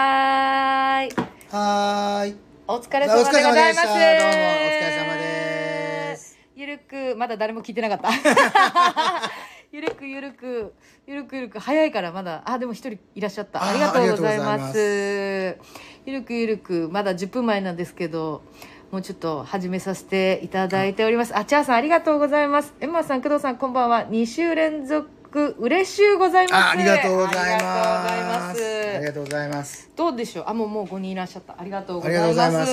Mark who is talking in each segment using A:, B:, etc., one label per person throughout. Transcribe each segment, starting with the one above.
A: はーい。
B: はーい。
A: お疲れ様でございます。
B: お疲れ様でしたどうもお疲れ様です。
A: ゆるく、まだ誰も聞いてなかった。 ゆるくゆるく、ゆるくゆるく、早いからまだ、あ、でも一人いらっしゃった。
B: あー
A: ありがとうございま
B: あ
A: す。ゆるくゆるく、まだ10分前なんですけど、もうちょっと始めさせていただいております。あ、チャーさんありがとうございます。エンマさん、工藤さん、こんばんは。2週連続、嬉しゅうございます。
B: あ、ありがとうござい
A: ありがとうございま
B: ます。
A: す
B: ありがとうございます。
A: どうでしょうあもうもう5人いらっしゃったありがとうござ
B: あ
A: い
B: り
A: ま
B: がとうご
A: す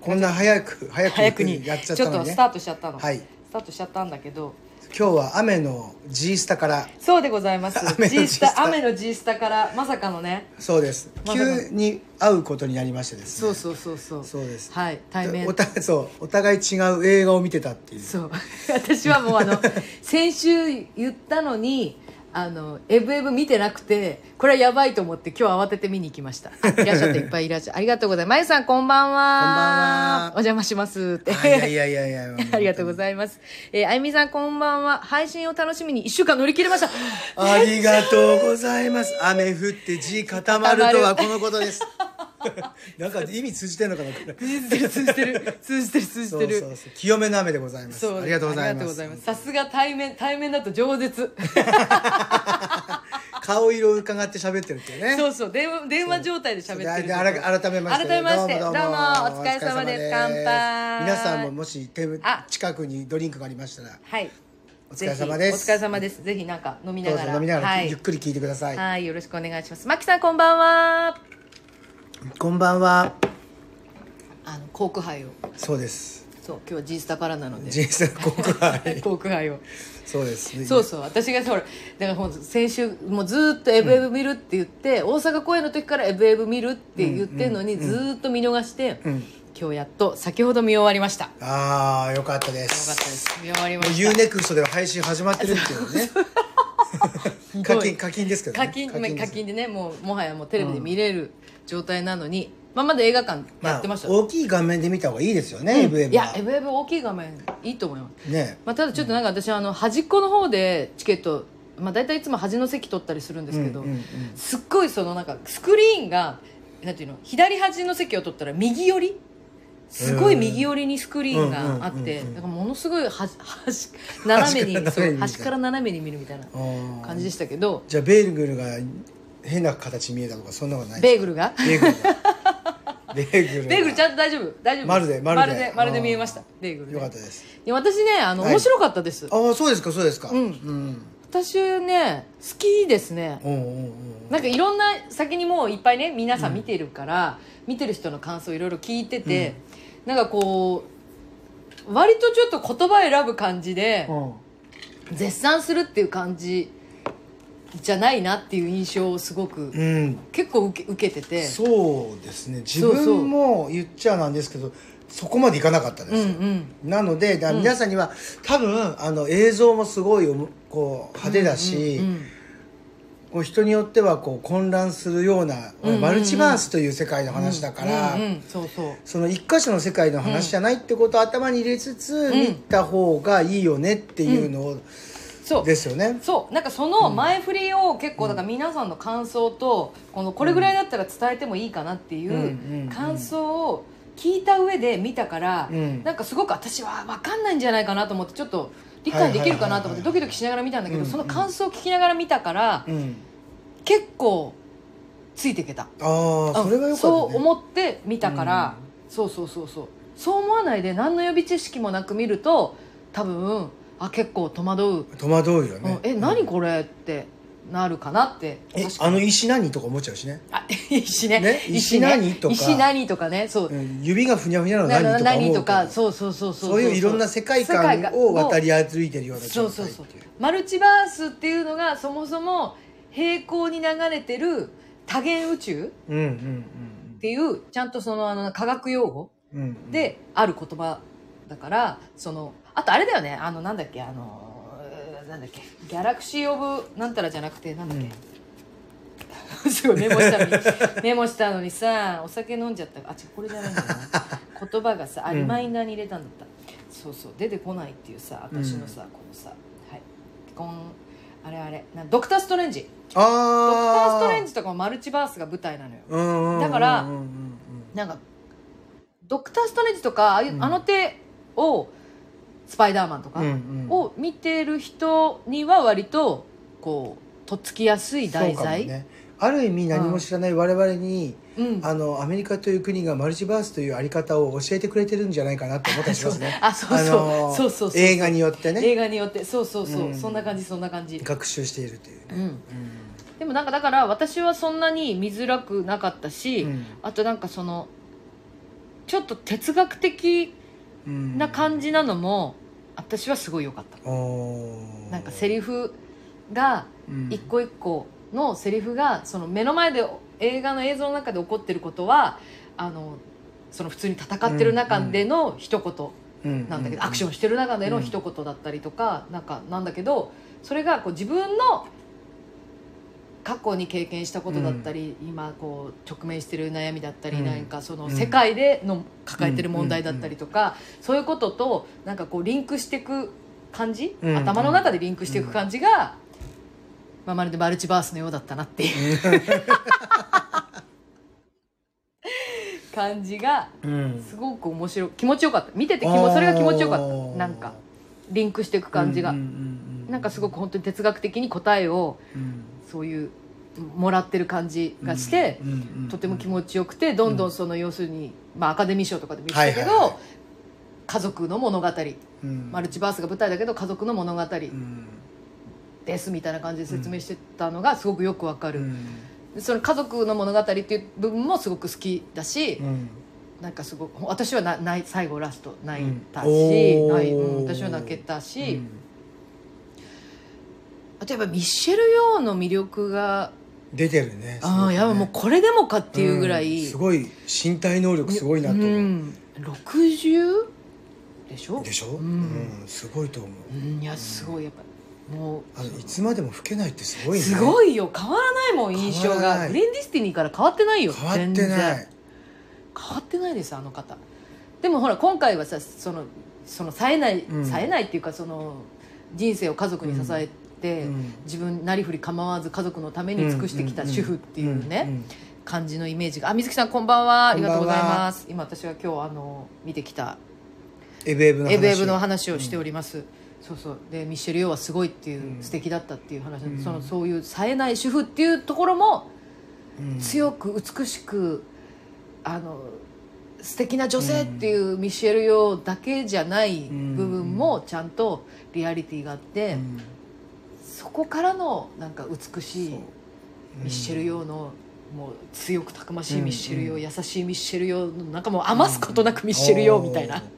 B: こんな早く早く
A: 早くに
B: やっち
A: ち
B: ゃ
A: ょ
B: っ
A: ったと
B: のに
A: ス
B: ね。
A: タ
B: 今
A: ートしちゃったの、
B: はい
A: スタートしちゃったんだけど
B: 日は雨の G スタから
A: そうでございます
B: 雨の
A: G スタ
B: G-Star
A: 雨の G スタからまさかのね
B: そうです。
A: まだだ
B: 急に会うことになりましてですね。
A: そうそうそうそう
B: そうです
A: はい対面
B: お互いそうお互い違う映画を見てたっていう。
A: そう 私はもうあ の先週言ったのにあのエブエブ見てなくてこれはやばいと思って今日慌てて見に行きましたあいらっしゃっていっぱいいらっしゃってありがとうございますまゆさんこんばんは
B: こんばんは
A: お邪魔しますって
B: あいやいやいやいや
A: 。ありがとうございます。えーあゆみさんこんばんは。配信を楽しみに一週間乗り切れました。
B: ありがとうございます。雨降って地固まるとはこのことです。なんか意味通じてんのかなこれ。
A: 通じてる通じてる通じてる通じ
B: そ
A: て
B: う
A: る。
B: そうそう。清めの雨でございます。
A: そう
B: ありがとうござい
A: ありがとうご
B: ま
A: ざ
B: す
A: い。ます。さすが対面対面だと饒舌。
B: 顔色を伺って喋ってるっていうね。
A: そうそう電話電話状態で喋ってる。
B: であら改めまして。
A: 改めまして
B: どうも
A: どうもお疲れ様です乾杯
B: 皆さんももし手
A: あ
B: 近くにドリンクがありましたら、
A: はい。
B: お疲れ様です。
A: ぜひお疲れ様です。ぜひなんか飲みな
B: どう
A: が
B: ぞ
A: ら。
B: 飲みなが
A: は
B: ら
A: い
B: ゆっくり聞いてください。
A: はいよろしくお願いします。まきさんこんばんは。
B: こんばんは。
A: あの航空杯を
B: そうです。
A: そう今日は G スタからなので。
B: 人生航空杯。
A: 航空杯を。
B: そうです。
A: そうそう私がほらだからほんと先週もうずーっと「エブエブ見る」って言って、大阪公演の時から「エブエブ見る」って言ってんのに、ずーっと見逃して、今日やっと先ほど見終わりましたよか
B: ああよかったで。
A: ったですす見終わりま
B: もう
A: し
B: U ネクストでは配信始まってるっ ていうね。課金課金ですけど、
A: た
B: ね。
A: 課金課
B: です
A: 金でねもうもはやもうテレビで見れる状態なのに、まあ、まだ映画館やってました、
B: あ、大きい画面で見た方がいいですよね、エブエ
A: い
B: ブは
A: や「エブエブ大きい画面いいと思います
B: ね
A: まあ、ただちょっとなんか私はあの端っこの方でチケット、まあ、大体いつも端の席取ったりするんですけど、
B: うんうんうん
A: すっごいそのなんかスクリーンがなんていうの左端の席を取ったら右寄りすごい右寄りにスクリーンがあって、
B: うんうんうんうん
A: だからものすごい端端斜めに
B: 端から斜め
A: そう
B: に
A: 端から斜めに見るみたいな
B: うん
A: 感じでしたけど
B: じゃあベーグルが変な形見えたとかそんなことない
A: ベーグルが
B: ベーグルがベーグル が
A: ベーグルちゃんと大丈夫大丈夫
B: 丸で丸で
A: 丸で丸で見えまし
B: あ
A: た
B: ー
A: ベーグルね
B: よかったです
A: いや私ねあの、
B: はい
A: 面白かったです
B: ああそうですかそうですか
A: うん私ね好きですね
B: うんうんうん
A: なんかいろんな先にもういっぱいね皆さん見てるから、見てる人の感想いろいろ聞いてて、なんかこう割とちょっと言葉選ぶ感じで
B: うんうん
A: 絶賛するっていう感じじゃないなっていう印象をすごく、
B: うん
A: 結構受け受けてて
B: そうですね自
A: そうそう
B: 分も言っちゃなんですけどそこまでいかなかったです
A: うんうん
B: なのでだから皆さんには、多分あの映像もすごいこう派手だし、
A: うんうん
B: こう人によってはこう混乱するような、
A: うんうん
B: マルチバースという世界の話だから、
A: うんうんそうそう
B: その一箇所の世界の話じゃないってことを頭に入れつつ、
A: ん
B: 見た方がいいよねっていうのを、
A: そう
B: ですよね。
A: そうなんかその前振りを結構だから皆さんの感想とこのこれぐらいだったら伝えてもいいかなってい
B: うんう
A: うん
B: うん
A: 感想を聞いた上で見たから
B: うん
A: なんかすごく私は分かんないんじゃないかなと思ってちょっと理解できるかなと思って
B: は
A: ド
B: いはいはいは
A: キド
B: い
A: キしながら見たんだけど
B: うんうん
A: その感想を聞きながら見たから
B: うん、
A: 結構ついていけた
B: ああそれが良かった、ね、
A: そう思って見たからそうそうそうそうそう思わないで何の予備知識もなく見ると多分あ結構戸惑う
B: 戸惑うよ
A: うん
B: ね。
A: え何これってなるかなって
B: え
A: 確か
B: あ
A: に
B: の石何とか思っちゃうしね、
A: あ 石ね
B: ね石
A: ね
B: 何とか
A: 石何とかねそう、
B: うん、指がふにゃふにゃなの
A: な
B: 何とか思
A: 何
B: う
A: とかそうそうそうそう
B: そういういろんな世界観を渡り歩いてるような
A: そ
B: 状
A: うそう
B: 態っ
A: そう
B: ていう
A: マルチバースっていうのがそもそも平行に流れてる多元宇宙
B: うんうん
A: っていうちゃんとそのあの科学用語
B: うんうんうん
A: である言葉だからそのあとあれだよねあのなんだっけあのえーなんだっけギャラクシー・オブなんたらじゃなくてなんだっけ、 すごいメモしたのに メモしたのにさお酒飲んじゃったあ違うこれじゃないんだよな言葉がさあ
B: うん
A: マインダーに入れたんだった、そうそう出てこないっていうさ私のさ、このさはいこんあれあれなドクター・ストレンジドクター・ストレン
B: あ
A: ジとかもマルチバースが舞台なのよ
B: あ
A: だから
B: うんうんうん
A: なんかドクター・ストレンジとかああいう、
B: うん
A: あの手をスパイダーマンとか
B: うんうんうん
A: を見てる人には割とこうとっつきやすい題
B: そうかも
A: 材う,、
B: ねある意味何も知らない我々に、
A: ん
B: あのアメリカという国がマルチバースというあり方を教えてくれてるんじゃないかなって思ったりしますね
A: あそうそう
B: のー
A: そうそうそう
B: 映画によってね
A: 映画によってそうそうそう、
B: うん
A: そんな感じそんな感じ、
B: 学習しているという
A: う
B: ね、
A: ん、
B: う
A: でもなんかだから私はそんなに見づらくなかったし、
B: ん
A: あとなんかそのちょっと哲学的
B: うん
A: な感じなのも、私はすごい良かった
B: おー
A: なんかセリフが
B: うん
A: 一個一個のセリフがその目の前で映画の映像の中で起こってることはあのその普通に戦ってる中での一言なんだけど、アクションしてる中での一言だったりとか、なんかなんだけどそれがこう自分の過去に経験したことだったり、今こう直面してる悩みだったり、
B: うん
A: なんかその
B: うん
A: 世界での抱えてる問題だったりとか、そういうこととなんかこうリンクしていく感じ、
B: うん
A: 頭の中でリンクしていく感じが、まあ、まるでマルチバースのようだったなっ ていう感じが
B: うん
A: すごく面白い気持ちよかった見てて気もそれが気持ちよか
B: あ
A: っ
B: ー
A: たなんかリンクしていく感じが、
B: うんうんうんうん
A: なんかすごく本当に哲学的に答えを
B: うん
A: そういうもらってる感じがして、
B: うんうんうん
A: とても気持ちよくてどんどんその要するに、まあ、アカデミー賞とかでも言っ
B: は
A: て
B: い
A: たけど、
B: はいはい
A: 家族の物語
B: うん
A: マルチバースが舞台だけど家族の物語
B: うん
A: ですみたいな感じで説明してたのがすごくよくわか
B: う
A: る、
B: ん
A: でその家族の物語っていう部分もすごく好きだし、
B: うん
A: なんかすごく私はなない最後ラスト泣いたし、
B: うんおー
A: ないうん私は泣けたし、
B: うん
A: あとやっぱミッシェル・ヨーの魅力が、
B: 出てるね
A: ああやばいもうこれでもかっていうぐらい、
B: んすごい身体能力すごいなと
A: う、
B: 思うん
A: 60でしょ
B: でしょ
A: う
B: うんんすごいと思う
A: うんいやすごいやっぱもう
B: あのいつまでも老けないってすごいね
A: すごいよ変わらないもん印象
B: 変わら
A: が
B: ない
A: グリーンディスティニーから変わってないよ
B: 変わっ
A: 全
B: て
A: 然
B: ない
A: 変わってないですあの方でもほら今回はさそのその冴えない、
B: うん
A: 冴えないっていうかその人生を家族に支えて、
B: うん
A: 自分なりふり構わず家族のために尽くしてきた主婦っていうね、感じのイメージがあ水木さんこんばんはあ
B: こ
A: り
B: んば
A: がとう
B: んは
A: ございます今私は今日あの見てきた
B: エブエブの
A: エブエブの話をしております、そうそうでミッシェル・ヨーはすごいっていう、
B: うん
A: 素敵だったっていう話なんで、
B: うん
A: そのそういう冴えない主婦っていうところも
B: い
A: 強く美しくあの素敵な女性っていうミッシェル・ヨーだけじゃない部分もちゃんとリアリティがあって、そこからのなんか美しいミッシェル・ヨーの。もう強くたくましいミッシェル・ヨー、
B: うん
A: 優しいミッシェル・ヨーのなんかもう余すことなくミッシェル・ヨーみたいな、
B: だか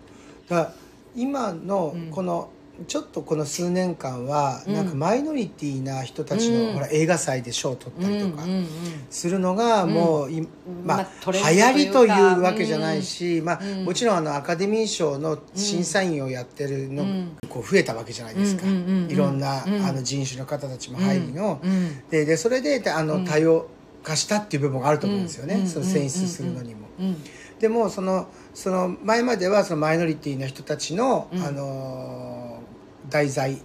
B: ら今の
A: うん
B: このちょっとこの数年間は
A: うん
B: なんかマイノリティな人た
A: う
B: ち
A: ん
B: のほら映画祭で賞を取ったりとか
A: うんうんうん
B: するのがもういまあ
A: ト
B: 流
A: レンドというか
B: 行りというわけじゃないしまあ
A: うん
B: もちろんあのアカデミー賞の審査員をやってるの
A: うん
B: こう増えたわけじゃないですか
A: うんうんうんうん
B: いろんなあ
A: うん
B: の人種の方たちも入りの
A: うん
B: ででそれであ
A: う
B: の
A: ん
B: 多様化したっていう部分があると思うんですよね、
A: うん
B: その選出するのにも。
A: うん
B: でもそのその前まではそのマイノリティの人たちの、
A: うん
B: あのー題材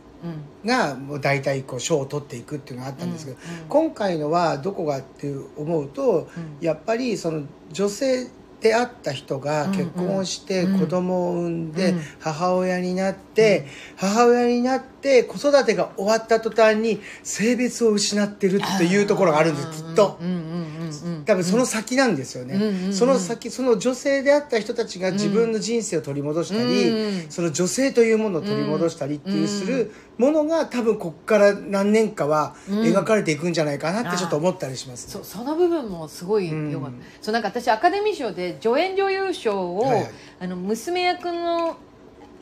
A: うん
B: がもう大体こう賞を取っていくっていうのがあったんですけど、
A: うんうん
B: 今回のはどこがっていう思うと、
A: うん
B: やっぱりその女性であった人が
A: うんうん
B: 結婚して
A: うん
B: 子供を産んで
A: うん
B: 母親になって母親になって子育てが終わった途端に性別を失ってるっていうところがあるんですきっと
A: うんうんうんうん
B: 多分その先なんですよ
A: うんうんう
B: ね
A: ん
B: その先その女性であった人たちが自分の人生を取り戻したり
A: うん
B: その女性というものを取り戻したりっていううんするものが多分こっから何年かは
A: うん
B: 描かれていくんじゃないかなってちょっと思ったりします
A: そ
B: ね
A: その部分もすごいよかった、
B: うん
A: そうなんか私アカデミー賞で助演女優賞を、
B: はいはい
A: あの娘役の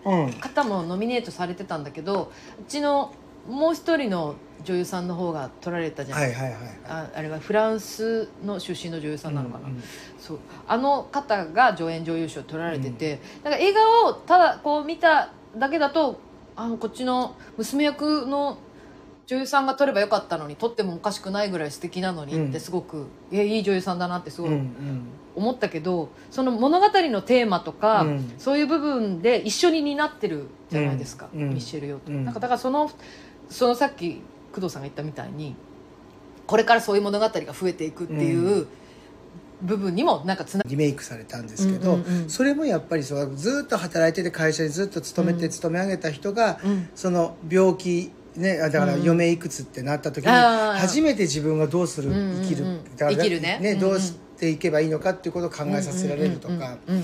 B: うん
A: 方もノミネートされてたんだけどうちのもう一人の女優さんの方が取られたじゃん、
B: はいはいはい
A: ああれはフランスの出身の女優さんなのかな、
B: うんうん
A: そうあの方が助演女優賞取られてて、なんか映画をただこう見ただけだとあのこっちの娘役の女優さんが取ればよかったのに取ってもおかしくないぐらい素敵なのにって
B: うん
A: すごく、えいい女優さんだなってすご
B: うんう
A: い
B: ん
A: 思ったけど、その物語のテーマとか、
B: うん
A: そういう部分で一緒に担ってるじゃないですか、
B: うんうん
A: ミッシェル・ヨーと、
B: うん
A: なんかだからそのそのさっき工藤さんが言ったみたいにこれからそういう物語が増えていくっていう部分にもなんかつな
B: リメイクされたんですけど、
A: うんうんうん
B: それもやっぱりそうずっと働いてて会社にずっと勤め
A: う
B: て
A: ん
B: 勤め上げた人が、
A: うん
B: その病気ね、あだから
A: うん
B: 嫁いくつってなった時に
A: あー
B: 初めて自分がどうする、
A: うんうんうん
B: 生きるだから
A: 生きるねうんうん
B: どうしていけばいいのかっていうことを考えさせられるとか、
A: うんうんうん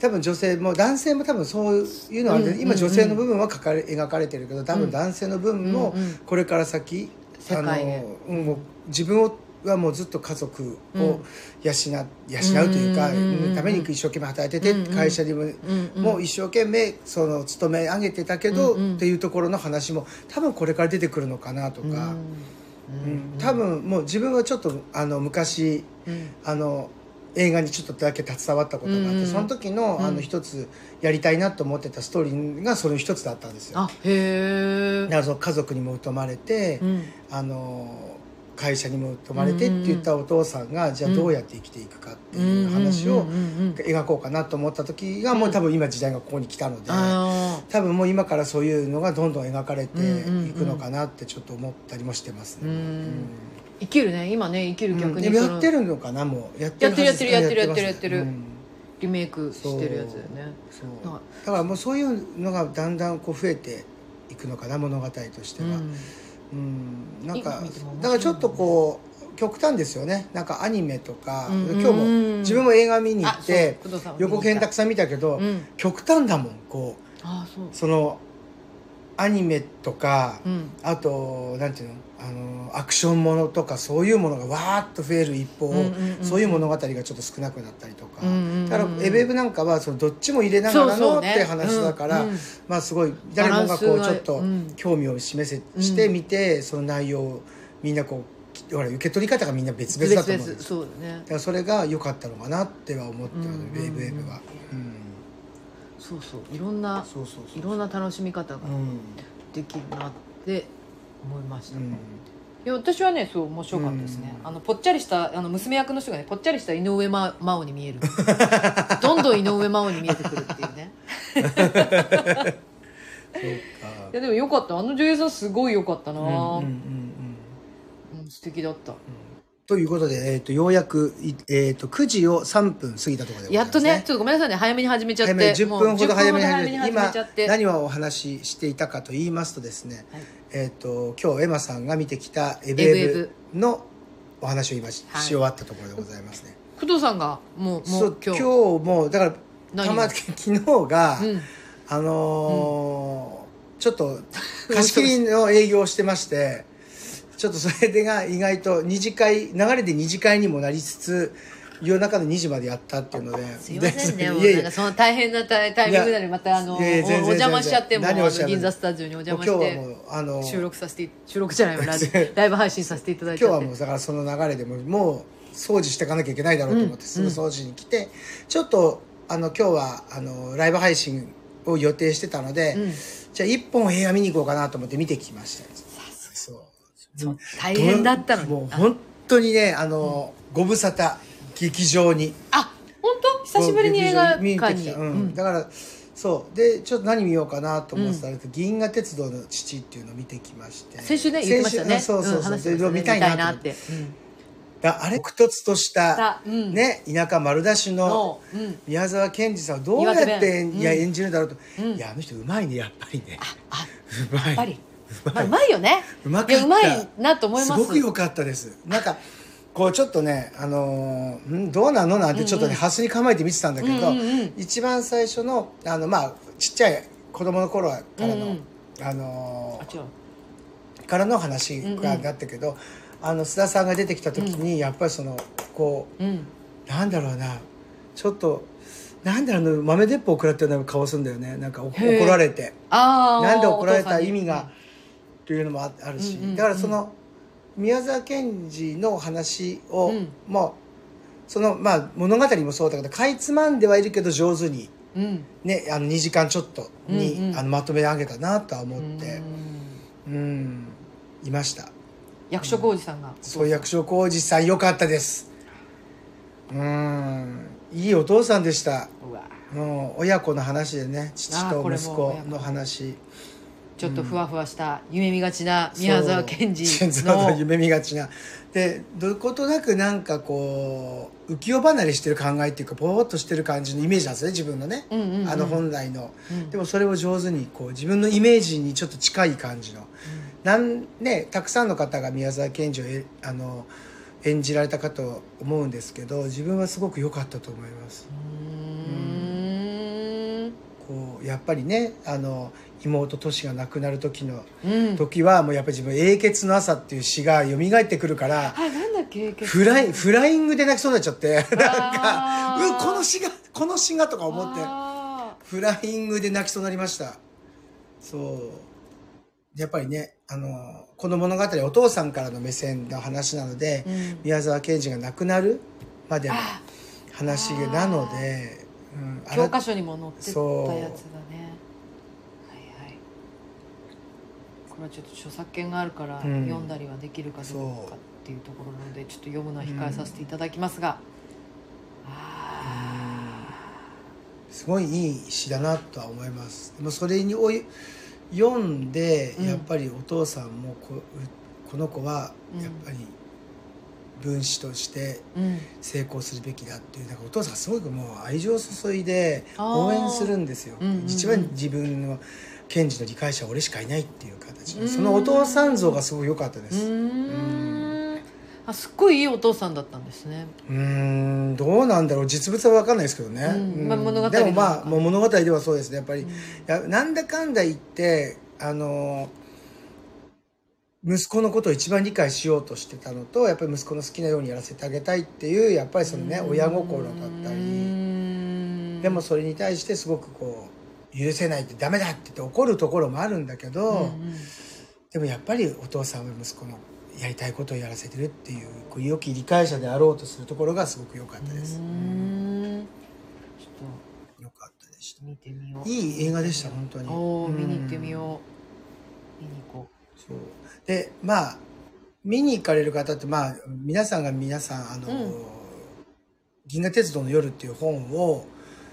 B: 多分女性も男性も多分そういうのはあるけど、
A: うんうんう
B: 今
A: ん
B: 女性の部分は描かれ描かれてるけど多分男性の部分も
A: うんうん
B: これから先、
A: 世
B: あ
A: 界へ
B: のうんもう自分をはもうずっと家族を養,、養うというか、
A: うんうんうんうん
B: ために一生懸命働いてて、
A: うんうん
B: 会社にも,、
A: うんうん
B: もう一生懸命その勤め上げてたけど、
A: うんうん
B: っていうところの話も多分これから出てくるのかなと
A: うんう
B: か、
A: ん
B: うん多分もう自分はちょっとあの昔
A: うん
B: あの映画にちょっとだけ携わったことがあって、
A: うん
B: その時の
A: うん
B: あの一つやりたいなと思ってたストーリーがその一つだったんですよ。
A: あへえ
B: だからその家族にも疎まれて、
A: うん
B: あの会社にも疎まれてって言ったお父さんが、じゃあどうやって生きていくかっていう話
A: うん
B: を
A: うんうんうん
B: 描こうかなと思った時が、もう多分今時代がここに来たので、
A: あー
B: 多分もう今からそういうのがどんどん描かれて
A: うん
B: いくのかなってちょっと思ったりもしてますね。
A: うん生きるね今ね生きる逆
B: うん
A: に
B: で
A: そ
B: も
A: の
B: やってるのかなもうやってるはず
A: やってるやってるやってるやってる
B: やますねうん
A: リメイクしてるやつだよね
B: そう
A: は
B: だからもうそういうのがだんだんこう増えていくのかな物語としては、うんなんか
A: 今見ても面白いもんね
B: だからちょっとこう極端ですよねなんかアニメとか、
A: うん
B: 今日も
A: うん
B: 自分も映画見に行
A: あ
B: っ
A: そう
B: て
A: 工藤さんは見に行
B: 横
A: った
B: 編たくさん見たけど、
A: うん
B: 極端だもんこ
A: あそう
B: うそのアニメとか、
A: うん
B: あとなんていうのあのアクションものとかそういうものがわーっと増える一方、
A: うんうんうん
B: そういう物語がちょっと少なくなったりとか、
A: うんうんうん
B: だからエブエブなんかはそのどっちも入れながら
A: そうそ
B: の
A: うね
B: って話だから、
A: うんうん
B: まあすごい誰もが
A: バ
B: こ
A: ラン
B: う
A: ス
B: ち
A: が
B: ょっと
A: うん
B: 興味を示せ
A: うん
B: してみて、その内容をみんなこうきほら受け取り方がみんな別々だと思うんですよ
A: そうだね
B: だからそれが良かったのかなっては思ってる、
A: うんうんうん
B: エブエブは、うん、
A: そうそういろんな
B: そうそうそう
A: いろんな楽しみ方が
B: うん
A: できるなって思いました、
B: う
A: い
B: ん
A: や私はねそう面白かったですね、
B: うん
A: あのぽっちゃりしたあの娘役の人がねぽっちゃりした井上真真央に見えるどんどん井上真央に見えてくるって いうね
B: そう
A: いやでもよかったあの女優さんすごいよかったな、
B: か、
A: う
B: うんうんうん
A: ん
B: うん
A: 素敵だった
B: ということで、えー、とようやく、いえー、と9時を3分過ぎたところでございます、ね、
A: やっとねちょっとごめんなさいね早めに始めちゃって
B: 早めに10
A: もう
B: 分ほど早めに
A: 10分
B: 始めて
A: 始めちゃって
B: 今何をお話ししていたかと言いますとですね、
A: はい
B: えっ、と今日エマさんが見てきた「エブ
A: エブエ
B: エ
A: ブ
B: ブ」のお話を今し,、
A: はい
B: 終わったところでございますね。
A: 工藤さんがもうも
B: そうう
A: 今
B: 今
A: 日
B: 日もだから
A: 何
B: たま昨日が、
A: うん、
B: あのーちょ っと貸し切りの営業をしてましてちょっとそれでが意外と二次会流れで二次会にもなりつつ夜中の2時までやったっていうのです
A: いませんね、
B: で
A: もう
B: いや
A: ないん
B: や
A: かその大変なタイタイミングなのにまたあの
B: いやいや全然
A: おお邪魔しちゃって
B: 全
A: もうあ
B: 然何をおっしゃ
A: の
B: る
A: 銀座スタジオにお邪
B: もう
A: 魔し
B: 今日はも
A: て
B: うあのー
A: 収録させて収録じゃないわライブ ライブ配信させていただいち
B: 今日
A: ゃっ
B: は
A: て
B: もうだからその流れでももう掃除していかなきゃいけないだろうと思って、
A: うん
B: すぐ掃除に来てちょっとあの今日はあのライブ配信を予定してたので、
A: うん
B: じゃあ1本映画見に行こうかなと思って見てきましたそう
A: そう大変だったのに
B: もう
A: あ
B: 本当にねあの、ご無沙汰劇場に
A: あ本当久しぶりに映画
B: 劇場
A: 館
B: 見
A: に
B: てきたうん
A: うん
B: だからそうでちょっと何見ようかなと思ってたら、銀河鉄道の父っていうのを見てきまして
A: 先週ね言ってましたね
B: 先週そうそうそう、
A: ん話して
B: で
A: ましたね
B: 見たいなと思って
A: 見たいなって
B: だあれくとつとした
A: さ、うん
B: ね、田舎丸出しの
A: のうん
B: 宮沢賢治さんをどうや
A: 岩手
B: って、
A: 弁
B: いや
A: うん
B: 演じるんだろうと、
A: うん
B: いやあの人うまいねやっぱりね
A: あ
B: うまい
A: やっぱりま
B: うま
A: あう
B: い、
A: まいよね
B: うまかった
A: いやうまいなと思います
B: すごく良かったですなんかこうちょっとね、あのーんどうなのなんてちょっとね、
A: うんうん
B: ハスに構えて見てたんだけど、
A: うんうんうん
B: 一番最初のあの、まあ、ちっちゃい子供の頃からの、
A: うんうん
B: あの
A: あ
B: ー
A: 違う
B: からの話がだったけど、あの須田さんが出てきた時に、やっぱりそのこう
A: うん
B: なんだろうなちょっとなんだろうな豆鉄砲を食らったような顔するんだよねなんかお怒
A: へえ
B: られて
A: ああ
B: なんで怒られた意味がというのもあある
A: う
B: し、
A: んうんうん
B: だからその宮沢賢治の話
A: う
B: を、
A: ん
B: もうそのまあ物語もそうだけどかいつまんではいるけど上手に、
A: うん
B: ね、あの2時間ちょっとに、
A: うんうん
B: あのまとめ上げたなとは
A: う
B: 思って
A: ん
B: うんいました
A: 役所広司さんが
B: そう役所広司さん良かったですうんいいお父さんでした
A: うわ
B: もう親子の話でね父
A: あー
B: と
A: これも
B: 息子
A: 親子
B: の話
A: ちょっとふわふわした夢見がちな宮沢賢治
B: そう 宮沢の
A: の
B: 夢見がちなでどことなくなんかこう浮世離れしてる考えっていうかぼーっとしてる感じのイメージなんですね自分のね、
A: うんうんうん
B: あの本来の、
A: うん
B: でもそれを上手にこう自分のイメージにちょっと近い感じの、なんねたくさんの方が宮沢賢治をえあの演じられたかと思うんですけど自分はすごく良かったと思います
A: うーん
B: こうやっぱりねあの妹トシが亡くなる時の
A: うん
B: 時はもうやっぱり自分「英傑の朝」っていう詩が蘇ってくるから
A: はいなんだっけ結
B: フライフライングで泣きそうになっちゃって なん
A: あ
B: か
A: ー
B: うこの詩がこの詩がとか思って
A: あ
B: フライングで泣きそうになりましたそうやっぱりねあのこの物語はお父さんからの目線の話なので、
A: ーうん
B: 宮沢賢治が亡くなるまでの
A: あ
B: 話なので、うんあ
A: 教
B: ら
A: 科書にも載ってたやつだねはいはいこれはちょっと著作権があるから
B: うん
A: 読んだりはできるかどうかっていうところなのでちょっと読むのは控えさせていただきますが、あ
B: すごいいい詩だなとは思いますでもそれにおい読んで
A: うん
B: やっぱりお父さんもこ,う、この子は
A: うん
B: やっぱり分子として
A: ーうん
B: 成功するべきだっていうなんかお父さんすごくもう愛情を注いで
A: あー
B: 応援するんですよ、
A: うんうんうん
B: 一番自分の賢治の理解者は俺しかいないっていう形
A: うん
B: でそのお父さん像がすごい良かったで
A: う
B: す
A: ーんあすっごいいいお父さんだったんですね
B: うーんどうなんだろう実物は分かんないですけどね、
A: うん
B: うん
A: まあ物語
B: でも
A: なの
B: まあ
A: か
B: もう物語ではそうですねやっぱり、
A: うん
B: いやなんだかんだ言ってあの息子のことを一番理解しようとしてたのとやっぱり息子の好きなようにやらせてあげたいっていうやっぱりそのね
A: うん
B: 親心だった
A: う
B: り
A: ーん
B: でもそれに対してすごくこう許せないってダメだって言って怒るところもあるんだけど、
A: うんうん
B: でもやっぱりお父さんは息子のやりたいことをやらせてるっていうこう良き理解者であろうとするところがすごく良かったです
A: う。ーんちょっと
B: 良かったでした。
A: 見てみよう
B: いい映画でした本当に
A: おー
B: うん
A: 見に行ってみよう見に行こ
B: そうでまあ見に行かれる方ってまあ皆さんが皆さんあ
A: う
B: の、
A: ん
B: 銀河鉄道の夜っていう本を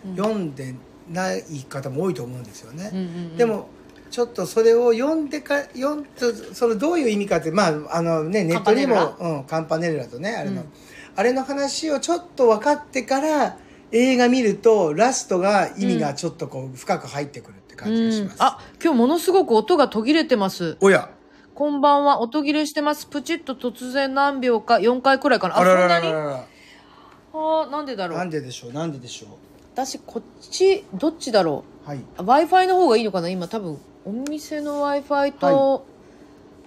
A: う、うん、
B: 読んでない方も多いと思うんですよね。
A: うんうんうん
B: でもちょっとそれを読んでか読んとそのどういう意味かってまああのねネットに
A: カ
B: も
A: ン
B: うんカンパネルラとねあれの、
A: うん
B: あれの話をちょっと分かってから映画見るとラストが意味がちょっとこう深く入ってくるって感じがします。
A: うんあ今日ものすごく音が途切れてます
B: おや
A: こんばんは音切れしてますプチッと突然何秒か4回くらいかな
B: あららら
A: そ
B: ら
A: んなに
B: ら
A: あーなんでだろ
B: なん
A: う
B: ででしょうなんででしょ
A: 私こっちどっちだろ
B: うはいう
A: w i f i の方がいいのかな今多分お店の w i f i と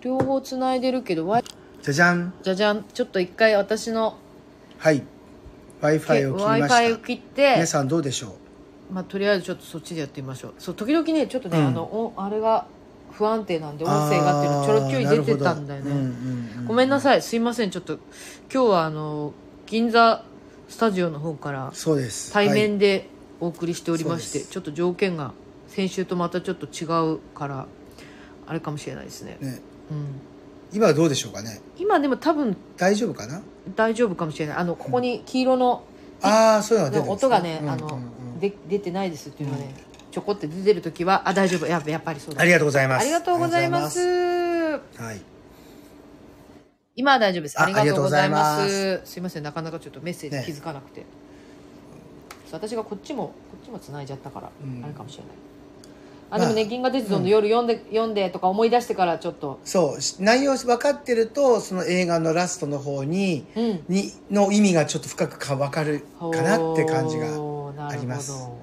A: 両方つないでるけど、Wi-
B: じゃじゃん
A: じゃじゃんちょっと一回私の
B: はい w i f i を
A: w
B: 切
A: i
B: りま
A: f i を
B: した
A: 切って
B: 皆さんどうでしょう
A: まあ、とりあえずちょっとそっちでやってみましょうそう時々ねちょっとね、
B: うん
A: あのおあれが不安定なんで音声がっていうのちょろっきょい
B: あ
A: 出
B: ーなるほ
A: て
B: ど
A: たんだよね、
B: ううう
A: ごめんなさいすいませんちょっと今日はあの銀座スタジオの方から
B: そうです
A: 対面でお送りしておりまして、
B: そうです
A: ちょっと条件が先週とまたちょっと違うからあれかもしれないですね、
B: はいね
A: うん、
B: 今はどうでしょうかね
A: 今でも多分
B: 大丈夫かな
A: 大丈夫かもしれないあのここに黄色の
B: ああそういうのが出てるんです
A: 音がね、あの、
B: うんうんうん
A: で出てないですっていうのはね、ちょこって出てる時はあ大丈夫やっぱやっぱりそうだ
B: ありがとうございます
A: ありがとうございま
B: ありがとう
A: す。
B: ございますはい
A: 今は大丈夫です。
B: あ
A: ありがとうございま
B: ありがとう
A: す。すいません、なかなかちょっとメッセージ気づかなくて。そう私がこっちも、こっちも繋いじゃったから、
B: うん
A: あれかもしれない。あ、でも
B: ま
A: ね、
B: あ
A: 銀河鉄道の夜読んで、読んでとか思い出してから、ちょっと。
B: そうし内容分かってるとその映画のラストの方に
A: うん。
B: にの意味がちょっと深くか分かる かなって感じがあります
A: なるほ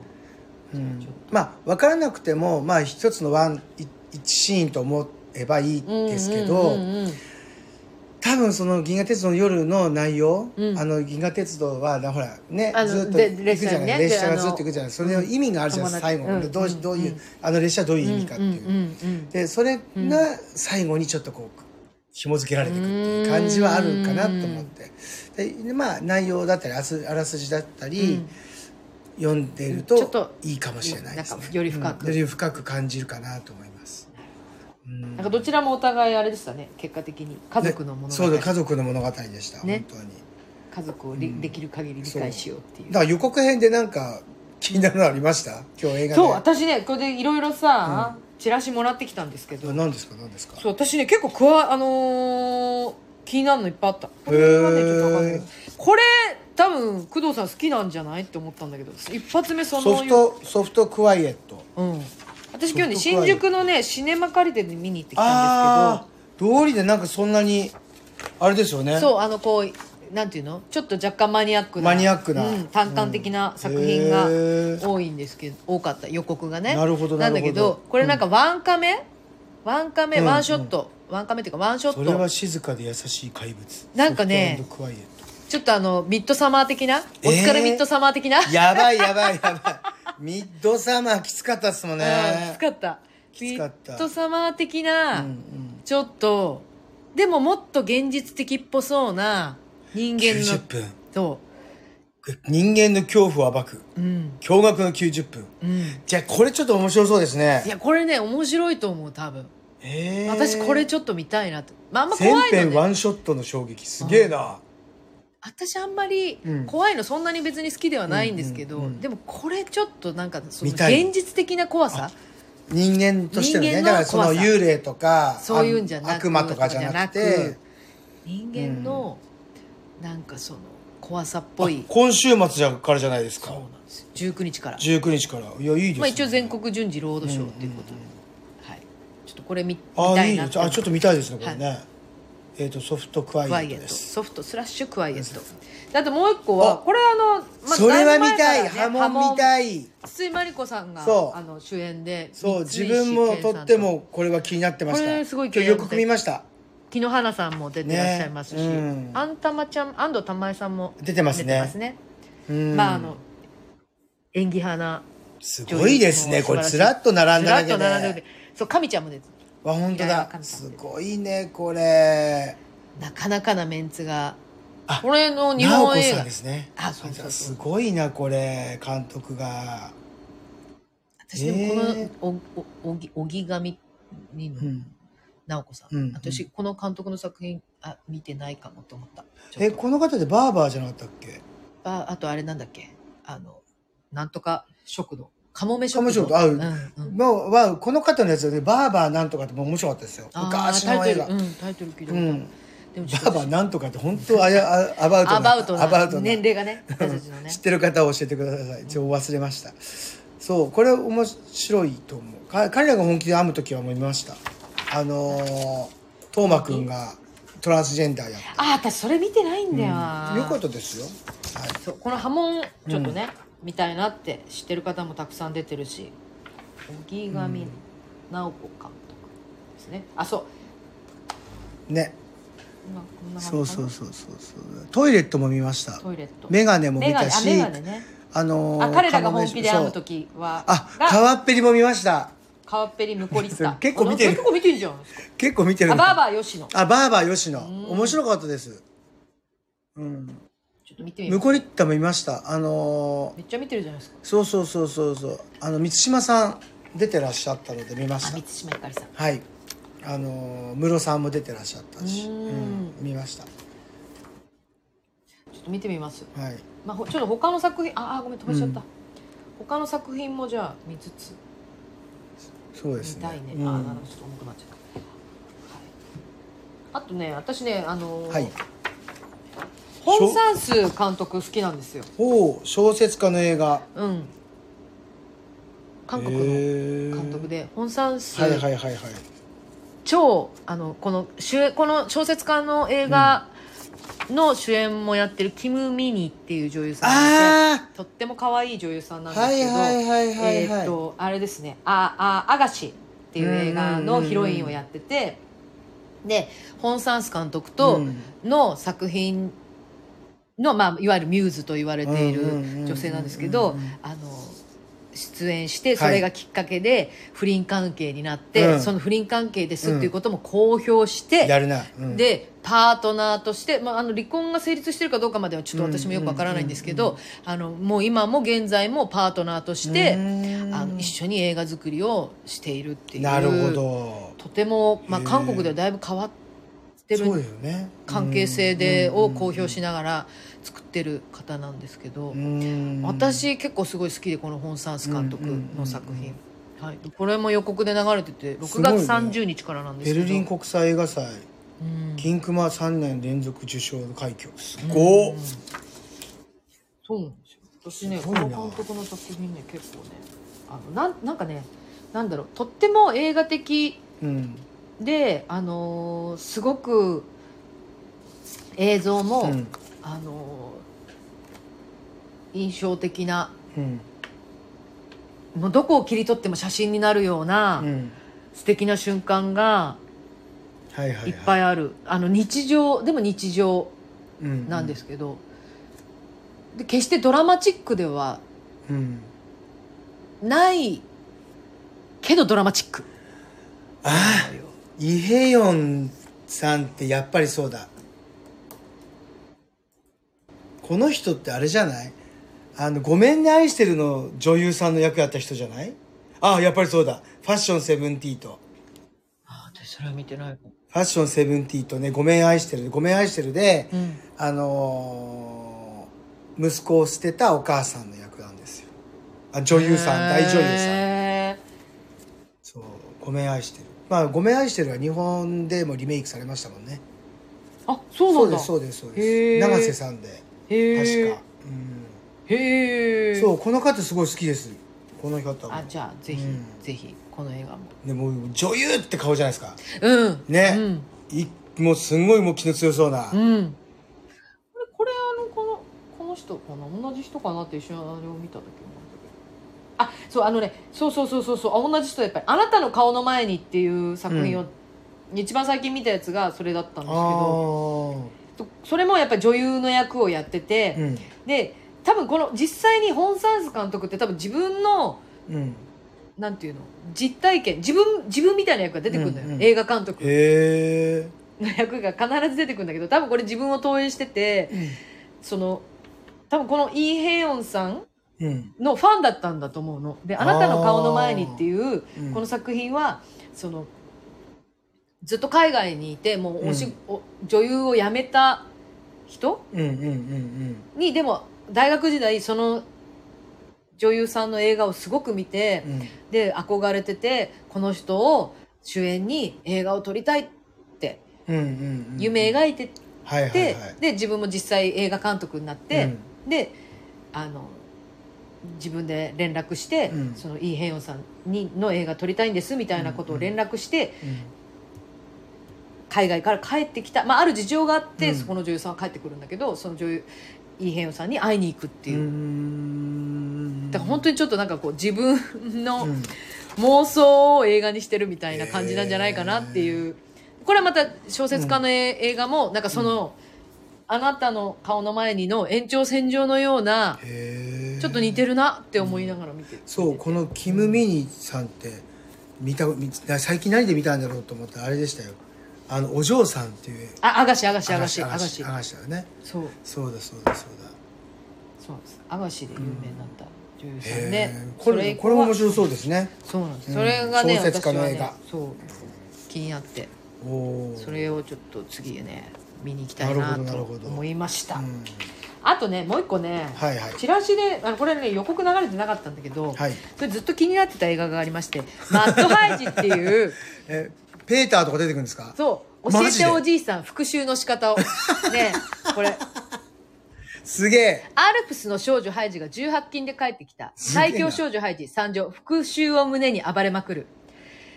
B: う
A: ど。
B: ん
A: じゃあちょっと
B: まあ分からなくても、まあ、一つのワンい一シーンと思えばいいですけど、
A: うんうんうんうん
B: 多分その「銀河鉄道の夜」の内容、
A: うん
B: あの銀河鉄道はなほらね
A: あの
B: ずっと
A: で
B: 行くじゃない
A: 列
B: 列
A: 車
B: 車
A: にね
B: がずっと行くじゃないそれの意味があるじゃ
A: うん
B: ない最後
A: うん
B: でどうしどういううんあの列車はどういう意味かっていう。
A: うんうん
B: でそれが最後にちょっとこう紐付けられていくっていう感じはあるかなと思ってでまあ内容だったりあすあらすじだったり、
A: うん
B: 読んでいる
A: ちょっ
B: と
A: と
B: いいかもしれないです、ね
A: なんかより深く
B: うんより深く感じるかなと思います、
A: うんなんかどちらもお互いあれでしたね結果的に家族のもの
B: ねそうだ家族の物語でした、
A: ね
B: 本当に
A: 家族をりできる限り理解しようっていう
B: だから予告編でなんか気になるのありました今日映画で
A: そう私ねこれでいろいろさ、チラシもらってきたんですけど
B: あ何ですか何ですか
A: そう私ね結構くわあのー気になるのいっぱいあったこれはねちょっとわかんないけど
B: へ
A: これ多分工藤さん好きなんじゃないって思ったんだけど一発目その
B: ソフトソフトクワイエット
A: うん私今日ね
B: ソフトクワ
A: 新
B: イ
A: 宿のねシネマカリテで見に行ってきたんで
B: ああ通りでなんかそんなにあれですよね
A: すけどそうあのこうなんていうのちょっと若干マニアックな
B: マニアックな
A: うん、単感的な作品が
B: うんへー
A: 多いんですけど多かった予告がね
B: なるほど
A: んだけ
B: なるほ
A: ど
B: ど
A: これなんかワンカメ、ワンカメ
B: うん
A: ワンショット、ワンカメっていうかワンショ
B: そ
A: ッ
B: れは
A: ト
B: 静かで優しい怪物
A: なんかね
B: ソフトクワイエッ
A: ちょっとあのミッドサマー的なお疲れ
B: えー
A: ミッドサマー的な、
B: トやばいやばいやばいミッドサマーきつかったっすもん
A: うん
B: ね
A: きつかった
B: きつかった
A: ミッドサマー的な、
B: うんうん
A: ちょっとでももっと現実的っぽそうな人間の
B: 90分
A: そ
B: 人間の恐怖を暴く
A: ううん
B: 驚愕の90分
A: うん
B: じゃあこれちょっと面白そうですね
A: いやこれね面白いと思う多分
B: えー
A: 私これちょっと見たいなと、まあ、あんま
B: 全
A: 怖いの
B: 編
A: ね
B: ワンショットの衝撃すげえな
A: 私あんまり
B: うん
A: 怖いのそんなに別に好きではないんですけど、
B: うんうんうん
A: でもこれちょっとなんかその
B: 見たい
A: 現実的な怖さ
B: 人間としてのね
A: 人間の
B: だからその
A: 怖さ
B: 幽霊とか
A: そういうんじゃなく
B: 悪魔とかじゃなくて
A: じゃなく人間のなんかその怖さっぽい
B: あ今週末じゃからじゃないですか
A: そうなんですよ19日から、
B: 19日からいやいいですね
A: まあ、一応全国順次ロードショーっていうことで、はい、ちょっとこれ見見
B: あ
A: た
B: あい
A: い
B: いね
A: な
B: あ
A: って
B: ち
A: 思
B: ょ
A: う
B: っと見たいですねこれね、えっ、とソフトクワ
A: クワ
B: イエ
A: イエ
B: ッ
A: ッ
B: トで
A: ト
B: す
A: ソフトスラッシュクワイエットであともう一個は
B: あ
A: これあの、まあ、
B: それは見
A: だぶ前か
B: た
A: ら
B: い、
A: ね
B: 波紋見たい
A: 筒井真理子さんが
B: そう
A: あの主演で
B: そ
A: 三
B: う自
A: 石
B: 分も
A: 健さ
B: と
A: ん
B: ってもこれは気になってました
A: これすごい気
B: 今
A: に
B: 日
A: なっ
B: よ
A: て
B: く見ました
A: 木野花さんも出てらっしゃいますし、
B: ねうん
A: あんたまちゃん安藤玉恵さんも
B: 出てますねうん
A: まああの演技派な
B: すごいですねこれずらっと並ん
A: ず
B: だ
A: ら
B: だ
A: っ
B: け
A: と並んで
B: で
A: るそう神ちゃんも出て
B: わ本当
A: いや
B: だ
A: 神様
B: すごいねこれ
A: なかなかなメンツが
B: あ
A: これの日
B: 直
A: 本
B: 子
A: 映
B: さん
A: 画
B: ですね
A: あそうそうそう
B: すごいなこれ監督が
A: 私でもこ
B: えー
A: のおおおぎおぎ神にの
B: うん
A: 直子さん、
B: うんうん
A: 私この監督の作品あ見てないかもと思ったちょっと
B: えこの方でバーバーじゃなかったっけ
A: ああとあれなんだっけあのなんとか食堂かもめ食堂
B: かもめ食堂
A: うんうん
B: もうわこの方のやつで、ね、バーバーなんとかってもう面白かったですよ
A: あー
B: 昔の映画
A: タイトルうんタイトル聞いたこ
B: う
A: とある
B: ん
A: でもち
B: バ
A: ょっと
B: ーバーなんとかって本当あやあアバウトな
A: アバウトな
B: アバウトな
A: 年齢がね私たちのね
B: 知ってる方は教えてくださいちょっと忘れましたそうこれ面白いと思うか彼らが本気で編む時は思いましたあのー斗真君がトランスジェンダーやっ
A: あー私それ見てないんだよな
B: たよかったですよ、はい、
A: そうこの波紋ちょっとね、見たいなって知ってる方もたくさん出てるし荻上直子監督ですねあそう
B: ね
A: 今こんな
B: そ
A: 感
B: う
A: じか
B: そう
A: な
B: そうそうそうトイレットも見ました
A: トイレット
B: メガネも見
A: メガ
B: た
A: ネあ
B: し
A: メガネね
B: あのー
A: あ彼らが本気で
B: そう
A: 会う時は
B: あ
A: が
B: 川っぺりも見ました
A: 川っぺりムコリッ
B: そ
A: タ
B: う結構見てる
A: あ結構見てんじゃん
B: 結構見てる
A: あ
B: ん
A: バ
B: だ
A: ーバー吉野ちょ
B: あバーバー吉野
A: ん
B: 面白かったですうん
A: っと見てみよ
B: ム
A: う
B: コリッタも見ましたあのー
A: めっちゃ見てるじゃないですか
B: そうそうそうそうそうあの満島さん出てらっしゃったので見まし
A: あ
B: た
A: 満島ひかりさん
B: はいあのームロさんも出てらっしゃったし
A: う
B: うんん見ました
A: ちょっと見てみます
B: はい
A: まあ、ほちょっと他の作品ああごめん飛ばしちゃった、他の作品もじゃあ見つつ
B: そうです
A: 見
B: ね
A: たいね
B: うん
A: ああなるほどちょっと重くなっちゃった、はい、あとね私ねあのー
B: はい
A: ホン・サンス監督好きなんですよ
B: おう小説家の映画
A: うん韓国の
B: の
A: 監督でホン・サンス、
B: はいはいはいはい
A: 超あのこの主演この小説家の映画の主演もやってるキム・ミニっていう女優さんがいて
B: あ
A: とっても可愛い女優さんな
B: あ
A: んです
B: は
A: け
B: い
A: ど、
B: はいはいはい
A: えーっ
B: は
A: とあれですね「ああアガシ」っていう映画のヒロインをやってて、でホン・サンス監督
B: い
A: と
B: うん
A: の作品の、まあ、いわゆるミューズと言われている
B: うんうんうんうん
A: 女性なんですけど
B: うんうん
A: あの出演して
B: い
A: それがきっかけで不倫関係になって、
B: うん
A: その不倫関係ですっていうことも公表して、
B: やるなうん
A: でパートナーとして、まあ、あの離婚が成立してるかどうかまではちょっと私もよくわからないんですけど、あのもう今も現在もパートナーとして、
B: うん
A: あの一緒に映画作りをしているっていう
B: なるほど
A: とても、まあ、
B: へえ
A: 韓国ではだいぶ変わって
B: そうだ
A: る
B: よね
A: 関係性で
B: うん
A: を公表しながら作ってる方なんですけど、
B: うん
A: 私結構すごい好きでこのホン・サンス監督の作品、
B: うんうんうん
A: はい、これも予告で流れてて
B: す
A: 6
B: ごいね
A: 月30日からなんです
B: ベ
A: けど
B: ルリン国際映画祭
A: うん
B: 金熊3年連続受賞の快挙すごっ
A: そうなんですよ私ね
B: す
A: こ
B: ごいな
A: の監督の作品ね結構ねあのなんなんかねなんだろうとっても映画的
B: うん
A: で、あのーすごく映像も、
B: うん
A: あのー印象的な
B: うん
A: もうどこを切り取っても写真になるような、
B: うん
A: 素敵な瞬間が
B: はいはいはい
A: いっぱいある、あの日常でも日常なんですすけど、で決してドラマチックでは
B: うん
A: ないけどドラマチック
B: ああイ・ヘヨンさんってやっぱりそうだこの人ってあれじゃないあの「ごめんね愛してる」の女優さんの役やった人じゃないああやっぱりそうだ「ファッションセブンティーと
A: あ私それは見てない
B: 「ファッションセブンティーとね「ごめん愛してる」「ごめん愛してるで」
A: うん
B: あのー息子を捨てたお母さんの役なんですよあ女優さん大女優さん
A: へ
B: そう「ごめん愛してる」まあ「ごめん愛してる」は日本でもリメイクされましたもんね
A: ーあそうなんだ
B: そうですそうです
A: へー
B: そうです永瀬さんで
A: へ
B: 確
A: え
B: か、うん
A: へえ
B: そうこの方すごい好きですこの方も
A: あじゃあぜひ、
B: うん
A: ぜひこの映画も
B: でもう女優って顔じゃないですか
A: うん
B: ねいもうすんごいもう気の強そうな、
A: うん、うん、これこれあのこのこの人かな同じ人かなって一瞬あれを見た時思ったけどあそうあのねそうそうそうそうそうあ同じ人やっぱり「あなたの顔の前に」っていう作品を、
B: うん
A: 一番最近見たやつがそれだったんですけど
B: あ
A: そそれもやっぱり女優の役をやってて
B: あ、うん
A: で多分この実際にホン・サンス監督って多分自分の
B: うん
A: なんていうの実体験自分自分みたいな役が出てくるのよ、
B: うんうん
A: 映画監督
B: へ
A: の役が必ず出てくるんだけど多分これ自分を投影してて
B: え
A: その多分このイ・ヘヨンさん
B: うん、
A: のファンだったんだと思うの。で「あなたの顔の前に」っていう
B: うん、
A: この作品はそのずっと海外にいてもうおし、
B: うん
A: お女優を辞めた人
B: うんうんうん
A: にでも大学時代その女優さんの映画をすごく見て。
B: うんうん
A: で憧れててこの人を主演に映画を撮りたいって
B: うんうんうん
A: 夢
B: い
A: 描いてて、
B: はいはいはい
A: で自分も実際映画監督になって、であの自分で連絡して、
B: うん
A: そのイ・ヘヨンさんにの映画撮りたいんですみたいなことを連絡して、海外から帰ってきた、まあ、ある事情があって、
B: うん
A: そこの女優さんは帰ってくるんだけどその女優イ・ヘヨンさんに会いに行くって
B: う
A: いう、
B: ん
A: だから本当にちょっとなんかこう自分の、
B: うん
A: 妄想を映画にしてるみたいな感じなんじゃないかなっていう、これはまた小説家のえ、映画もなんかその、あなたの顔の前にの延長線上のような
B: へえ
A: ちょっと似てるなって思いながら見てる、
B: そうこのキム・ミニさんって見た見最近何で見たんだろうと思ったらあれでしたよあのお嬢さんっていう
A: ああがしあがしあがしあがし
B: あがしだよね
A: そう
B: そうだそうだそう
A: そうなんですあがしで有名になった女優
B: だ
A: さん
B: へ
A: ね
B: え、これこれも面白そうですね
A: いそうなんです、
B: うん
A: それがね
B: 小説家の映画
A: 私はねそう気になって
B: おお
A: それをちょっと次ね見に行きたい
B: なる
A: な
B: ほどなる
A: と
B: ほど
A: 思いました、
B: うん
A: あとねもう一個ね、
B: はいはい
A: チラシであのこれね予告流れてなかったんだけど、
B: はい
A: それずっと気になってた映画がありまして「マッドハイジ」っていう
B: えペーターとか出てくるんですか
A: そう教
B: マ
A: え
B: ジで
A: ておじいさん復讐の仕方をねえこれ
B: すげえ
A: アルプスの少女ハイジが18金で帰ってきた
B: すげえな
A: 最強少女ハイジ参上復讐を胸に暴れまくる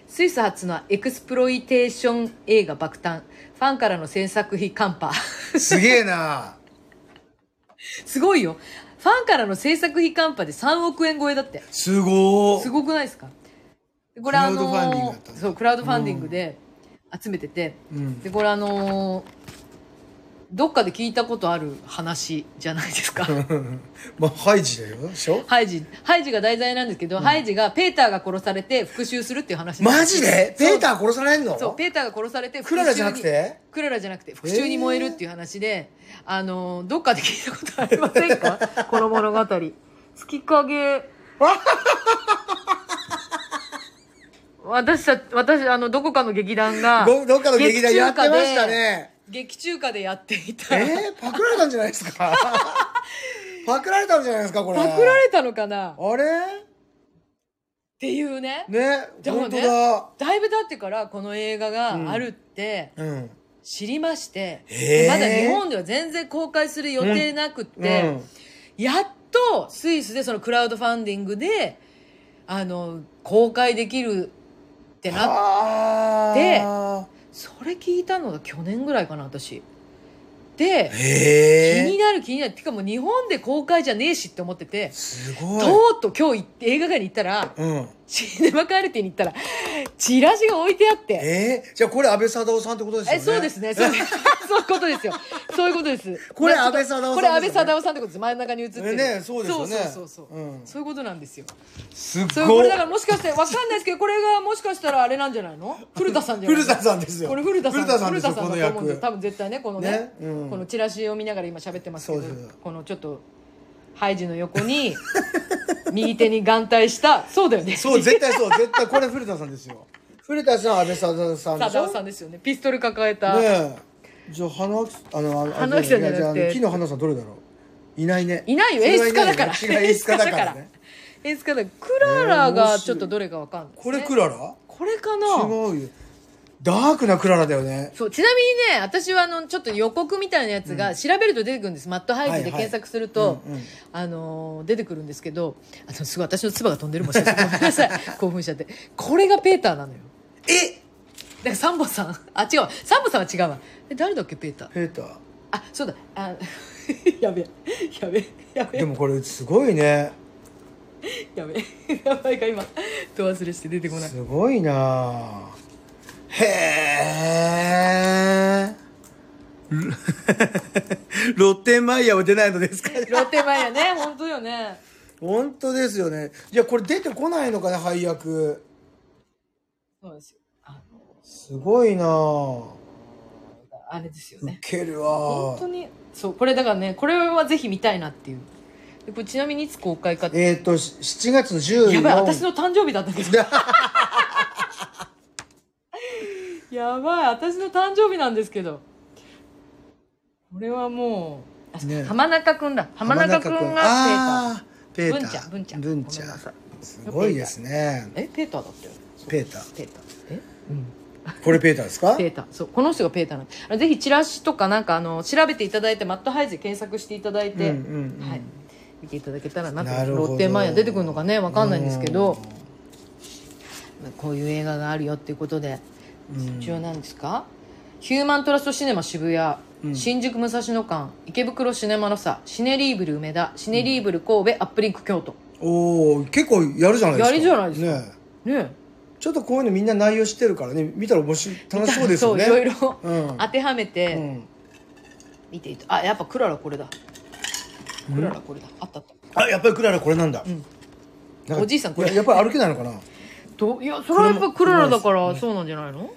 A: スイス初のエクスプロイテーション映画爆誕ファンからの制作費カンパ
B: すげえな
A: すごいよファンからの制作費カンパで3億円超えだって
B: すごー
A: すごくないですかこれあの
B: クラウドファンディングだったんだ
A: そうクラウドファンディングで集めてて、
B: うん
A: でこれあのーどっかで聞いたことある話じゃないです か
B: まあハイジだよでしょ
A: ハイジハイジが題材なんですけど、ハイジがペーターが殺されて復讐するっていう話なん
B: マ
A: です
B: ジで
A: そう
B: ペーター殺されんの
A: そうペーターが殺されて復
B: ク
A: 讐に
B: ララじゃなくて
A: クララじゃなくて復讐に燃えるっていう話で、あのーどっかで聞いたことありませんか この物語月影 私た私あのどこかの劇団が
B: どどっかの劇団やってましたね
A: 劇中歌でやっていた、
B: えー、パクられたんじゃないですかパクられたんじゃないですかこれ
A: パクられたのかな
B: あれ
A: っていうね
B: ね
A: でも
B: 本当
A: ね
B: だ、
A: だいぶ経ってからこの映画があるって
B: うん
A: 知りまして、
B: へー
A: まだ日本では全然公開する予定なくって、
B: うん
A: やっとスイスでそのクラウドファンディングであの公開できるってなで
B: あ
A: それ聞いたのが去年ぐらいかな私で
B: ー
A: 気に
B: へえ
A: なる気になるてかもう日本で公開じゃねえしって思ってて
B: す
A: と
B: ごいう
A: とう今日行って映画館に行ったら
B: うん
A: シネマカルテに行ったらチラシが置いてあって
B: えー、じゃあこれ安倍貞夫さんってことですよ
A: え
B: ね
A: そうですねそうですそう いうことですよそういうことです
B: これ
A: まあちょっと
B: 安倍貞夫さん
A: これ安
B: で
A: 倍
B: すよね
A: 貞夫さんってことです真ん中に映ってる
B: ねそうですよね
A: そうそうそうそう、
B: うん
A: そういうことなんですよ
B: すっ
A: それこ
B: ご
A: れ
B: い
A: だからもしかしてわかんないですけどこれがもしかしたらあれなんじゃないの古田さんじゃない
B: 古田さんですよ
A: これ古田さん
B: 古田さんですよ
A: 古
B: こ
A: だと思うん
B: の
A: ですよ
B: 役
A: 多分絶対ねこのね
B: ねうん
A: このチラシを見ながら今喋ってますけど
B: そうです
A: このちょっとハイジの横に 右手に眼帯したそうだよね
B: そう絶対そう絶対これ古田さんですよ古田さん安倍貞夫さんでし
A: 貞夫
B: ょ
A: さんですよねピストル抱えた、
B: ねえじゃあ花脇あのあの
A: 花脇さんじゃなくて
B: あの木の花さんどれだろういないね
A: いないよ
B: それ
A: 演
B: は
A: 出家だから
B: いないね違う演出家だからね
A: 演出家だからクララがちょっとどれかわかんないですね、
B: これクララ
A: これかな
B: 違うよダークなクララだよね
A: そう、ちなみにね、私はあの、ちょっと予告みたいなやつが、調べると出てくるんです。マットハイジで検索すると、
B: うんうん
A: あのー出てくるんですけど、あの、すごい私の唾が飛んでるもしかして。ごめんな さい。興奮しちゃって。これがペーターなのよ。
B: え
A: だからサンボさん、あ、違うわ。サンボさんは違うわ。え、誰だっけ、ペーター。
B: ペーター
A: あ、そうだ。あ、 やべえ、やべえ、やべ
B: で
A: え、
B: もこれすごいね
A: やべえ。名前が今、と忘れして出てこない。
B: すごいなあへえロッテンマイヤーは出ないのですか
A: ロテマイヤね、本当よね。
B: 本当ですよねいやこれ出てこないのかな配役
A: そうですよ。あの、
B: すごいなあ
A: あれですよ
B: ウ
A: ね。
B: ケる
A: 本
B: わ
A: 当にそうこれだからねこれはぜひ見たいなっていうでこれちなみにいつ公開かって
B: えっ、ー、とし7月の14
A: やばい私の誕生日だったけ どやばい私の誕生日なんですけどこれはもう、あ
B: ね
A: 浜中くんだ浜中くんがペーター
B: あーペーター
A: 文ちゃん
B: 文
A: 文ちゃんごめん
B: ちゃん
A: なさい
B: すごいですね
A: えペーターだったよそう
B: ペーター
A: ペーターえうん
B: これペーターですか
A: ペーターそうこの人がペーターなんであのぜひチラシとかなんかあの調べていただいてマットハイズで検索していただいて、
B: うんうんうん
A: はい、見ていただけたらなと
B: なるほど
A: ロッテマイヤ出てくるのかねわかんないんですけど、こういう映画があるよっていうことで
B: うん
A: 必要なんですか、ヒューマントラストシネマ渋谷、
B: うん
A: 新宿武蔵野館池袋シネマのさシネリーブル梅田シネリーブル神戸、アップリンク京都
B: おお結構やるじゃないですか
A: やるじゃないですか
B: ね
A: ね
B: ちょっとこういうのみんな内容知ってるからね見たら面白い楽しそうで すよね
A: いろいろ
B: うん
A: 当てはめ
B: う
A: て
B: ん、
A: 見ていた、あやっぱクララこれだクララこれだあったあった
B: あやっぱりクララこれなんだ、
A: ん
B: なんか
A: おじいさんこれ
B: ややっぱり歩けないのかな
A: どいやそれはやっぱクララだからそうなんじゃないの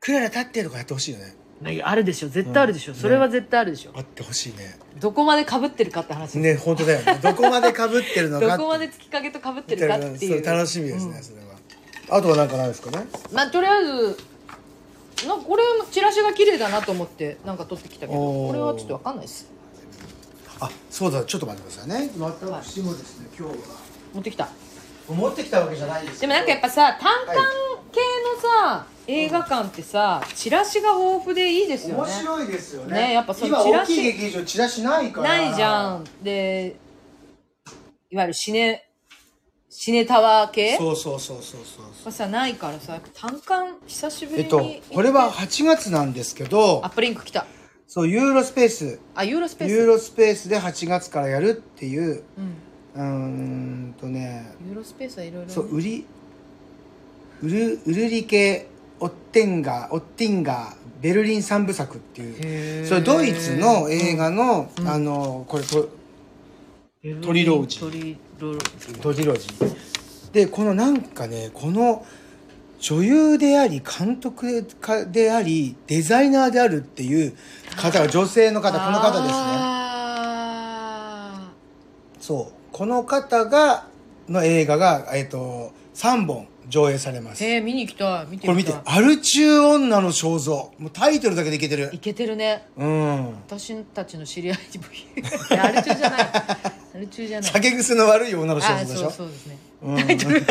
B: クララ立ってとかやってほしいよね
A: いやあるでしょ絶対あるでしょ、それは絶対あるでしょ
B: あってほしいね
A: どこまでかぶってるかって話、
B: ね本当だよ ねどこまでかぶってるのか
A: ど
B: って
A: こまで月影とかぶってるかっていう
B: そう楽しみですね、それはあとはなんかないですかね
A: まあとりあえずなんかこれもチラシが綺麗だなと思ってなんか撮ってきたけど
B: おー
A: これはちょっとわかんないです
B: あそうだちょっと待ってくださいね私もですね今日は
A: 持ってきた
B: 持ってきたわけじゃないです
A: で
B: け
A: も
B: ど
A: なんかやっぱさ単館
B: はい
A: 系のさ、映画館ってさチラシが豊富でいいですよ
B: 面
A: ね
B: 白いですよね
A: ねやっぱその
B: 今
A: チラ
B: 大
A: シ
B: きい劇場チラシないから
A: ないじゃんでいわゆるシネシネタワー系
B: そうそうそうそうそうそう
A: はさないからさやっぱ単館久しぶ
B: え
A: り
B: っ
A: に
B: と
A: 行って
B: これは8月なんですけど
A: アップリンク来た
B: そうユーロスペース
A: あユーロスペース
B: ユーロスペースで8月からやるっていう
A: うん
B: うーんとね
A: ユーロスペースはいろいろ
B: そうウリウルウルリケ・オッテンガーオッティンガーベルリン三部作っていうそれドイツの映画の、あのこれとトリロージー
A: トリロー
B: ドジロジーでこのなんかねこの女優であり監督でありデザイナーであるっていう方が女性の方この方ですね
A: あ
B: そうこの方がの映画が、えっと3本上映されます
A: ーえー、見に行きたい見て
B: これ見
A: み
B: て
A: たい
B: 「アルチュー女の肖像」もうタイトルだけでいけてる
A: いけてるね
B: うん
A: 私たちの知り合いにもいやあれ中じゃないあれ中じゃない
B: 酒癖の悪い女の肖
A: あ
B: 像でし
A: そう
B: ょ
A: そうですね
B: うん
A: タイトル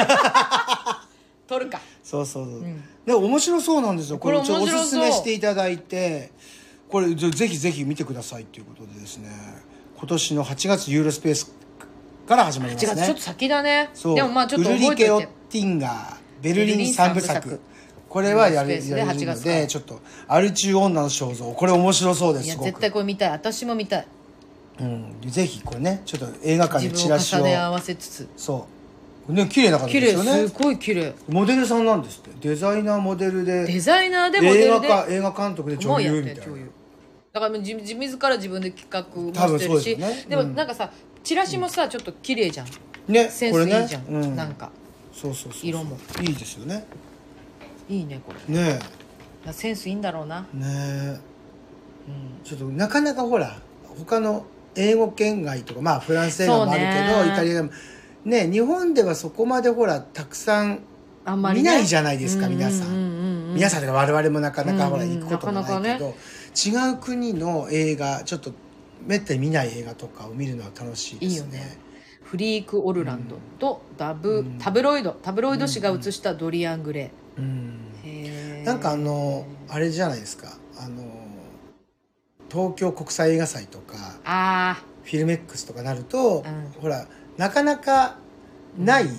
A: 取るか、
B: そうそうそう、
A: うん
B: で面白そうなんですよこれ
A: これ
B: ちょっとお
A: 面白そう
B: すすめしていただいてこれぜぜひぜひ見てくださいということでですね今年の8月ユーロスペースから始まりま
A: 違
B: す
A: うちょっと
B: ね
A: 先だね
B: そう
A: でもまあちょっと
B: ウルリ
A: 覚
B: ケ・
A: え
B: オ
A: とい
B: ッ
A: て
B: ティンガーベルリン三部
A: ベルリン三部
B: 作
A: 作
B: これはや
A: ユ
B: れ
A: ーロスペース
B: や
A: で
B: れるの
A: 8月から
B: でちょっと「アル中女の肖像」これ面白そうです
A: いや
B: すご
A: 絶
B: く
A: 対、これ見たい私も見たい
B: うん、ぜひこれねちょっと映画館
A: 自
B: でチ
A: 分を
B: ラシ
A: 重ね合
B: を
A: わせつつ
B: そうね綺麗な方
A: 綺
B: で
A: 麗
B: すよね
A: すごい綺麗
B: モデルさんなんですってデザイナーモデルで
A: デザイナーでモデル
B: 映
A: で
B: 画か映画監督で
A: も
B: 女
A: うやっ
B: 優
A: て
B: みた
A: る
B: いな
A: 女優だからもう自自自ら自分で企画も
B: 多分
A: して
B: そう
A: る
B: で
A: し
B: すよね
A: でも
B: うん
A: なんかさチラシもさちょっと綺麗じゃん
B: ね
A: セン
B: こ
A: ス
B: れ
A: い
B: ね
A: いじゃん、
B: う
A: なんか
B: そうそうそう
A: 色も
B: いいですよね
A: いいねこれい
B: ね
A: やセンスいいんだろうな
B: えね
A: うん
B: えちょっとなかなかほら他の英語圏外とかまあフランス映画もあるけ
A: そう
B: ど、
A: ね
B: イタリアもねえ日本ではそこまでほらたくさん
A: あんまり、
B: 見ないじゃないですか皆さん
A: ん
B: 皆さんとか我々もなかなかほら
A: うんう
B: 行
A: ん
B: くこともないけど、
A: なか
B: 違う国の映画ちょっとめったに見ない映画とかを見るのは楽しいですね
A: いいよねフリーク・オルランド
B: うん
A: とダブ、
B: うん
A: タブロイドタブロイド紙が映したドリアン・グレ
B: うん
A: ー、へー
B: なんかあのあれじゃないですかあの東京国際映画祭とか
A: あ
B: フィルメックスとかなると、
A: うん
B: ほらなかなかない、
A: ーう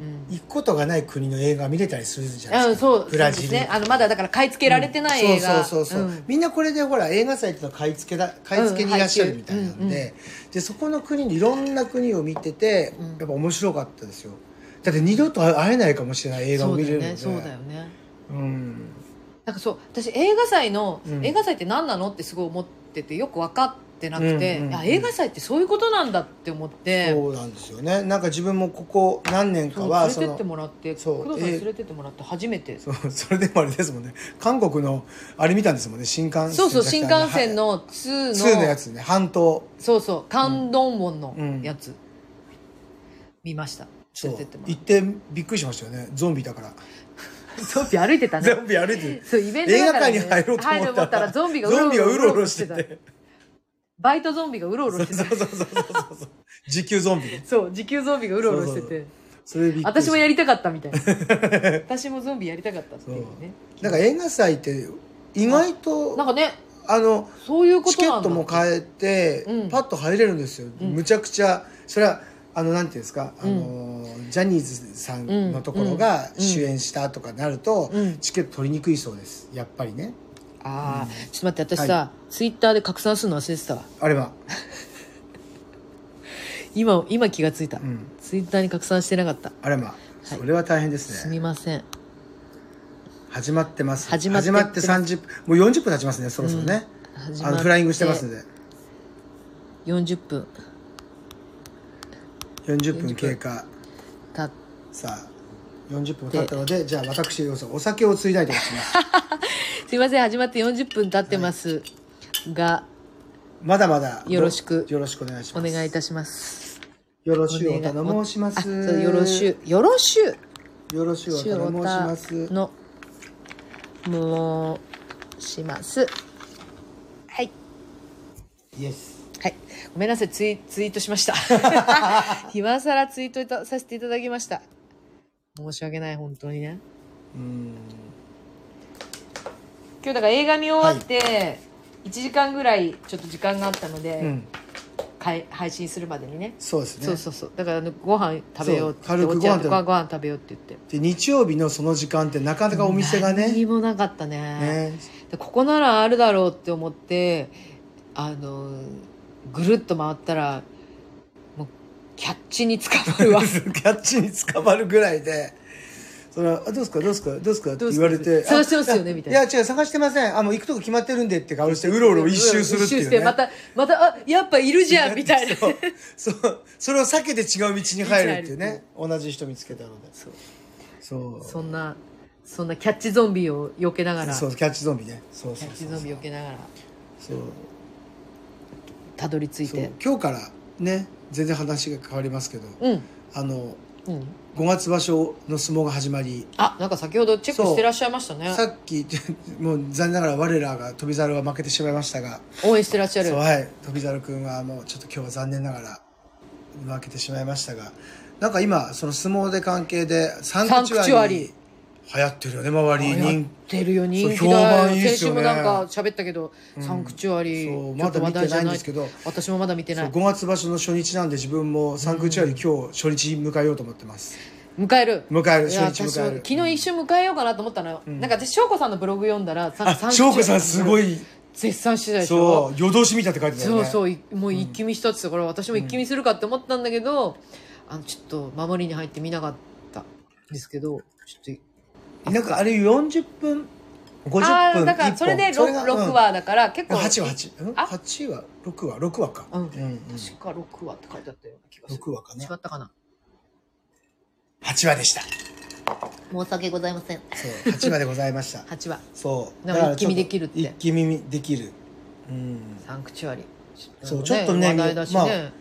A: ん
B: 行くことがない国の映画見れたりするじゃない
A: うん、
B: ですか、
A: そう
B: ブラジル
A: そうですねあのまだだから買い付けられてない映画、
B: うんそうそうそうそう、
A: ん
B: みんなこれでほら映画祭っていうのは買い付けだ買い付けにいらっしゃるみたいなんで,、
A: うん配
B: でそこの国にいろんな国を見てて
A: うん
B: やっぱ面白かったですよだって二度と会えないかもしれない映画を
A: そう
B: 見
A: だ
B: れ
A: よ
B: るの
A: ね
B: で
A: そうだよね
B: うん
A: なんかそう私映画祭の、
B: うん
A: 映画祭って何なのってすごい思っててよく分かってなくて、
B: うんうんうん
A: あ映画祭ってそういうことなんだって思って
B: そうなんですよねなんか自分もここ何年か
A: そう
B: は
A: 連れてって
B: の
A: もらって
B: そう
A: 工藤さん
B: え
A: に連れてってもらって初めて
B: そう それでもあれですもんね韓国のあれ見たんですもんね新幹線
A: そうそう
B: じ
A: 新
B: ゃなく
A: 幹
B: て
A: 線
B: は
A: の2
B: い
A: の
B: 2のやつね半島
A: そうそう関東門の
B: うん
A: やつ、見ました
B: そ
A: 連
B: う
A: れてってもら
B: 行
A: っ
B: ってびっくりしましたよねゾンビだから
A: てゾンビ歩いてたね
B: ゾンビ歩いてる
A: そうイベント
B: 映
A: だ
B: 画
A: から
B: 館
A: ね、
B: に入ろうと思ったら
A: らゾンビが
B: ゾンビがう
A: うろ
B: ろ
A: う
B: う
A: ろ
B: ろ
A: し
B: してて
A: た
B: て
A: バイトゾンビがうろうろして
B: そう
A: た
B: そうそうそうそうそう時給ゾンビ
A: そう時給ゾンビがうろうろしてて
B: そうそうそれびっくりした
A: 私もやりたかったみたいな 私もゾンビやりたかったっていうね
B: なんか映画祭って意外
A: なん
B: と
A: かね
B: あの
A: そういうこ
B: チ
A: と
B: ケ
A: なんだ
B: ットも買えて、
A: うん
B: パッと入れるんですよ、
A: うん
B: むちゃくちゃそれはあのなんていうんですか、
A: うん
B: あのジャニーズさんのところが
A: うん
B: 主演したとかなると、
A: うん
B: チケット取りにくいそうですやっぱりね
A: ああ、ちょっと待って私さ、ツイッターで拡散するの忘れてたわ
B: あれは、
A: 今今気がついた、
B: うん、
A: ツイッターに拡散してなかった
B: あれは、それは大変ですす
A: み
B: ね
A: ません
B: 始まってます
A: 始まって
B: って30分もう40分経ちますねそろそろね、
A: 始ま
B: あ
A: っ
B: のフライングしてますんで
A: 40分
B: 40分経過
A: た
B: さあ40分経ったのでじゃあ私要素お酒をついだいとし ます
A: すいません始まって40分経ってます、が
B: まだまだ
A: よろしく
B: よろしくお願いし
A: お
B: ます
A: 願いいたします
B: よろしゅうおたの申します
A: あそうよろしゅうよろしゅう
B: うよろしゅうおたの申します
A: のもうしますはい
B: イエス
A: はいごめんなさいツイツイートしま した今更ツイートいたさせていただきました申し訳ない本当にね
B: うん
A: 今日だから映画見終わって1時間ぐらいちょっと時間があったので、
B: うん
A: かい配信するまでにね
B: そうですね
A: そうそうそうだからあのご飯食べようって
B: そう軽く
A: お茶
B: ご飯食べ
A: ご飯食べようって言って
B: で日曜日のその時間ってなかなかお店が
A: 何に
B: ね
A: もなかったね
B: ね
A: でここならあるだろうって思ってあのぐるっと回ったらもうキャッチに捕まるわ
B: キャッチに捕まるぐらいでそれはあどうですかどうですかどうですかって言われて
A: 探して
B: あ
A: ますよねみたい
B: い
A: な
B: や違う探してませんあもう行くとこ決まってるんでって顔してうろうろ一周するって
A: 一周
B: い
A: し
B: う
A: て
B: ね
A: またまたあやっぱいるじゃんみたいな
B: そうそうそれを避けて違う道に入るっていうね同じ人見つけたので
A: そう
B: そう
A: そんなそんなキャッチゾンビを避けながら
B: そうキャッチゾンビねそう
A: キ
B: そ
A: ャッ
B: うそ
A: チ
B: う
A: ゾンビ避けながら
B: そう
A: たどり着い
B: そう
A: て
B: 今日からね全然話が変わりますけど
A: うん
B: あの
A: うん
B: 5月場所の相撲が始まり
A: あなんか先ほどチェックしてらっしゃいましたね
B: さっき もう残念ながら我らが翔猿は負けてしまいましたが
A: 応援してらっしゃる
B: そうはい翔猿君はもうちょっと今日は残念ながら負けてしまいましたがなんか今その相撲で関係でサンクチ
A: サンクチ
B: ュ
A: ュ
B: ア
A: ア
B: リ
A: リ
B: 流行ってるよね周り
A: やっ
B: に
A: てるよ人気
B: そう評
A: だ
B: 判いい
A: よ
B: っ
A: 先
B: す
A: 週
B: よね
A: もなんか喋ったけど、サンクチュアリ
B: そう
A: ちょっと
B: まだ見て
A: 話題じゃ
B: ないんですけど
A: 私もまだ見て
B: そ
A: な
B: う
A: い
B: 5月場所の初日なんで自分もサンクチュアリ今日初日迎えようと思ってます
A: 迎える
B: 迎える
A: いや
B: 初日
A: 私
B: 迎
A: は
B: える
A: 昨日一瞬迎えようかなと思ったのよ、なんか私翔子さんのブログ読んだらさ
B: あ
A: サンクチュア
B: 翔
A: リ
B: 子さんすごい
A: 絶賛してたでしょ
B: そう夜通し見たって書いてたよ
A: そう
B: ね
A: そういもう一気見したって言ってたから、私も一気見するかって思ったんだけど、あのちょっと守りに入って見なかったんですけどちょっと
B: なんかあれ40分50分
A: ああだから
B: 一本
A: それで 6,
B: が
A: 6話だから結
B: うん
A: 構
B: 8話8
A: あ
B: 8話6話6話か
A: うん
B: うん
A: 確か6話って書いてあったような気がする
B: 6話かな
A: 違ったかな
B: 8話でした
A: 申し訳ございません
B: そう8話でございました
A: 8話
B: そう
A: だから一気見できるって
B: 一気見できるうん
A: サンクチュアリ
B: そうちょっとね
A: 話題だし
B: まあ
A: ね、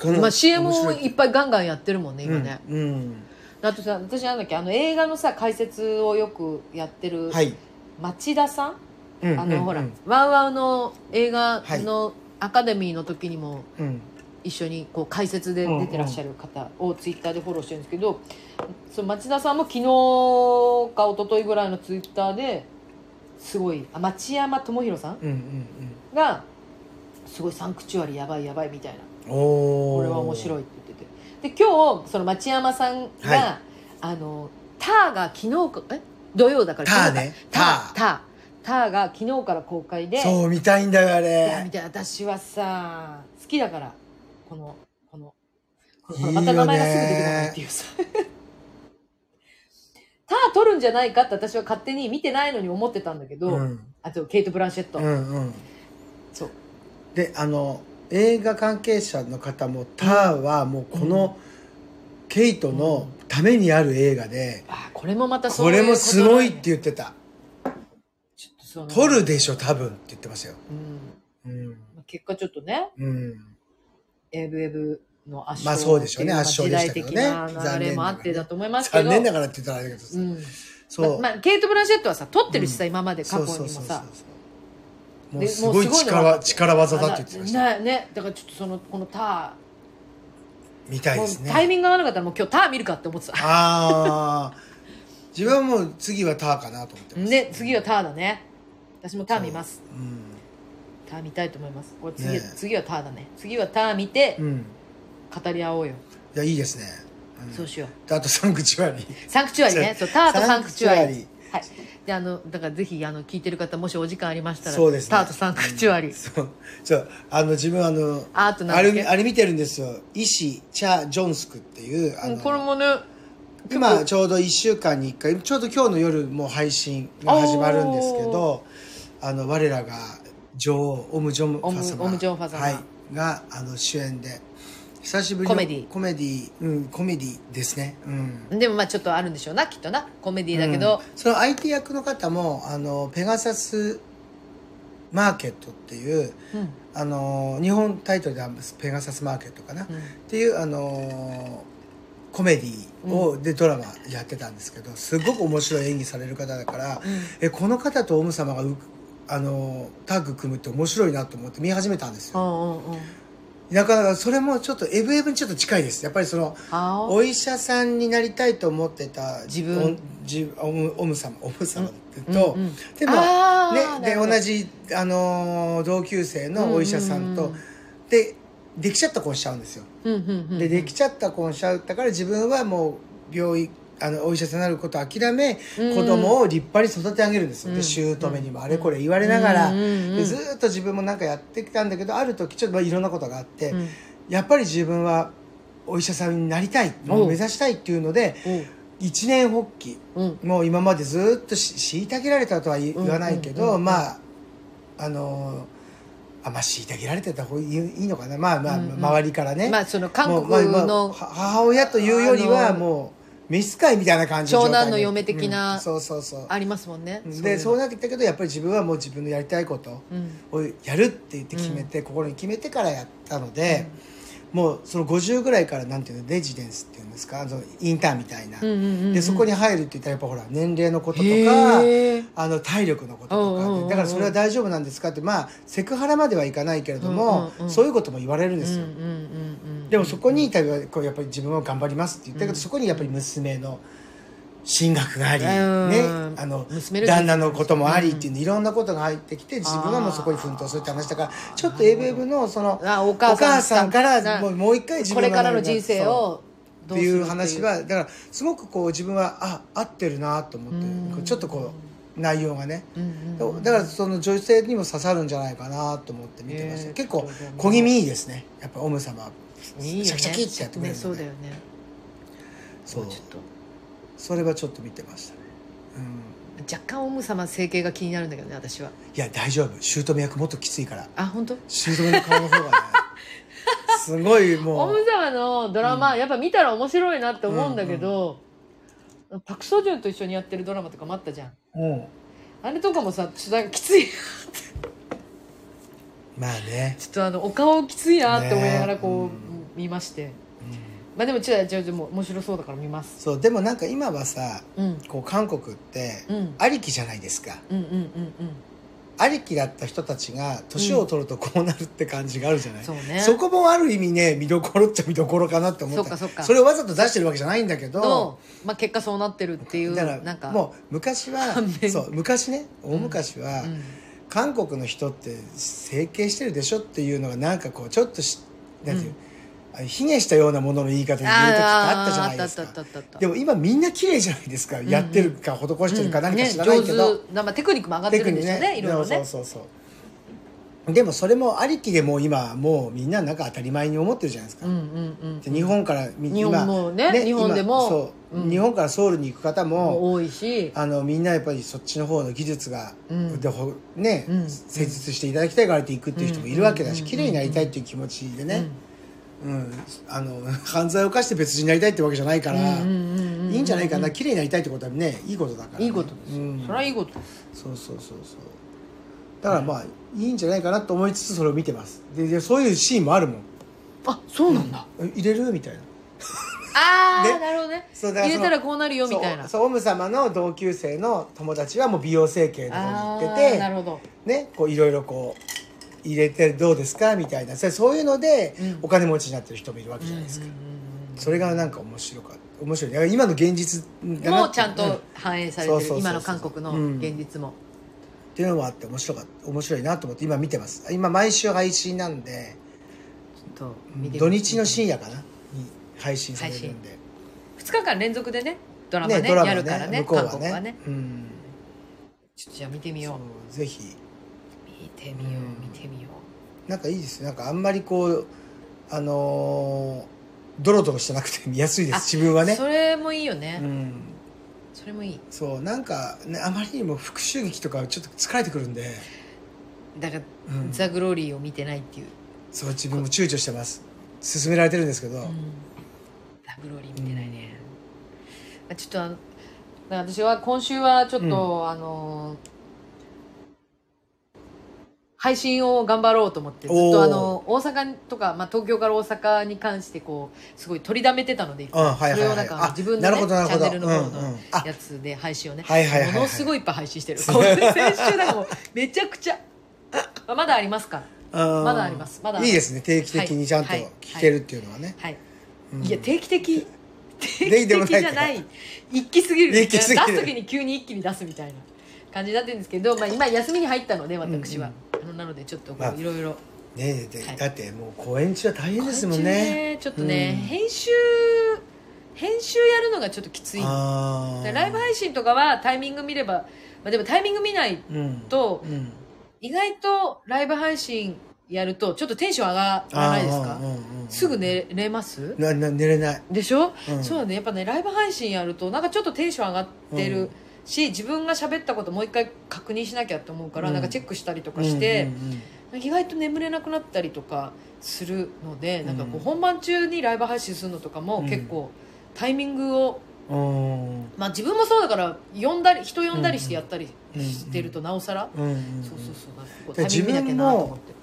B: この
A: まあ、CM
B: 面
A: を
B: 白
A: いっぱいガンガンやってるもんね今ね、
B: うんうん
A: あとさ私なんだっけあの映画のさ解説をよくやってる
B: はい
A: 町田さん、
B: うん
A: あの、
B: うん
A: ほら
B: うん
A: 「ワウワウ」の映画のアカデミーの時にも
B: うん
A: 一緒にこう解説で出てらっしゃる方をツイッターでフォローしてるんですけど、その町田さんも昨日か一昨日ぐらいのツイッターですごいあ町山智博さん
B: うん
A: がすごいサンクチュアリやばいやばいみたいな
B: うんうんおお
A: これは面白いって言っててで今日その町山さんが、
B: はい
A: あのターが昨日かえ土曜だから
B: ター
A: 昨日か
B: ね
A: ター
B: タ
A: ターターが昨日から公開で
B: そう見たいんだよあ
A: いやみ
B: れ
A: たいな私はさ好きだからこのこのこ
B: いいよ
A: の
B: ね
A: また名前がすぐ出てこないっていうさター取るんじゃないかって私は勝手に見てないのに思ってたんだけど、
B: うん
A: あとケイト・ブランシェット、
B: うんうん
A: そう
B: であの映画関係者の方も「ター」はもうこの、ケイトのためにある映画で、
A: あこれもまたそう
B: これ
A: う
B: も
A: と
B: すごいって言ってた
A: ちょっとその
B: 「撮るでしょ多分」って言ってましたよ
A: うん
B: うん、
A: 結果ちょっとね
B: うん、
A: エブエブの圧勝
B: まあそうでしょうね
A: ってい
B: 圧勝でしたけどね
A: 時代的な流れもあってだと思いますけど
B: 残念ながらって言ったらあれだけど、
A: うん
B: そう、
A: ままあ、ケイト・ブランシェットはさ撮ってるしさ、
B: う
A: 今まで過
B: そ
A: 去
B: うそう
A: にも
B: そうそう
A: さ
B: もう
A: です
B: ごい
A: もうすごいの分かっ
B: 力
A: て
B: 力技だって言ってました
A: ねねだからちょっとそのこのタ
B: みた
A: ー、
B: い
A: も
B: です
A: う
B: ね
A: タイミングが合わなかったらもう今日ター見るかって思ってた
B: ああ自分はもう次はターかなと思ってます
A: ね次はターだね私もター見ます
B: う
A: ター見たいと思いますこれ次,、
B: ね
A: 次はターだね次はター見て
B: ん、うん、
A: 語り合おうよ、
B: いやいいですね、うん
A: そうしよう
B: であとサンクチュアリ
A: サンクチュアリねそうターとサンクチュアリ
B: サンクチュア
A: は
B: リ
A: いであのだからぜひあの聞いてる方もしお時間ありましたら
B: そうですね
A: ターとサンクチュアリ、
B: そうちょあの自分あの
A: アートな
B: あ
A: んだっけ
B: れあれ見てるんですよ石チャ・ジョンスクっていうあ
A: う
B: の
A: んこれもね
B: 今ちょうど1週間に1回ちょうど今日の夜もう配信が始まるんですけどあの我らが女王オム・ジョンファ様
A: オムオムジョンファ様
B: はい、があの主演で久しぶりの
A: コメディ
B: コメディうんコメディですねうん
A: でもまあちょっとあるんでしょうなきっとなコメディだけど
B: うん、その相手役の方もあのペガサスマーケットっていう
A: うん、うん
B: あの日本タイトルではペガサスマーケットかな、っていうあのーコメディを、でドラマやってたんですけどすごく面白い演技される方だから、えこの方とオム様がうあのータッグ組むって面白いなと思って見始めたんです
A: う
B: よ、
A: んうんうん
B: だからそれもちょっとエブエブにちょっと近いですやっぱりその
A: あー
B: お医者さんになりたいと思ってた
A: 自分
B: おじオムオム様オム様と、
A: うんうん
B: でも
A: あー
B: ね
A: な
B: で
A: るほど
B: 同じ、あのー同級生のお医者さんと、
A: うんうんうん
B: でできちゃった子をしちゃうんですよ
A: うんうんうんうん
B: でできちゃった子にしちゃったから自分はもう病院あのお医者さんになることを諦め
A: うん
B: 子供を立派に育て上げるんですよ、
A: う
B: で
A: ん
B: 姑にもあれこれ言われながら、
A: うんうんうん
B: でずーっと自分もなんかやってきたんだけどある時ちょっとまあいろんなことがあって、
A: うん
B: やっぱり自分はお医者さんになりたい
A: おう
B: 目指したいっていうので一年発起
A: おううん
B: もう今までずーっとし虐げられたとは言言わないけど、
A: うんうんうんうん
B: まああのーあまあ虐げられてた方がいいいいのかなまあまあ、
A: うんうん
B: 周りからね、
A: まあその
B: も
A: 韓
B: うまあ
A: 国
B: まあ
A: の
B: は母親というよりは
A: あの
B: もう召使いみたいな感じ状態
A: 長男の嫁的な
B: うんそうそうそう
A: ありますもんね
B: でそう
A: だ
B: なってきたけどやっぱり自分はもう自分のやりたいこと
A: うん
B: をやるって言って決めて、心に決めてからやったので、もうその50ぐらいからなんていうのレジデンスっていうんですかあのインターンみたいな、
A: うんうんうんうん
B: でそこに入るって言ったらやっぱほら年齢のこととか
A: へー
B: あの体力のこととかで
A: うんうんうんうん
B: だからそれは大丈夫なんですかってまあセクハラまではいかないけれども、
A: うんうんうん
B: そういうことも言われるんですよ、
A: うんうんうんうんうん
B: でもそこに例えばこうやっぱり自分は頑張りますって言ったけ
A: う
B: ど、
A: ん
B: そこにやっぱり娘の進学があり、ね
A: うん
B: あの
A: 娘の
B: 旦那のこともありっていう、いろんなことが入ってきて自分はもうそこに奮闘するって話だからちょっとエブエブのその
A: あお母さん
B: からもうもう一回自
A: こ
B: 分が
A: れからの人生を
B: って
A: どす
B: い
A: る
B: う話はだからすごくこう自分はあ合ってるなと思って、
A: うん
B: こうちょっとこう内容がね、
A: うんうんうん
B: だからその女性にも刺さるんじゃないかなと思って見てました、
A: えー
B: 結構小気味いいですねやっぱオム様
A: いいよね
B: シャキシャキってやってくれ
A: ね
B: るんで
A: そうだよね
B: そう
A: ちょっと
B: それはちょっと見てましたね、
A: 若干オム様整形が気になるんだけどね私は
B: うん、いや大丈夫姑役もっときつ いから
A: あ本当
B: 姑の顔の方がねすご い
A: オ
B: も
A: ム
B: う
A: 様のドラマ、やっぱ見たら面白いなって思うんだけど、パク・ソジュンと一緒にやってるドラマとかもあったじゃん
B: うん
A: あれとかもさちょっとなんかきついち
B: まあね、
A: ょっとあのお顔きついなって思いながらこう、
B: ね
A: 見まして
B: うん
A: まあでもちょちょちょもう面白そうだから見ます
B: そうでもなんか今はさ
A: うん
B: こう韓国って
A: うんうん
B: ありきじゃないですか
A: うんうん
B: ありきだった人たちが年を取るとこうなるって感じがあるじゃな
A: う
B: い、
A: んそうね
B: そこもある意味ね見どころっちゃ見どころかなって思
A: そ
B: っ
A: っか
B: た
A: そっか
B: それをわざと出してるわけじゃないんだけど
A: の、まあ、結果そうなってるっていう
B: だから
A: なんか
B: もう昔は
A: 反面
B: そう昔ね大昔は、
A: ん
B: 韓国の人って整形してるでしょっていうのがなんかこうちょっとしなんていう、あの卑下したようなものの言い方で言う時ってあったじゃないです
A: あーあったあ
B: か
A: ったあったあった
B: でも今みんな綺麗じゃないですか、やってるか施してるか何か知らないけど、
A: うんね、上手なまあ、テクニックも上がって
B: テ
A: る
B: ク
A: んで
B: ニ
A: しょう
B: ね
A: ねいろいろね
B: そうそうそうそうでもそれもありきでもう今もうみんななんか当たり前に思ってるじゃないですか、
A: うんうんうん
B: で日本からみ
A: 日本もね日本でも
B: 今そう、
A: うん
B: 日本からソウルに行く方も、
A: も多いし
B: あのみんなやっぱりそっちの方の技術が、
A: うん
B: でほね、
A: うん
B: 施術していただきたいからって行くっていう人もいるわけだし、
A: うん
B: 綺麗になりたいっていう気持ちでね、うんあの犯罪を犯して別人になりたいってわけじゃないから、いいんじゃないかな綺麗になりたいってことはねいいことだからね、
A: いいことですよ、
B: うん
A: それはいいことです
B: そうそうそうそうだからまあいいんじゃないかなと思いつつそれを見てますででそういうシーンもあるもん
A: あそうなんだ、
B: え入れるみたいな
A: ああ、
B: ね
A: なるほどね
B: そうだから
A: 入
B: そ
A: れた
B: の
A: らこうなるよみたいな
B: そうそうオム様の同級生の友達はもう美容整形の方に行っ
A: あ
B: て
A: ーな
B: て
A: るほど
B: ねこういろいろこう入れてどうですかみたいなそれそういうので
A: うん
B: お金持ちになってる人もいるわけじゃないですか、
A: うんうんうん
B: それがなんか面白かった面白いだから今の現実だな
A: も
B: っ
A: う
B: て
A: ちゃん
B: うんっ
A: と反映されて
B: そうそうそ
A: る
B: うそう
A: 今の韓国の現実も、
B: ていうのもあって面白かった面白いなと思って今見てます今毎週配信なんで
A: ちょっと見て
B: 土日の深夜かなに配信されるんで
A: 2日間連続でねドラマ
B: ね
A: ね
B: ドラマ
A: や
B: ね
A: るからね
B: 向こうはね
A: 韓国はね
B: うん
A: ちょっとじゃあ見てみよう
B: そうぜひ
A: 見てみよう
B: う
A: 見
B: ん
A: てみよ
B: なんかいいですねなんかあんまりこうあのードロドロしてなくて見やすいで
A: あ
B: す自分は
A: う、
B: ね
A: それもいいよね、
B: うん
A: それもいい
B: そうなんか、ね、あまりにも復讐劇とかちょっと疲れてくるんで、
A: だから、
B: うん
A: ザ・グローリーを見てないっていう、
B: そう自分も躊躇してます勧められてるんですけ
A: う
B: ど、
A: んザ・グローリー見てないね、まあちょっとあのだから私は今週はちょっと、あのー配信を頑張ろうと思ってずっ
B: おー
A: とあの大阪とか、まあ、東京から大阪に関してこうすごい取りだめてたので一
B: うん
A: 回
B: はいはい
A: それを
B: は
A: ないんか
B: あ
A: 自分
B: な
A: の、
B: る
A: ね、
B: ほ
A: チャン
B: どなるほど
A: ネルの方
B: うんう
A: の
B: んあ
A: やつで配信をね、
B: はいはいはいはい
A: ものすごいいっぱい配信してるこれ先週だからもうめちゃくちゃあまだありますから
B: ま
A: まだありますまだ
B: いいですね定期的にちゃんと
A: はいはい
B: 聞けるっていうのはね、
A: はい、
B: うん
A: いや定期的
B: 定
A: 定期
B: 期でも
A: 的
B: ない
A: じ
B: か
A: ゃない一気すぎる
B: 一気すぎる
A: 出す時に急に一気に出すみたいな感じになってるんですけど、まあ、今休みに入ったので私は、あのなのでちょっとこ
B: まあ
A: ういろいろ
B: ねで
A: はい
B: だってもう公演中は大変ですもん
A: これ
B: ね
A: ちょっとね、
B: うん
A: 編集編集やるのがちょっときつい
B: あ
A: で
B: あ
A: ライブ配信とかはタイミング見れば、まあ、でもタイミング見ない
B: うん
A: と
B: うん
A: 意外とライブ配信やるとちょっとテンション上がらないです
B: あ
A: か
B: ーうんうんうん
A: すぐ寝れます
B: なな寝れない
A: でしょ、
B: うん
A: そうだねやっぱねライブ配信やるとなんかちょっとテンション上がって
B: う
A: る
B: ん
A: し、自分が喋ったこともう一回確認しなきゃと思うから、
B: うん
A: なんかチェックしたりとかして、
B: うんうんうん
A: 意外と眠れなくなったりとかするので、なんかこう
B: う
A: ん本番中にライブ配信するのとかも結構タイミングを、
B: うん
A: まあ、自分もそうだから呼んだり人呼んだりしてやったりしてるとなおさら、
B: うんうん
A: そうそうそうなんかこう
B: で
A: タイミング見なきゃなと思って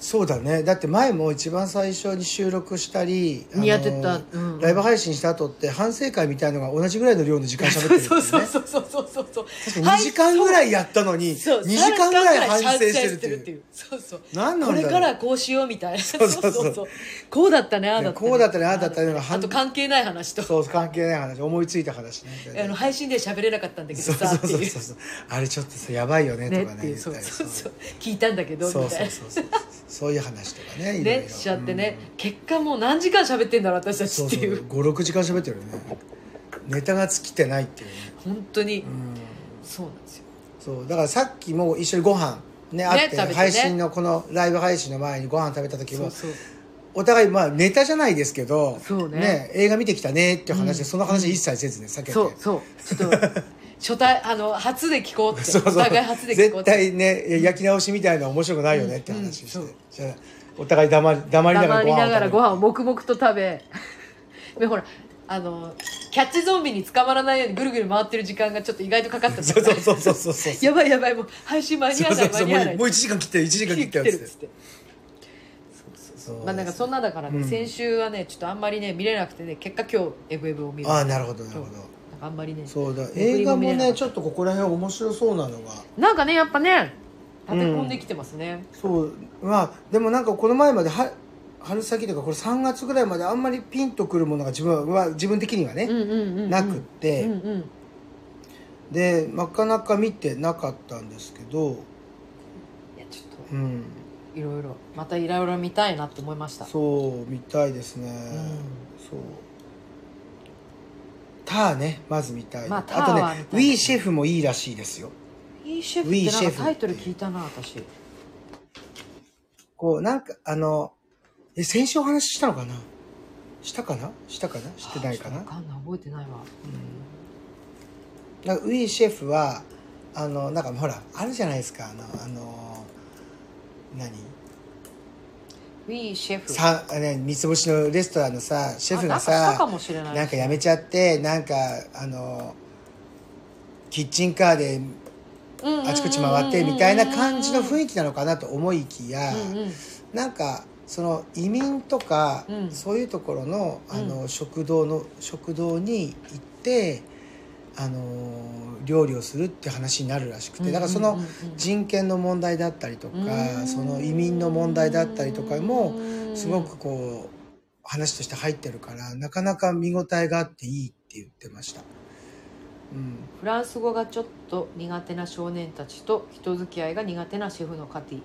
B: そうだねだって前も一番最初に収録したりあの
A: やってたうん
B: ライブ配信した後って反省会みたいのが同じぐらいの量の時間喋ってるんです
A: そう
B: よね
A: そうそうそうそうそうそう
B: 確かに2時間ぐらいやったのに、
A: そう
B: 2時間ぐらい反省
A: 三時
B: して
A: 間
B: るって
A: ぐらい反省して
B: いう
A: るっていうそうそう
B: 何
A: こ
B: なんだろう
A: れからこうしようみたいなそう
B: そうそう
A: こうだったねああだったね
B: ねこうだったねああだったねの
A: あと関係ない話と
B: そう関係ない話思いついた話ね
A: あの配信で喋れなかったんだけど
B: そう
A: さ
B: そう
A: って
B: そう
A: いう
B: そうそうあれちょっとさやばいよねと
A: ね
B: か
A: っ
B: ね
A: ていう
B: 言っ
A: そ
B: た
A: う
B: り
A: そうそう聞いたんだけど
B: そう
A: み
B: そう
A: た
B: そ
A: いうな
B: そうそうそういう話とかねいろいろ
A: ねしちゃってね結果もう何時間喋ってんだろう私
B: うん
A: たち
B: そう
A: って
B: そう
A: いう
B: 56時間喋ってるよねネタが尽きてないっていうね
A: 本当に
B: うん
A: そうなんですよ
B: そうだからさっきも一緒にご飯ねあっ
A: 食べ
B: て
A: てね
B: 配信のこのライブ配信の前にご飯食べた時
A: そ
B: も
A: うそう
B: お互いまあネタじゃないですけど
A: そうね
B: 映画見てきたねっていう話
A: うん
B: でその話一切せずね避けて
A: そうそうちょっと初対あの初で聞こうって
B: そうそう
A: お互い初で聞こう
B: 絶
A: って
B: 対ね焼き直しみたいなの面白くないよねって話して、
A: うんうん
B: じゃあお互い黙り黙りなが
A: 黙
B: らご
A: り
B: 飯を
A: ながらご飯を
B: 食べる
A: 黙々と食べ でほらあのキャッチゾンビに捕まらないようにぐるぐる回ってる時間がちょっと意外とかかったんだよね
B: そうそうそうそうそう
A: やばいやばいもう配信間に合
B: そう
A: わな
B: そう
A: い間
B: そう
A: に合
B: も
A: わ
B: う
A: ない
B: もう1時間切ってる1時間切って
A: 切っ
B: るや
A: て
B: つで
A: るっつって
B: そう
A: まあなんかそんなだからね、
B: うん
A: 先週はねちょっとあんまりね見れなくてね結果今日エブエブを見る
B: ああなるほどなるほど
A: なんかあんまりね
B: そうだ
A: 眠
B: 映
A: りも
B: 画
A: 見れ
B: も
A: なかっ
B: ね
A: た
B: ちょっとここら辺面白そうなのが
A: なんかねやっぱね立て込んできてますね、
B: そうまあでもなんかこの前までは春先とかこれ3月ぐらいまであんまりピンとくるものが自分は自分的には
A: うん、
B: ね、
A: うんうんうん
B: なくって、
A: うんうん
B: でなかなか見てなかったんですけ
A: い
B: ど
A: やちょっと
B: うん
A: いろいろまたいろいろ見たいなって思いました
B: そうみたいですね、そうターねまず見たい、
A: まあ
B: あ、
A: ターは
B: とね
A: 見た
B: ウ
A: い
B: ィーシェフもいいらしいですよ
A: いいシェフってなんかタイトル聞いたな私
B: こうなんかあのえ先週お話ししたのかなしたかなしたかなしてないかな
A: わかんない覚えてないわ
B: なんかウィーシェフはあのなんかほらあるじゃないですかあのあの何
A: ウィーシェフ
B: さあね三つ星のレストランのさシェフが
A: あなんかし
B: さ
A: たかもしれない
B: なんかやめちゃってなんかあのキッチンカーであちこち回ってみたいな感じの雰
A: 囲
B: 囲気なのかなと思いきや、
A: うんうん
B: なんかその移民とか、
A: うん
B: そういうところのあの、
A: う
B: 食堂の食堂に行ってあの料理をするって話になるらしくてだからその人権の問題だったりとか、
A: うん
B: その移民の問題だったりとかも
A: うん
B: すごくこう話として入ってるからなかなか見応えがあっていいって言ってました。うん
A: フランス語がちょっと苦手な少年たちと人付き合いが苦手なシェフのカティ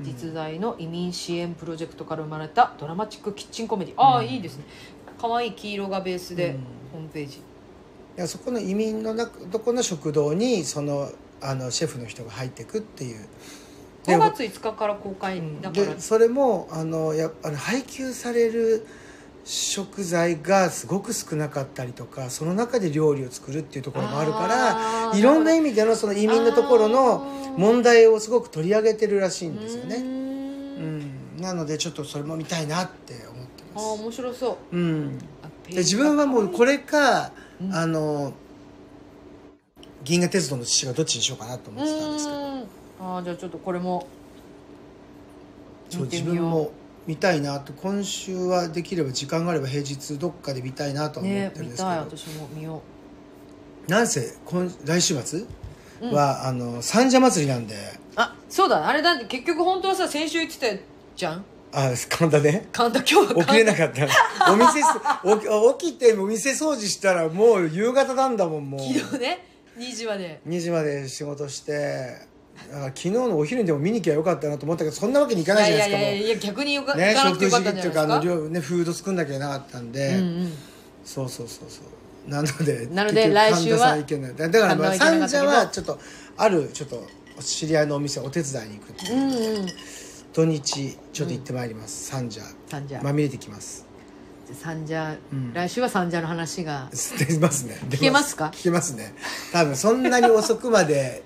B: うん
A: 実在の移民支援プロジェクトから生まれたドラマチックキッチンコメディああ、
B: うん
A: いいですね可愛い黄色がベースで、
B: うん
A: ホームページ
B: いやそこの移民の中どこの食堂にそのあのシェフの人が入ってくっていうで
A: 5月5日から公開
B: うん
A: だから、
B: でそれもあのやあの配給される食材がすごく少なかったりとかその中で料理を作るっていうところもあるから
A: ら
B: いろんな
A: 意
B: 意味でのその移民のところの問題をすごく取り上げてるらしいんですよね、うん、なのでちょっとそれも見たいなって思って
A: ああ
B: ます、
A: 面白そう
B: うん、
A: あページ
B: で自分はもうこれか、
A: うん
B: あの銀河鉄道の父がどっちにしようかなと思ってたんですけど
A: うーんあーじゃあちょっとこれも
B: そう
A: 見て
B: 自
A: み
B: 分
A: よ
B: も見たいなと今週はできれば時間があれば平日どっかで見たいなと
A: う
B: は思っ
A: ね
B: てるん
A: 見
B: ですけど、
A: たい私も見よ
B: なんせ今来週末
A: う、うん、
B: は、あの三社祭りなんで
A: あそうだあれだって結局本当はさ先週言ってたじゃん
B: あ神田ね
A: 神田今日
B: 起
A: は
B: きれなかったお店すお起きてお店掃除したらもう夕方なんだ もんもう
A: 神田昨日ね2時まで
B: 2時まで仕事してだから昨日のお昼にでも見に行きゃよかったなと思ったけどそんなわけにいかないじゃないですか
A: やいやい
B: も
A: やいや逆によか,、
B: うね
A: 行かなくて
B: 食
A: よか
B: 事
A: っ
B: っ
A: たん
B: て
A: じ
B: い
A: ゃ
B: うかあ
A: な
B: の
A: いですか
B: 料ねフード作んなきゃいけなかったんで、
A: うん
B: そうそうそうそうなので
A: なので
B: 結局
A: 来週は
B: 神田さん行けないだだからまあ
A: 神田は行けなかった
B: 三
A: け
B: 社
A: ど
B: はちょっとあるちょっとお知り合いのお店お手伝いに行くってい
A: う
B: う
A: んうんうん
B: 土日ちょっと行ってまいります三社
A: 三者、
B: まみれてきます
A: 三者、
B: うん
A: 来週は三者の話が
B: 出ます ね出
A: けますか
B: 聞けますね多分そんなに遅くまで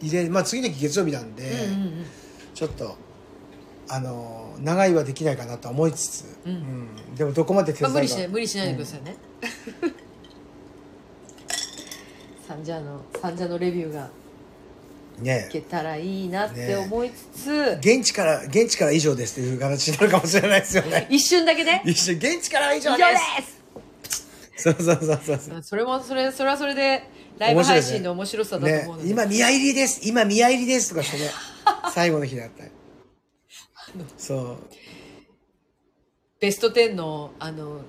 B: 入れまあ次の日月曜日なんで、
A: うんうんうん
B: ちょっとあの長いはできないかなとは思いつつ、
A: うん
B: うんでもどこまで手
A: まあ、無
B: 伝
A: 理
B: い
A: し
B: が、
A: ない無理しないでくださいね、三者の三者のレビューが
B: ね
A: けたらいいなって思いつつ、
B: 現地から現地から以上ですっていう形になるかもしれないですよね
A: 一瞬だけね
B: 一瞬現地から以
A: 以
B: 上
A: 上
B: で
A: です
B: そうそうそうそうそう
A: すそれもそれそれはそれでライブ配信の面白さだと
B: ね
A: 思うの、で、
B: 今宮入りです今宮入りですと かしてね最後の日だったそう
A: ベスト10のあの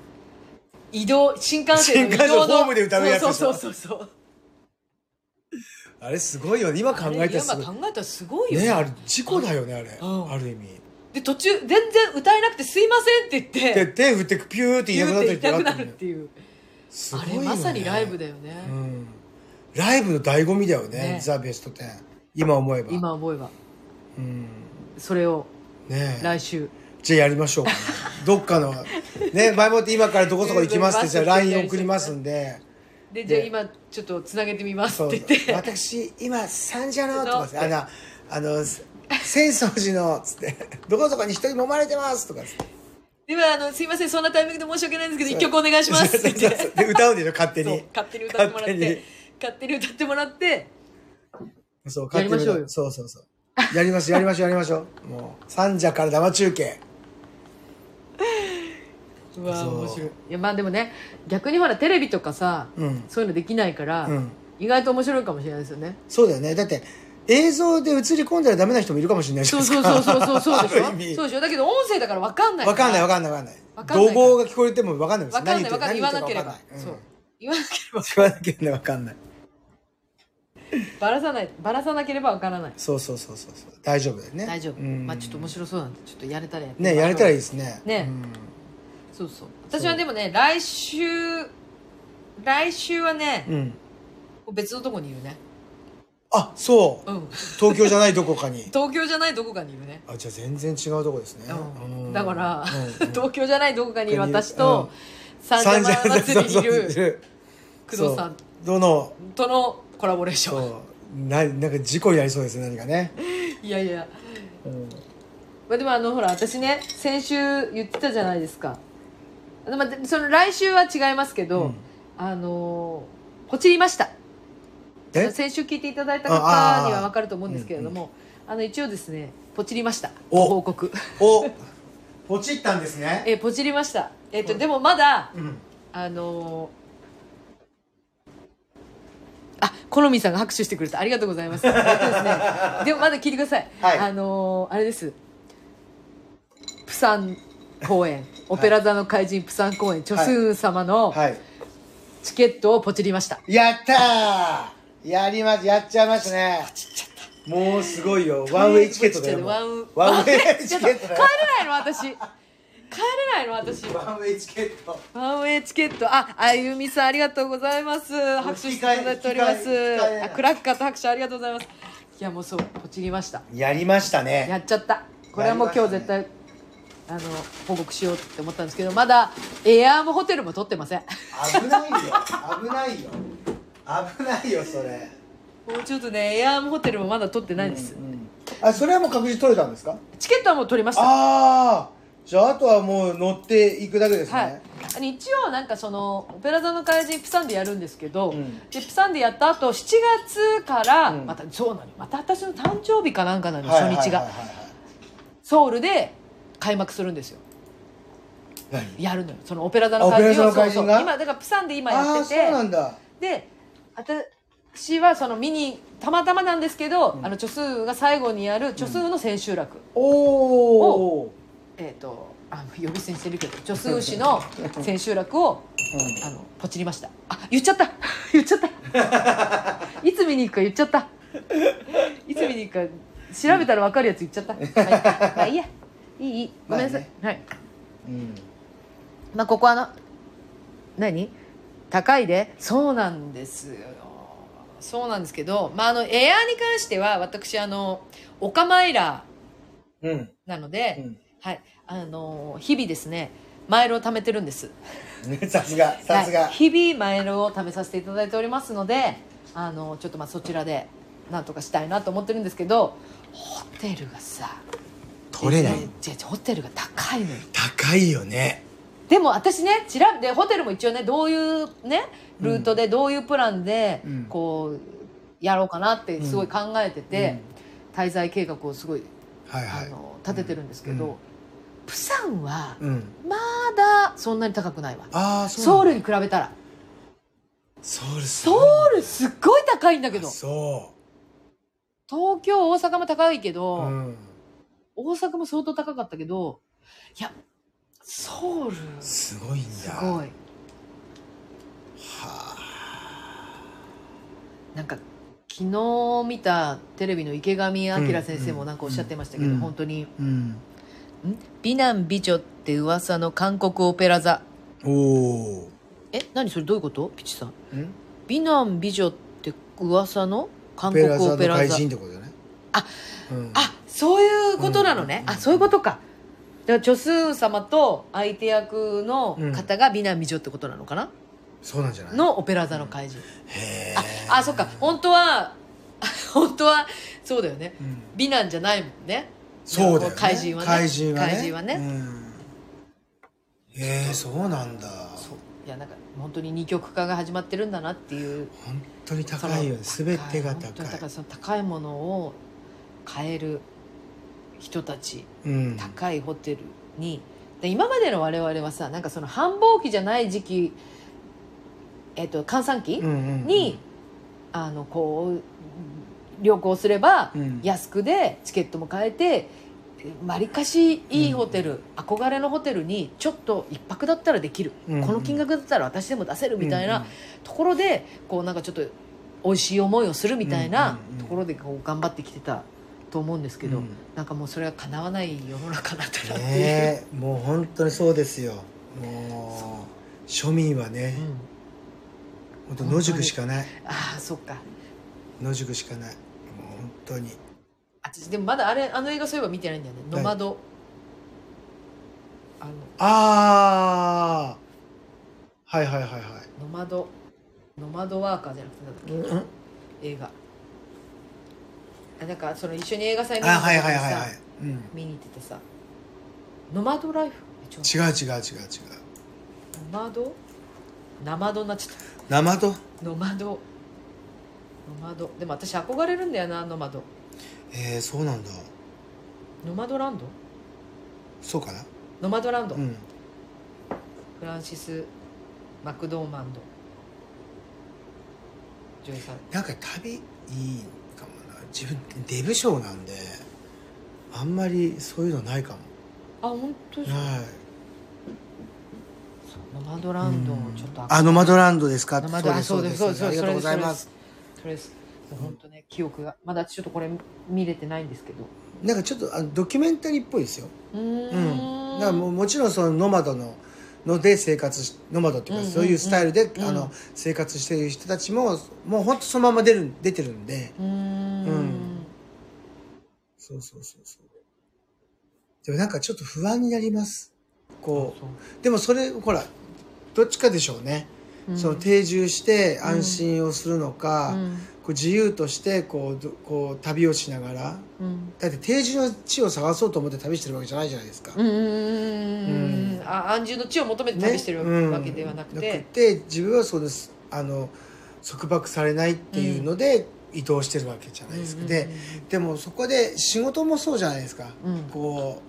A: 移動新幹線の移
B: 新幹線
A: 動の
B: ホームで歌うやつでしょ
A: そうそうそうそう
B: あれすごいよね今考えたらす
A: あれ
B: ご
A: 今考えたらすごい
B: い
A: よ
B: ねあれ事故だよねあれ
A: うん
B: ある意味
A: で途中全然歌えなくて「すいません」って言って
B: で手振ってピューっていなくなった
A: 言
B: り
A: っ
B: と
A: て
B: か
A: いなく
B: あ
A: な
B: ったよ
A: る
B: ね
A: っていう
B: す
A: あ
B: ごい
A: れ
B: よね
A: まさにライブだよね、
B: うんライブの醍醐味だよね
A: ね
B: ザ・ベスト10今思えば
A: 今思えば
B: うん
A: それを
B: ねえ
A: 来週
B: じゃあやりましょうかねどっかのね前もって今からどこそこ行きますって じゃあ LINE 送りますんで
A: でじゃあ
B: で
A: 今ちょっとつなげてみます
B: そ
A: っ
B: う
A: て言って
B: 私今三じゃのと
A: そう
B: かってあのあの浅草寺のつってどこそこに人に揉まれてますとかつって
A: ではあのすいませんそんなタイミングで申し訳ないんですけど一曲お願いします って言って
B: で歌うんでしょ勝手
A: そう
B: に
A: 勝手に歌ってもらって勝手に歌ってもらって
B: そう
A: やりましょうよ
B: そうそうそうやりましょうやりましょうやりましょうもう三者から生中継
A: うわ
B: そう
A: 面白いいやまあでもね逆にほらテレビとかさ、
B: うん
A: そういうのできないから、
B: うん
A: 意外と面白いかもしれないですよ ね
B: そうだよねだって映像で映り込んだらダメな人もいるかもしれないじゃ
A: そ
B: な
A: う
B: いです
A: そう
B: か
A: そうそうそうそうでし
B: あ る
A: ょ
B: 意味
A: そうでしょだけど音声だから分かんない
B: わかんないわ
A: わ
B: かんないわかんない
A: わかんない
B: 怒号が聞こえてもわかんないです
A: かんないわかんない
B: 何
A: 言わ
B: 言っ
A: な
B: てる
A: け
B: か
A: れ
B: わ
A: ば、
B: かんない
A: そう
B: うん
A: 言わなければ
B: 言わなければわかんない
A: ばらさないばらさなければ分からない
B: そうそうそうそうそう大丈夫だよね
A: 大丈夫、
B: うん
A: まあちょっと面白そうなんでちょっとやれたらやってみましょ
B: ね
A: う
B: やれたらいいですね
A: ねそうそう私はでもね来週来週はね
B: うん、、うん、
A: 別のとこにいるね
B: あそう
A: うん
B: 東京じゃないどこかに
A: 東京じゃないどこかにいるね
B: あじゃあ全然違うとこですね、
A: うん
B: うん
A: だから、
B: うん
A: 東京じゃないどこかにいる私と、三
B: 三
A: 社
B: 社
A: 祭りにい
B: そうそうい
A: る
B: る
A: 工藤さん
B: そうどの
A: とのコラボレーショ
B: そうななんか事故になりそうですね何かね、
A: ンいやいや、
B: うん
A: まあ、でもあのほら私ね先週言ってたじゃないですかでまあでその来週は違いますけど、
B: うん
A: あのーポチりました
B: え
A: 先週聞いていただいた方
B: ああー
A: には分かると思うんですけれどもあ,、の一応ですねポチりました
B: お
A: ご報告
B: おポチったんですね
A: えポチりましたえっ、と
B: お
A: でもまだ
B: うん
A: あのーあコロミンさんが拍手してくれたありがとうございます。えっと ですね、でもまだ聞いてください。
B: はい
A: あのーあれです。プサン公演、オペラ座の怪人プサン公演、チョスーン様の
B: はい
A: チケットをポチりました。
B: やったーやりますやっちゃいますねもうすごいよワンウェイチケットだよもう
A: ワンウ
B: ワンウェイ
A: ちょ
B: チ
A: っと帰れ
B: ケットだよ
A: ないの私。帰れないの私。
B: ワンウェイチケット
A: ワンウェイチケット、あ、あゆみさんありがとうございます。拍手していただいておりま
B: 引き換え
A: す
B: 引き換え。
A: あ、クラッカーと拍手ありがとうございます。いや、もうそう、ポチりました。
B: やりましたね
A: やっちゃったこれはもう今日絶対、あの報告しようって思ったんですけどまだエアーもホテルも取ってま せん
B: 危ないよ危ないよ危ないよそれ
A: もうちょっとねエアーもホテルもまだ取ってないんです、
B: うんあそれはもう確実取れたんですか
A: チケットはもう取りました
B: ああじゃああとはもう乗っていくだけですね、
A: はいあの一応なんかそのオペラ座の怪人プサンでやるんですけど、
B: うん
A: でプサンでやった後7月から
B: うん
A: また、そうなのよまた私の誕生日かなんかなの、
B: はいはいはいはい
A: 初日がソウルで開幕するんですよ
B: 何
A: やるのよそのオペラ座の怪人
B: あ
A: を
B: オペラ座の怪人
A: そ
B: が
A: うそう今だからプサンで今や
B: ああ
A: っ
B: ー
A: て
B: そ
A: て
B: うなんだ
A: で私はその見にたまたまなんですけど、あのチョスーが最後にやるチョスーの千秋楽、
B: おお、
A: えっ、とあの呼び捨てにしてるけどチョスー氏の千秋楽を
B: うん
A: あのポチりましたあ言っちゃった 言っちゃった いつ見に行くか言っちゃったいつ見に行くか調べたら分かるやつ言っちゃ った、はい、まあいいやいいいいごめんなさい、はい
B: うん
A: まあここあの何高いでそうなんですよそうなんですけど、まあ、あのエアーに関しては私あのオカマイラ
B: うん
A: ーなので、
B: うん
A: はいあの日々ですねマイルを貯めてるん です
B: ねさすがさすが、
A: はい日々マイルを貯めさせていただいておりますのであのちょっとまあそちらでなんとかしたいなと思ってるんですけどホテルがさ
B: 取れない
A: じゃホテルが高いのよ
B: 高いよね
A: でも私ね調べてホテルも一応ねどういうねルートでどういうプランで
B: うん
A: こうやろうかなってすごい考えてて、滞在計画をすごい、
B: うん、はいは
A: あ
B: い
A: の立ててるんですけど、
B: うん
A: プサンは
B: うん
A: まだそんなに高くないわ
B: ああそう
A: ソウル
B: なん
A: に
B: だ
A: 比べたら
B: ソウル
A: ソウルすっごい高いんだけど
B: あ
A: 東
B: そ
A: 京大阪も高いけ
B: う、
A: ど、
B: うん、
A: 大阪も相当高かったけどいやソウルす
B: すごいんだ
A: ご
B: はいあ
A: なんか昨日見たテレビの池上彰先生
B: う
A: も
B: ん
A: なんかおっしゃってましたけど、
B: うん
A: 本当に
B: うん
A: 「美男美女って噂の韓国オペラ座
B: おお」
A: え何それどういうことピチさん
B: ん
A: 「美男美女って噂の韓
B: ペ
A: 国
B: ラザ
A: オ
B: の
A: ペラ
B: 怪
A: 座
B: 人ってことだね
A: あ、
B: うん、
A: あそういうことなのね、
B: う
A: あ
B: ん
A: そういうことかだからチョスーン様と相手役の方が美男美女ってことなのかな、
B: そうなんじゃない
A: のオペラ座の怪人、
B: へえ
A: ああそっか本当は 本当はそうだよね
B: うん
A: 美男じゃないもんね
B: そうだよ、ね、
A: 怪人はね
B: 怪人はね
A: 怪人はね
B: うん、えー、そうなんだ
A: そういやなんか本当に二極化が始まってるんだなっていう
B: 本当に高いよね
A: その
B: 全てが
A: 本当
B: 高い
A: に高いその高いものを買える人たち
B: うん、
A: 高いホテルにで今までの我々はさなんかその繁忙期じゃない時期えっ、と閑散期、
B: うんうんうん
A: に、あのこう旅行すれば
B: うん
A: 安くでチケットも買えてわりかしいいホテル、憧れのホテルにちょっと一泊だったらできる、
B: うん
A: この金額だったら私でも出せるみたい
B: うん
A: なところでこうなんかちょっと美味しい思いをするみたいな
B: うんうんうん
A: ところでこう頑張ってきてたと思うんですけど、
B: うん
A: なんかもうそれは叶わない世の中なんだなっていう、
B: ねえもう本当にそうですよもう庶民はね
A: う、ん
B: 本当野宿しかない
A: ああそっか
B: 野宿しかないもう本当に
A: あ私でもまだあれあの映画そういえば見てないんだよね「ノマド」あの
B: ああはいはいはいはい
A: ノマドノマドワーカーじゃなくてなんだっ
B: うんうん
A: け映画あなんかその一緒に映画祭見に行
B: あ
A: った
B: はい
A: 時にさ、
B: はいはいはい、うん、違
A: 見に行っててさノマドライフえ違う
B: う違う違う違う
A: ノマドナマドになっちゃっ
B: 生と
A: たノマドノマドでも私憧れるんだよなノマド
B: えー、そうなんだ
A: ノマドランド
B: そうかな
A: ノマドランド、
B: うん
A: フランシス・マクドーマンド女優さん
B: なんか旅いいかもな自分デブ症なんであんまりそういうのないかも
A: あ本当ですか
B: はい
A: ノマドランドをちょっと憧れ
B: あノマドランドですか
A: ノマドランド
B: そうですそうです
A: そうですそうです
B: ありがとうございます
A: それですもう本当ね記憶がまだちょっとこれ見れてないんですけど
B: なんかちょっとあのドキュメンタリーっぽいですよ
A: う
B: うん
A: ん
B: だからもうもちろんそのノマドのので生活しノマドっていうか、
A: うんうん
B: そういうスタイルで、
A: うん
B: あの生活してる人たちももう本当そのまま出る出てるんで
A: うーん
B: うんそうそうそうそうでもなんかちょっと不安になりますこ
A: そう
B: うでもそれほらどっちかでしょうね、
A: うん
B: その定住して安心をするのか、
A: うん
B: こう自由としてこうどこう旅をしながら
A: うん
B: だって定住の地を探そうと思って旅してるわけじゃないじゃないですか、
A: うんうんうんうんあ安住の地を求めて旅してる
B: ね
A: わけではなくて、
B: うんて自分はそうですあの束縛されないっていうので移動してるわけじゃないですか、ででもそこで仕事もそうじゃないですか、
A: うん
B: こ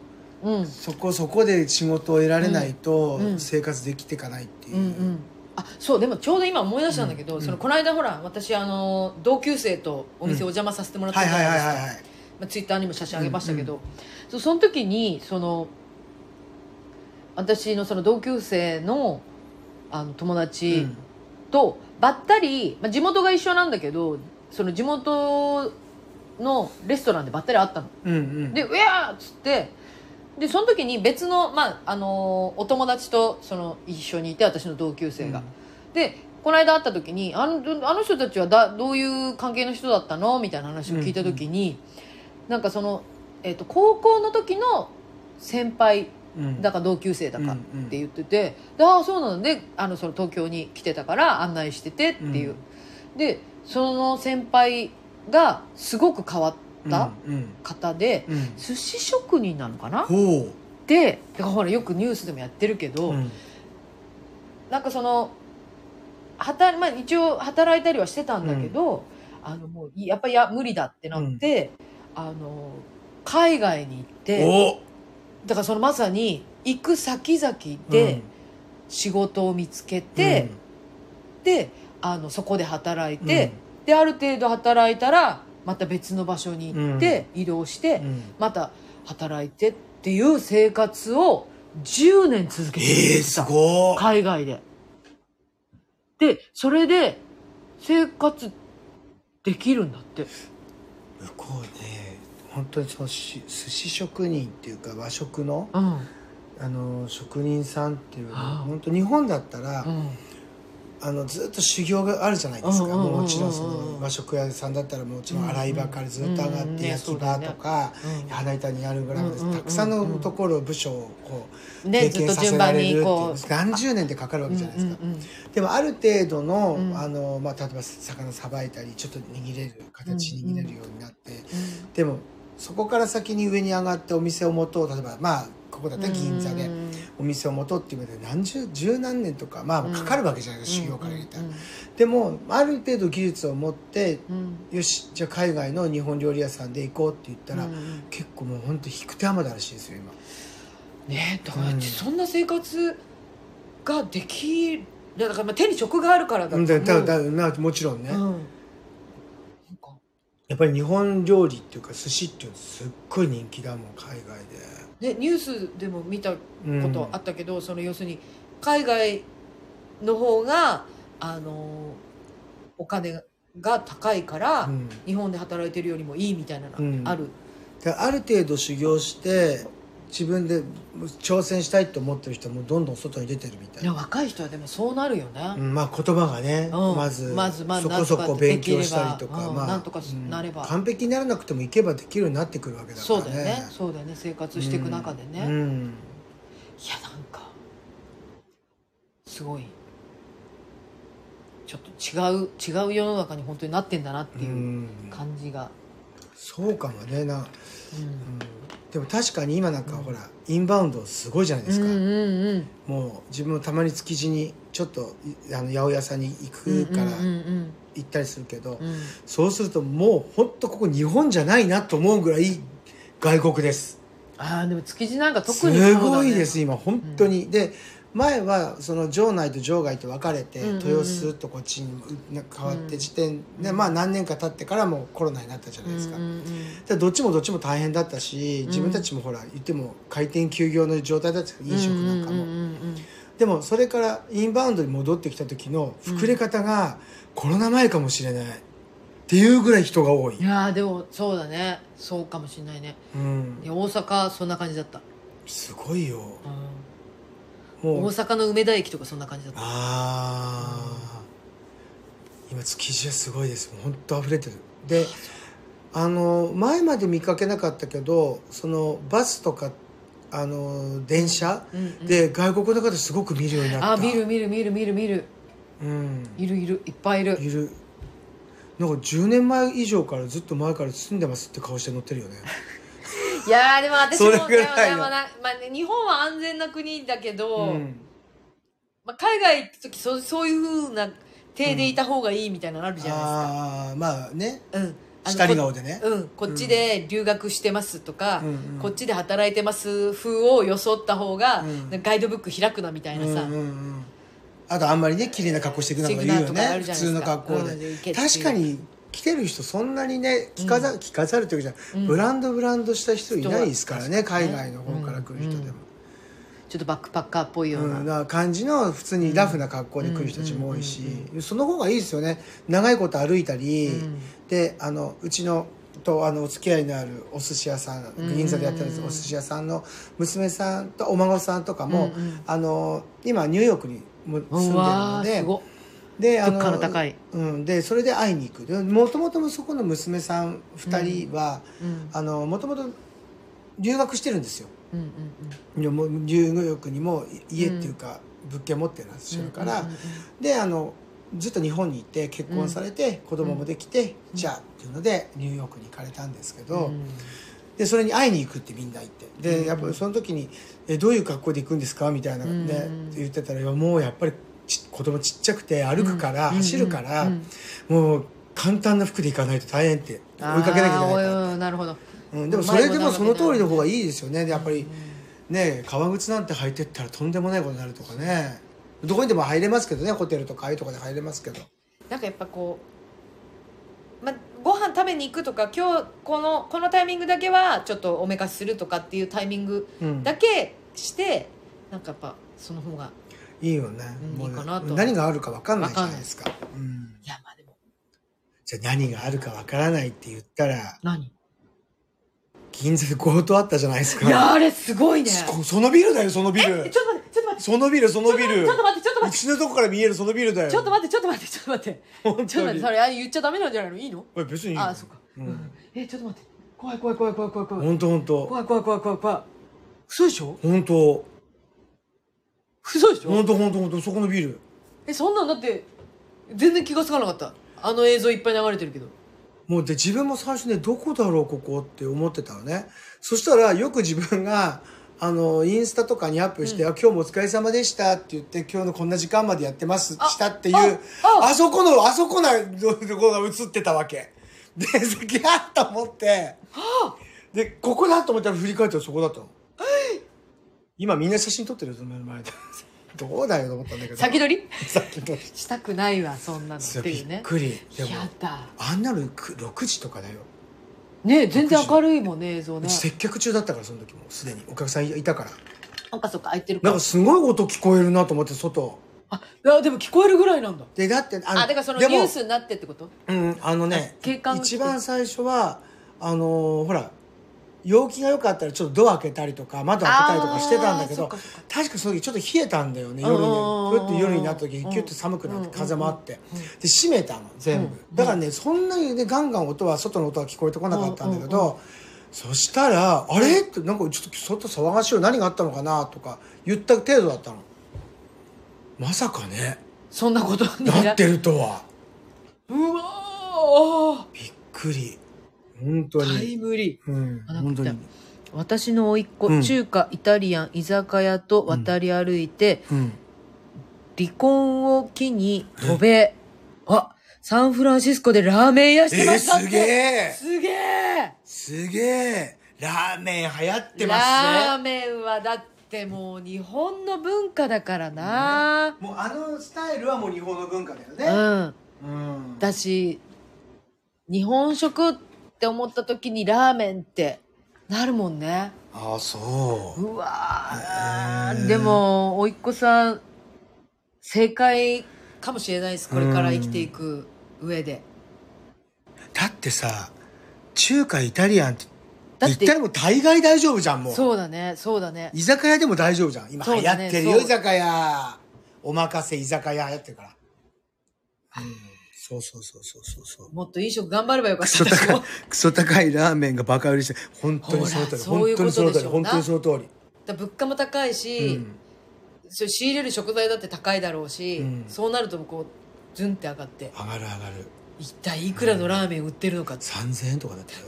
B: う
A: うんうん
B: そこそこで仕事を得られないと
A: うんうん
B: 生活できていかないっていう、
A: うんうんあそうでもちょうど今思い出したんだけど、
B: うん
A: そのこの間ほら私あの同級生とお店お邪魔させてもらった
B: はい
A: じゃな
B: はいい
A: です
B: は
A: か
B: いはいはい
A: まあ、ツイッターにも写真あげましたけど、そその時にその私のその同級生のあの友達とばったり、まあ、地元が一緒なんだけどその地元のレストランでばったり会ったの。
B: うんうん
A: で「うやー!」っつってでその時に別の,、まああのーお友達とその一緒にいて私の同級生が。でこの間会った時に「あのあの人たちはだどういう関係の人だったの?」みたいな話を聞いた時に、なんかその、えっと高校の時の先輩
B: うん
A: だか同級生だかっ
B: うんうん
A: て言ってて「でああそうなんであのその東京に来てたから案内してて」っていう、でその先輩がすごく変わった
B: うん
A: 方で、
B: うんうん
A: 寿司職人なのかな
B: ほ
A: でだからほらよくニュースでもやってるけ
B: う
A: ど、
B: うん
A: なんかその働、まあ、一応働いたりはしてたんだけど、あのもういやっぱりや無理だってなって、あの海外に行って
B: お
A: だからそのまさに行く先々
B: うん
A: で仕事を見つけて、であのそこで働い
B: うん
A: て、である程度働いたらまた別の場所に行って、移動して、
B: うん
A: また働いてっていう生活を10年続けて
B: ええすごい
A: 海外で。で、それで生活できるんだって。
B: 向こうね本当にそのし寿司職人っていうか和食の
A: うん。
B: あの職人さんっていうの
A: ああ
B: 本当日本だったら、
A: うん。
B: あのずっと修行があるじゃないですか、
A: うんうんうんうんうん
B: もちろんその和食屋さんだったらもちろん洗い場からずっと上が
A: う
B: っ
A: んうん
B: て
A: ね
B: 焼き場とか、花板にあるぐらいまで
A: うんうんうんうん
B: たくさんのところ部署をこ
A: うん。
B: う
A: ね、
B: 経
A: ずっ
B: 験
A: と
B: させ
A: 順
B: ら
A: 番
B: れるってい
A: に
B: う
A: こ
B: 何十年ってかか
A: う。
B: るわけじゃないですか、
A: うんうんうん
B: でもある程度の,、
A: うん
B: あのまあ、例えば魚さばいたりちょっと握れる形に握れるようになって、でもそこから先に上に上がってお店を持とう例えばまあここだったら銀座で。
A: うん
B: お店を持とうっていうまで何十十何年とかまあ
A: うん
B: かかるわけじゃないですか、修行から入れたら、
A: うん
B: でもある程度技術を持って
A: うん
B: よしじゃあ海外の日本料理屋さんで行こうって言ったら、
A: うん
B: 結構もう本当引く手あまたらしいですよ今
A: ねだからそんな生活ができるだからまあ手に職があるからだと
B: うん
A: 思
B: だ
A: う
B: だだなもちろんね、
A: うんなんか
B: やっぱり日本料理っていうか寿司っていうのすっごい人気だもん海外で、
A: ねニュースでも見た
B: うん
A: ことあったけど、その要するに海外の方があのお金が高いから、
B: うん
A: 日本で働いてるよりもいいみたいなの
B: うん
A: がある、
B: である程度修行して自分で挑戦したいと思ってる人はもうどんどん外に出てるみたい
A: いや
B: な
A: 若い人はでもそうなるよね、
B: うんまあ言葉がね、
A: うん
B: まず
A: まずまあ
B: そこそ
A: なんと
B: こ
A: か
B: 勉強したり
A: で
B: と
A: きれ
B: か、
A: ばうん
B: まあ
A: なんとかなれば
B: うん完璧にならなくてもいけばできるようになってくるわけだからね
A: そうだよねそうだよね生活していく中でね、
B: う
A: いや
B: ん
A: なんかすごいちょっと違う違う世の中に本当になってんだなって
B: う
A: いうん感じが、
B: そうかもねな、
A: うん
B: うんでも確かに今なんかほら、インバウンドすごいじゃないですか、
A: うんうんうん
B: もう自分もたまに築地にちょっといあの八百屋さんに行くから
A: うんうん
B: 行ったりするけど、
A: うんうん
B: そうするともう本当ここ日本じゃないなと思うぐらい外国です
A: ああでも築地なんか特
B: す
A: にそうだ、ね、
B: ごいです今本当に、で前はその城内と場外と分かれて、
A: うんうんうん
B: 豊洲とこっちに変わって時点で、
A: うん
B: まあ何年か経ってからもうコロナになったじゃないですか、
A: うんうんうん
B: でどっちもどっちも大変だったし
A: ん
B: 自分たちもほら言っても開店休業の状態だったんですよ飲食なんかも、
A: うううんうん
B: でもそれからインバウンドに戻ってきた時の膨れ方がコロナ前かもしれないっていうぐらい人が多い、
A: いやーでもそうだねそうかもしれないね
B: うん
A: いや大阪そんな感じだった、
B: すごいよ
A: うん
B: も
A: 大
B: う
A: 阪の梅田駅とかそんな感じだった
B: ああ今築地はすごいです本当溢れてるであの前まで見かけなかったけどそのバスとかあの電車
A: うんうん
B: で外国の方すごく見るようになった
A: あー見る見る見る見る見る
B: うん
A: いるいるいっぱいいる
B: いるなんか10年前以上からずっと前から住んでますって顔して乗ってるよね
A: いやーでも私
B: そ
A: も
B: れぐらいの
A: でもでもなまあね、日本は安全な国だけど、
B: うん
A: まあ、海外行った時そうそういうふうな手でいた方がいいみたいなのあるじゃな
B: ああまあね
A: いですか、うんあの
B: 光り顔でね
A: うん、こっちで留学してますとか、
B: うんうん
A: こっちで働いてます風を装った方が、
B: うん
A: ガイドブック開くなみたいなさ、
B: うんうんうんあとあんまりね綺麗な格好していくのがいいよ
A: していくなとかあ
B: ね
A: るじ
B: 普
A: ゃないです
B: 通
A: か
B: の格好で、
A: うんいけっていう
B: 確かに来てる人そんなにね着飾,、着飾るというかじゃないブランドブランドした人いないですからね
A: 人は
B: 海外の方から来る人でも、
A: ちょっとバックパッカーっぽいよ
B: う
A: うんな、
B: な感じの普通にラフな格好で来る人たちも多いし、その方がいいですよね長いこと歩いたり、
A: うん
B: であのうちのとあのお付き合いのあるお寿司屋さん銀座でやってるんですお寿司屋さんの娘さんとお孫さんとかも、
A: うんうん
B: あの今ニューヨークにも住んでる
A: うわ
B: の
A: ー
B: です
A: ごっ
B: であ
A: 物価の高い
B: うん、でそれで会いに行くでもともともそこの娘さん2人は
A: うん
B: あのもともと留学してるんですよ
A: うんうん
B: でもニューヨークにも家っていうか物件持ってるんですよから、
A: うんうん
B: であのずっと日本にいて結婚されて、子供もできて、じゃあっていうのでニューヨークに行かれたんですけど、
A: うん
B: でそれに会いに行くってみんな行ってで、やっぱりその時に「えどういう格好で行くんですか?」みたいなね、
A: うん
B: 言ってたらいや「もうやっぱりち子供ちっちゃくて歩くから、
A: うん
B: 走るから、
A: うん
B: もう簡単な服で行かないと大変って
A: あー
B: 追いかけなきゃいけないから、
A: おいおいなるほど
B: うん、でもそれでもその通りの方がいいですよねでやっぱりね革靴なんて履いてったらとんでもないことになるとかねどこにでも入れますけどねホテルとかああいうとかで入れますけど
A: なんかやっぱこう、まあ、ご飯食べに行くとか今日このこのタイミングだけはちょっとおめかしするとかっていうタイミング
B: うん
A: だけして、なんかやっぱその方が
B: いいよね
A: うん
B: もう
A: いいかなと
B: 何があるか分かんないじゃないですかうん、
A: いやまあでも
B: じゃあ何があるか分からないって言ったら
A: 何
B: 銀座で強盗あったじゃないですか
A: いやあれすごいね
B: そそのビルだよそのビ
A: え
B: ル
A: ちょっと待ってちょっと待って
B: そのビルそのビル
A: ちょっと待ってちょっと
B: う
A: 待って
B: ちのとこから見えるそのビルだよ
A: ちょっと待ってちょっと待ってちょっと待って
B: 本当に
A: ちょっと待ってそれあ言っちゃダメなんじゃないのいいの
B: おい別にいいよ
A: あそっか、
B: うん
A: えちょっと待って怖い怖い怖い怖い怖い怖い
B: 本当本当
A: 怖い怖い怖い怖い怖い嘘でしょ
B: 本当
A: 嘘でしょ
B: 本当本当本当そこのビル
A: えそんなんだって全然気がつかなかったあの映像いっぱい流れてるけど
B: もうで自分も最初ねどこだろうここって思ってたのねそしたらよく自分があのインスタとかにアップして「
A: うん
B: あ今日もお疲れ様でした」って言って「今日のこんな時間までやってます」
A: あ
B: したっていう
A: あ
B: あそこのあそこなとこが映ってたわけで先あったと思ってでここだと思ったら振り返ったらそこだったの今みんな写真撮ってるよその前で どうだよと思ったんだけど
A: 先取り
B: 先取り
A: したくないわそんなのっ
B: そう
A: て
B: び
A: いう
B: っ
A: ね
B: くりでも
A: やだ
B: あんなの6時とかだよ
A: ね全然明るいもんね映像
B: う
A: ね
B: ち接客中だったからその時もうすでにお客さんいたから
A: なんかそっか空いてるか
B: な
A: ら
B: んかすごい音聞こえるなと思って外
A: ああでも聞こえるぐらいなんだ
B: でだってあ
A: あだからそのニ
B: でも
A: ュースになってってこと
B: うんあのね
A: あ景観
B: 一番最初はあのーほら陽気が良かったらちょっとドア開けたりとか窓開けたりとかしてたんだけ
A: あ
B: ど
A: ーそっかそっか
B: 確かその時ちょっと冷えたんだよね
A: うん
B: 夜
A: うん
B: に
A: うん
B: ふって夜になった時に
A: うん
B: キュッと寒くなって風もあって
A: うん
B: で閉めたの全
A: う
B: 部
A: ん
B: だからねそんなにねガンガン音は外の音は聞こえてこなかったんだけ
A: うんう
B: どそしたら「あれ?」ってなんかちょっと外騒がしいよ何があったのかなとか言った程度だったのまさかね
A: そんなことに
B: なってるとは
A: うわ
B: びっくり本当
A: ータイ
B: に
A: ムリー
B: うん
A: あなんか
B: 本当
A: 来
B: に
A: 私の甥っ子、
B: うん
A: 中華イタリアン居酒屋と渡り歩いて、
B: うん
A: 離婚を機に渡米あサンフランシスコでラーメン屋してましたって、
B: えーすげえ
A: すげえ
B: すげえラーメン流行ってま
A: ラ
B: す
A: ー
B: ね
A: メンはだってもう日本の文化だからな、
B: もうあのスタイルはもう日本の文化だよ
A: う
B: ね
A: ん
B: うん
A: だし日本食って思った時にラーメンってなるもんね
B: ああそう
A: うわ
B: へ
A: ー
B: ー
A: でも甥っ子さん正解かもしれないですこれから生きていく上で
B: だってさ中華イタリアンって
A: だっ
B: 言ってたらもう大概大丈夫じゃんもう
A: そうだねそうだね
B: 居酒屋でも大丈夫じゃん今
A: そう
B: 流行
A: だ
B: っ
A: ね
B: てるよ、
A: そう
B: 居酒屋お任せ居酒屋流行ってるからうんそうそうそうそうそうそう
A: もっと飲食頑張ればよか
B: ク
A: っ
B: ソ
A: た
B: 高いクソ高いラーメンがバカ売りして本当にその通
A: ほら
B: り
A: そうい
B: 本
A: う
B: 当
A: こ
B: に
A: と
B: その
A: で
B: 通
A: し
B: り
A: ょう
B: 本
A: な
B: 当にその通
A: だ物価も高い
B: り、
A: し、
B: うん、
A: そう仕入れる食材だって高いだろうし、
B: うん
A: そうなるとこうズンって上がって
B: 上がる上がる
A: 一体いくらのラーメン売ってるのかって、
B: 3000円とかだったよ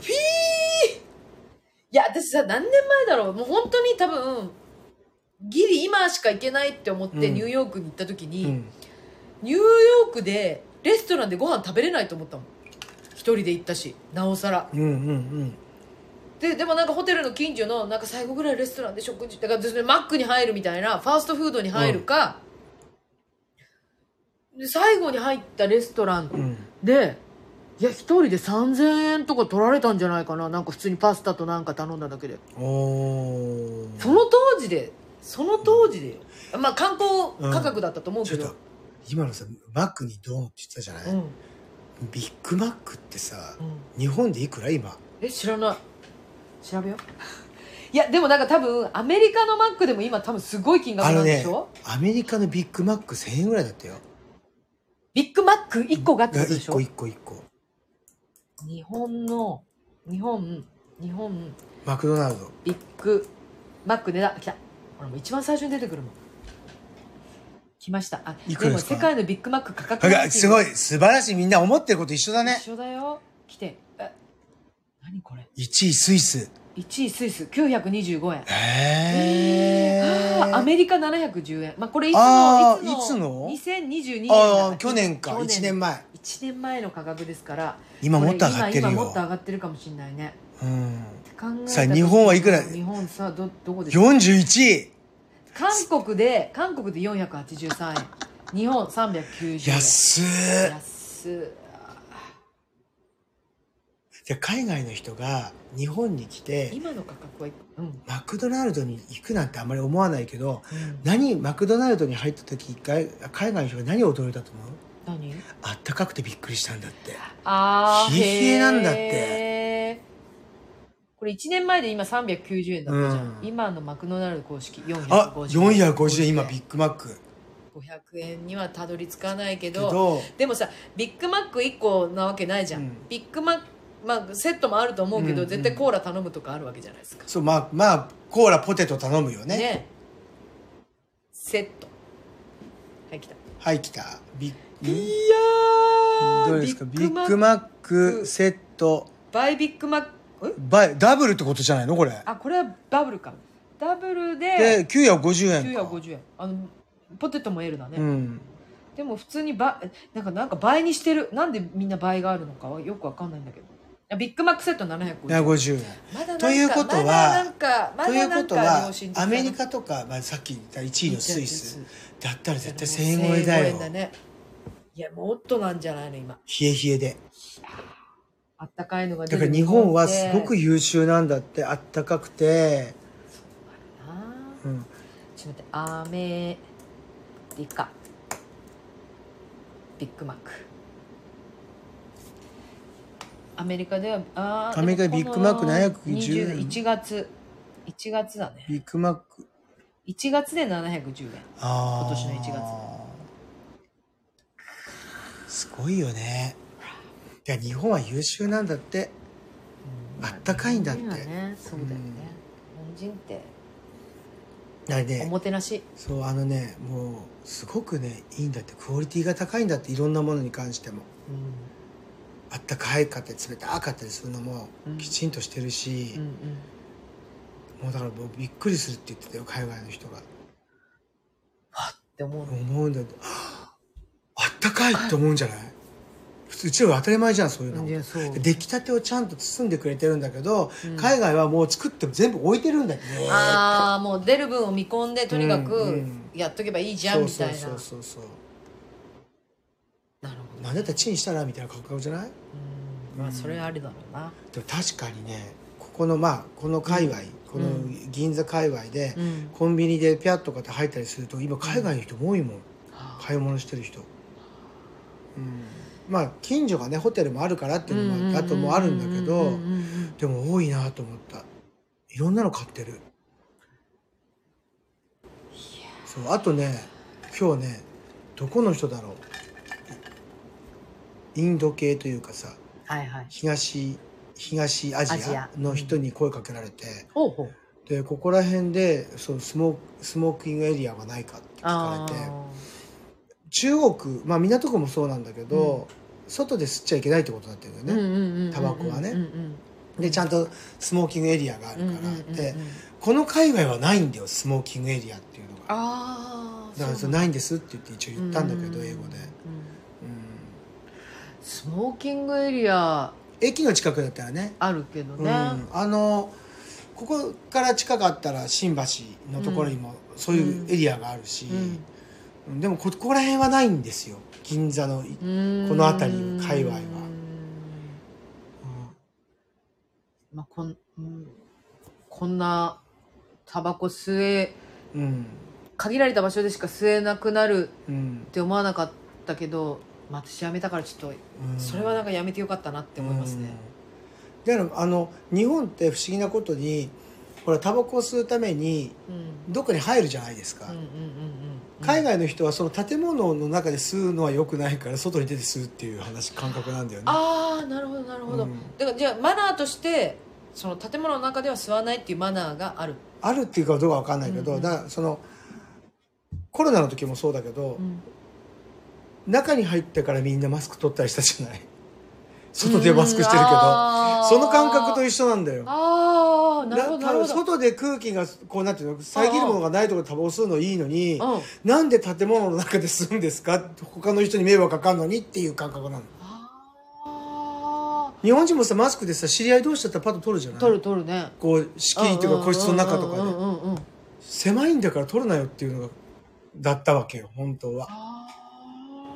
A: いや私さ何年前だろうもう本当に多分ギリ今しか行けないって思って
B: うん
A: ニューヨークに行った時に、
B: うん
A: ニューヨークでレストランでご飯食べれないと思ったもん一人で行ったしなおさら
B: うんうん
A: ででもなんかホテルの近所のなんか最後ぐらいレストランで食事だからです、ね、マックに入るみたいなファーストフードに入るか、で最後に入ったレストラ
B: うんう
A: ン
B: ん
A: で、いや一人で3000円とか取られたんじゃないかななんか普通にパスタとなんか頼んだだけで
B: おー
A: その当時でその当時でよまあ観光価格だったと思う
B: ちょ
A: け
B: っ
A: ど、
B: と今のさマックにどうって言ってたじゃない、
A: うんうん
B: ビッグマックってさ日本でいくら今
A: え知らない調べよう いやでもなんか多分アメリカのマックでも今多分すごい金額
B: あ
A: な
B: の
A: んで
B: ね
A: しょ、
B: アメリカのビッグマック1000円ぐらいだったよ
A: ビッグマック1個がってことでし
B: 1個
A: ょ
B: 1個1個
A: 日本の日本日本
B: マクドナルド
A: ビッグマック値段来たほらもう一番最初に出てくるもん来ましたあ
B: いくらですか
A: も世界のビッグマック価格ランキン
B: あ
A: グ
B: すごい素晴らしいみんな思ってること一緒だね
A: 一緒だよ来てえ何これ
B: 1位スイス
A: 1位スイス925円
B: へえ
A: あーアメリカ710円まあこれいつの
B: あー
A: いつの
B: い
A: 2022年
B: あ
A: だ
B: あ去年か1年前
A: 1 1年前の価格ですから
B: 今もっと上
A: これ
B: がってる
A: 今今もっと上
B: よ、
A: がってるかもしれないね
B: うん、
A: 考えた
B: さあ日本はいくら
A: 日本さどどこですか
B: 41位
A: 韓国で韓国で483円日本390円
B: 安い
A: 安い
B: いや海外の人が日本に来て
A: 今の価格はいくうん、
B: マクドナルドに行くなんてあんまり思わないけど
A: うん、
B: 何マクドナルドに入った時海海外の人が何を驚いたと思う
A: 何
B: あったかくてびっくりしたんだって
A: あー
B: 冷え冷えなんだって
A: てこれ1年前で今390円だったじゃん、
B: うん
A: 今のマクドナルド公式450円
B: あ450円今ビ
A: 500
B: ッグマック
A: 円にはたどり着かないけ
B: け
A: ど
B: ど
A: でもさビッグマック1個なわけないじゃん、
B: うん
A: ビッグマックまあ、セットもあると思うけど、
B: うんうん
A: 絶対コーラ頼むとかあるわけじゃないですか
B: そうまあまあコーラポテト頼むよね
A: セットはい来た
B: はい来たビ
A: いやー
B: ッどれですかビッ
A: マ
B: グ
A: ック
B: マックセット
A: バイビッグマックん
B: バイダブルってことじゃないのこれ
A: あこれはダブルかダブルで
B: で950円か
A: 950円あのポテトも L だね、
B: うん
A: でも普通にばなんかなんか倍にしてるなんでみんな倍があるのかはよくわかんないんだけどあビッグマックセット750円
B: 750円
A: まだなんか
B: ということは
A: まだなんかま
B: とい
A: だ
B: う
A: な
B: こ
A: ん
B: と
A: か
B: は
A: 良心的な
B: アメリカとか、まあ、さっき言った1位のスイスだったら絶対1000円超え
A: 円
B: だよ
A: だねいやもっとなんじゃないの今
B: 冷え冷えで
A: あったかいのが出
B: だ
A: る
B: から日本は
A: って
B: すごく優秀なんだってあったかくて、
A: あー
B: うん、
A: ちょっと待ってアメリカビッグマックアメリカではあー
B: アメリカでビッグマック710円
A: 1月1月だね
B: ビッグマック
A: 1月で710円
B: あー
A: 今年の
B: すごいよねいや日本は優秀なんだってあったかいんだって
A: 日本はねそうだよね、日本人って
B: あれ
A: お
B: ね
A: もてなし
B: そうあのねもうすごくねいいんだってクオリティが高いんだっていろんなものに関しても
A: う
B: あったかいかったり冷たかったりするのも
A: うん
B: きちんとしてるし、
A: んうん
B: もうだからもうびっくりするって言ってたよ海外の人が
A: って思うの
B: 思うんだってはぁあったかいって思うんじゃない普通うちらは当たり前じゃんそういうの
A: いやそう
B: 出来たてをちゃんと包んでくれてるんだけど、
A: うん
B: 海外はもう作っても全部置いてるんだよね
A: ああもう出る分を見込んでとにか
B: うん
A: く
B: うん
A: やっとけばいいじゃ
B: そ
A: ん
B: う
A: み
B: そ
A: たいうな
B: そうそうそう
A: なるほど
B: なんだったらチンしたらみたいな格好じゃない
A: うんまあそれあるだろうな
B: でも確かにねここのまあこの界隈、この銀座界隈で、
A: うん
B: コンビニでピャッとかって入ったりすると今海外の人多いもん
A: はあ
B: 買い物してる人、うん、まあ近所がねホテルもあるからっていうのもあともあるんだけ
A: うん
B: ど
A: うんうん
B: でも多いなと思ったいろんなの買ってるそうあとね今日ねどこの人だろうインド系というかさ
A: はいはい
B: 東東ア
A: アジ
B: ジ
A: ア
B: アの人に声かけられて、
A: ほうほう
B: でここら辺でそうスモースモーキングエリアがないかって聞か
A: あ
B: れて
A: ー
B: 中国、まあ、港区もそうなんだけど、外で吸っちゃいけないってことになってるんだ
A: う
B: よ
A: んう
B: ね、
A: んうんうん
B: タバコはね
A: うんうん
B: でちゃんとスモーキングエリアがあ
A: うんう
B: る
A: ん
B: から、
A: うんうん
B: でこの界隈はないんだよスモーキングエリアっていうのが
A: ああ
B: だからそうないんですって言って一応言ったんだけど、英語で、うん、
A: スモーキングエリア
B: 駅の近くだったらね
A: あるけど
B: うん、
A: ね
B: あのここから近かったら新橋のところにもそういうエリアがあるし、
A: うん
B: うんでもここら辺はないんですよ銀座の、うん
A: うん
B: この辺りの界隈は
A: うんまあ、こん、うん、こんなタバコ吸え
B: うん
A: 限られた場所でしか吸えなくなる
B: うん
A: って思わなかったけど、まあ、私やめたからちょっとそれはなんかやめてよかったなって思いますね、
B: うんだからあの日本って不思議なことにほらタバコを吸うために
A: うん
B: どっかに入るじゃないですか、
A: うんうんうんうん
B: 海外の人はその建物の中で吸うのは良くないから外に出て吸うっていう話感覚なんだよね
A: ああなるほどなるほど、
B: うん
A: だからじゃあマナーとしてその建物の中では吸わないっていうマナーがある、
B: あるっていうかどうか分かんないけど、
A: うんうん
B: だからそのコロナの時もそうだけど、
A: ん、
B: 中に入ってからみんなマスク取ったりしたじゃない 外でマスクしてるけどその感覚と
A: 一緒
B: 一緒なんだよ
A: あーあーなるほどなるほど
B: 外で空気がこうなんていうの遮るものがないところでタバコ吸うのいいのに
A: うん
B: なんで建物の中で吸うんですか他の人に迷惑かかんのにっていう感覚なの日本人もさマスクでさ知り合い同士だったらパッと取るじゃない
A: 取る取るね
B: こう仕切りとか個室の中とか
A: うんう
B: で
A: んうんうんうん
B: 狭いんだから取るなよっていうのがだったわけよ本当は
A: あ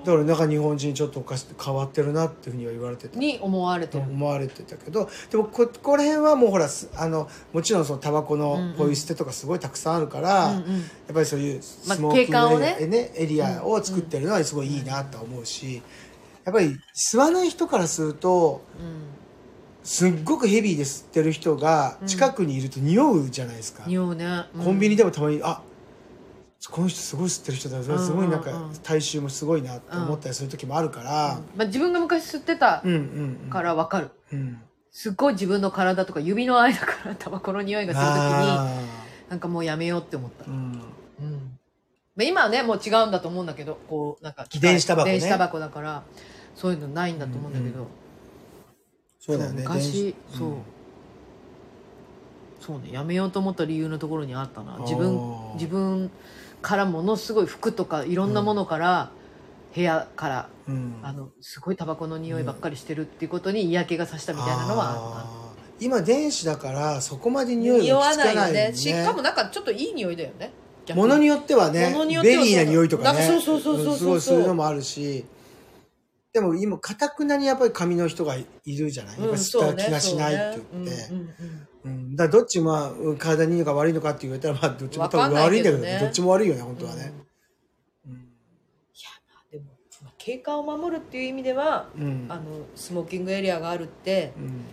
B: だからなんか日本人ちょっとおかし変わってるなっていうふうには言われてた
A: ーに思われてる
B: 思われてたけどでもこここら辺はもうほらすあのもちろんそのタバコ
A: うんうん
B: のこういう捨てとかすごいたくさんあるか
A: うん
B: ら、やっぱりそういう
A: まあ
B: スモーキ
A: 景
B: ング
A: 観
B: エリア,、ねエリアを作ってるのはすごいいいなとは思うしやっぱり吸わない人からすると
A: うん
B: すっごくヘビーで吸ってる人が
A: うん
B: 近くにいると匂うじゃないですか、
A: 匂うね
B: コンビニでもたまにあこの人すごい吸ってる人だそれすごいなん
A: うんうん
B: か
A: うん
B: 体臭もすごいなって思ったりする時もあるから、
A: まあ、自分が昔吸ってた
B: うん、うんうん
A: からわかる
B: うん
A: すっごい自分の体とか指の間からタバコの匂いがするときに
B: あ
A: なんかもうやめようって思った
B: ー、うん
A: うんまあ、今はねもう違うんだと思うんだけどこうなんか機械
B: 電子タバコね
A: 電子タバコだからそういうのないんだと思うんだけど、
B: そうだよね
A: 昔
B: 電子
A: そう、
B: ん
A: そうねやめようと思った理由のところにあったな自
B: あ
A: 分
B: ー
A: 自分からものすごい服とかいろんなものから、部屋から
B: うん
A: あのすごいタバコの匂いばっかりしてるっていうことに嫌気がさしたみたいなのはあるな
B: あー今電子だからそこまで匂いがつかないよね
A: しかもなんかちょっといい匂いだよね逆
B: ものによってはね
A: 物によって
B: ベ
A: はそう
B: リーな匂いとか
A: なん
B: ね
A: かそうそうそうそうそう
B: すごいするのもあるしでも今かたくなにやっぱり髪の人がいるじゃない、
A: うん
B: やっぱり吸った気がしないって
A: そう
B: 言っ
A: ね
B: て、
A: そうねうんうんうん
B: うんだからどっちもまあうん体にいいのか悪いのかって言われたらまあどっちも多分
A: わかんな
B: 悪
A: い
B: いん
A: け
B: だ
A: ど
B: け
A: ね
B: どどっちも悪いよね本当はね
A: でも、まあ、景観を守るっていう意味では
B: うん、うん
A: あのスモーキングエリアがあるって
B: うん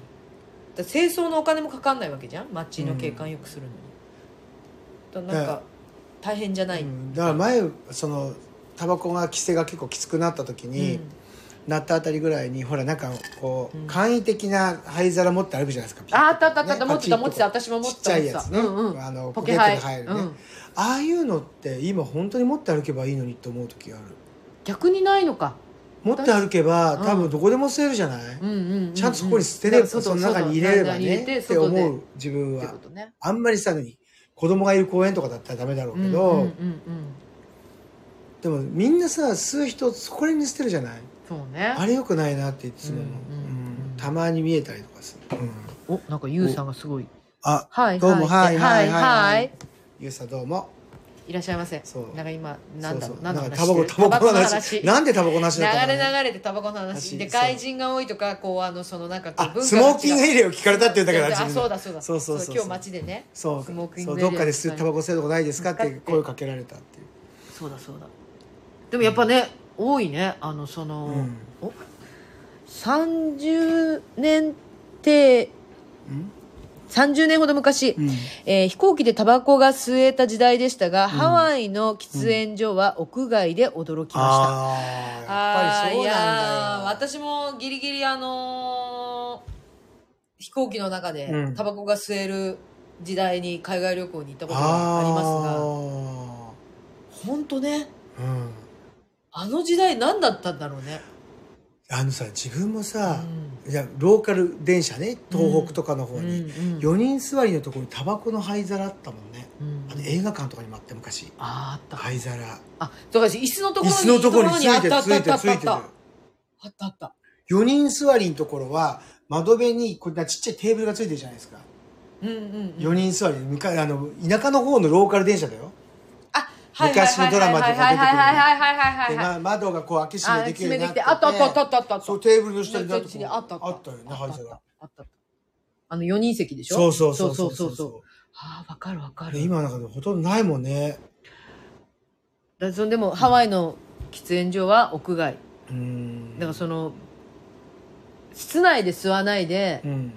A: だ清掃のお金もかかんないわけじゃん街の景観よくするのに、だなんか大変じゃない、
B: うんだから前そのタバコが規制が結構きつくなった時に、
A: うん
B: なったあたりぐらいにほらなんかこう、
A: うん
B: 簡易的な灰皿持って歩くじゃないですか
A: ああったあったあった、
B: ね
A: 持ってた
B: パ
A: 持
B: キッと
A: ってた私も持っ
B: ち
A: て
B: ったちゃいやつ
A: 持
B: ね、
A: ってた
B: あ
A: うんう
B: の
A: ん、
B: ポケットに入るね、
A: うん
B: ああいうのって今本当に持って歩けばいいのにって思う時ある
A: 逆にないのか、
B: 持って歩けば
A: うん
B: 多分どこでも吸えるじゃない、
A: うんうんうんうん
B: ちゃんとそこに捨てれば、
A: だから
B: そ
A: 外
B: の中に入れればね
A: 外に入れ
B: って
A: 外で
B: 思う自分
A: って
B: は
A: ことね
B: あんまりさに子供がいる公園とかだったらダメだろうけど、
A: うんうんうんうん
B: でもみんなさ吸う人そこら辺に捨てるじゃない
A: そうね
B: あれよくないなっていつも思う、
A: うんうんうん
B: うんたまに見えたりとかする、うん
A: おなんかゆうさんがすごい
B: あ
A: はい
B: どうもはいは
A: は
B: いはいい
A: は
B: はいいゆうさんどうも
A: いらっしゃいませ
B: そう
A: なんか今なんだ
B: そ
A: ろ
B: う
A: う
B: そう
A: なんだ
B: んかタバコタバコの話なんでタバコの話
A: 流
B: だったの
A: れ流れてタバコの話
B: 話
A: で
B: そう
A: 外人が多いとかこうあのそのなんかこう
B: あ
A: 文
B: ス
A: 化が違う
B: モーキングエリアを聞かれたって言うんだから
A: あそう
B: だ
A: だそうだ
B: そうそうそうそう
A: 今日街でね
B: そう
A: スモーキング
B: そう
A: エリア
B: どっかで吸うタバコ吸うとこないですかって声をかけられたっていう
A: そうだそうだでもやっぱね多いねあのその、
B: うん
A: お30年って
B: うん
A: 30年ほど昔、
B: うん
A: えー飛行機でタバコが吸えた時代でしたが、ハワイの喫煙所は屋外で驚きま
B: あ
A: した、
B: あやっぱりそう
A: あーいやー
B: なんだよ
A: 私もギリギリあのー飛行機の中で
B: うん
A: タバコが吸える時代に海外旅行に行ったことがありま
B: あ
A: すが本当ね
B: あうん
A: あの時代何だったんだろうね、
B: あのさ自分も
A: う
B: さ、
A: ん
B: いやローカル電車ね東北とかの方
A: う
B: に、
A: んうん
B: 4人座りのところにタバコの灰皿あったもんね
A: うん
B: あの映画館とかにもあって昔
A: あーあった
B: 灰皿
A: あだから椅子のところ
B: 椅
A: に
B: 子のところについてる
A: あ
B: つ
A: ったあ
B: い
A: ってたあっ
B: るつ
A: たあ
B: い
A: ってた
B: る
A: あったあった
B: 4人座りのところは窓辺にこんなちっちゃいテーブルがついてるじゃないですか
A: うんうんうん
B: 4人座り向かいあの田舎の方のローカル電車だよ昔のドラマとか出てくる
A: はいはいはいはいはいはい
B: で、
A: はいはい
B: ま、窓がこう開け閉めできるようになって
A: あ閉めてきてあったあったあったあった
B: そうテーブルの下に
A: ね
B: な
A: そっちにあった
B: あったよね灰
A: あっ
B: 皿
A: たあったあの4人席でしょ
B: そうそうそ
A: そ
B: うそうう
A: そ
B: そうう
A: そう
B: そ
A: ああ分かる分か
B: う
A: る
B: で今の中でもほとんどないもんね
A: だそのでもハワイの喫煙所は屋外
B: うん
A: だからその室内で吸わないで
B: うん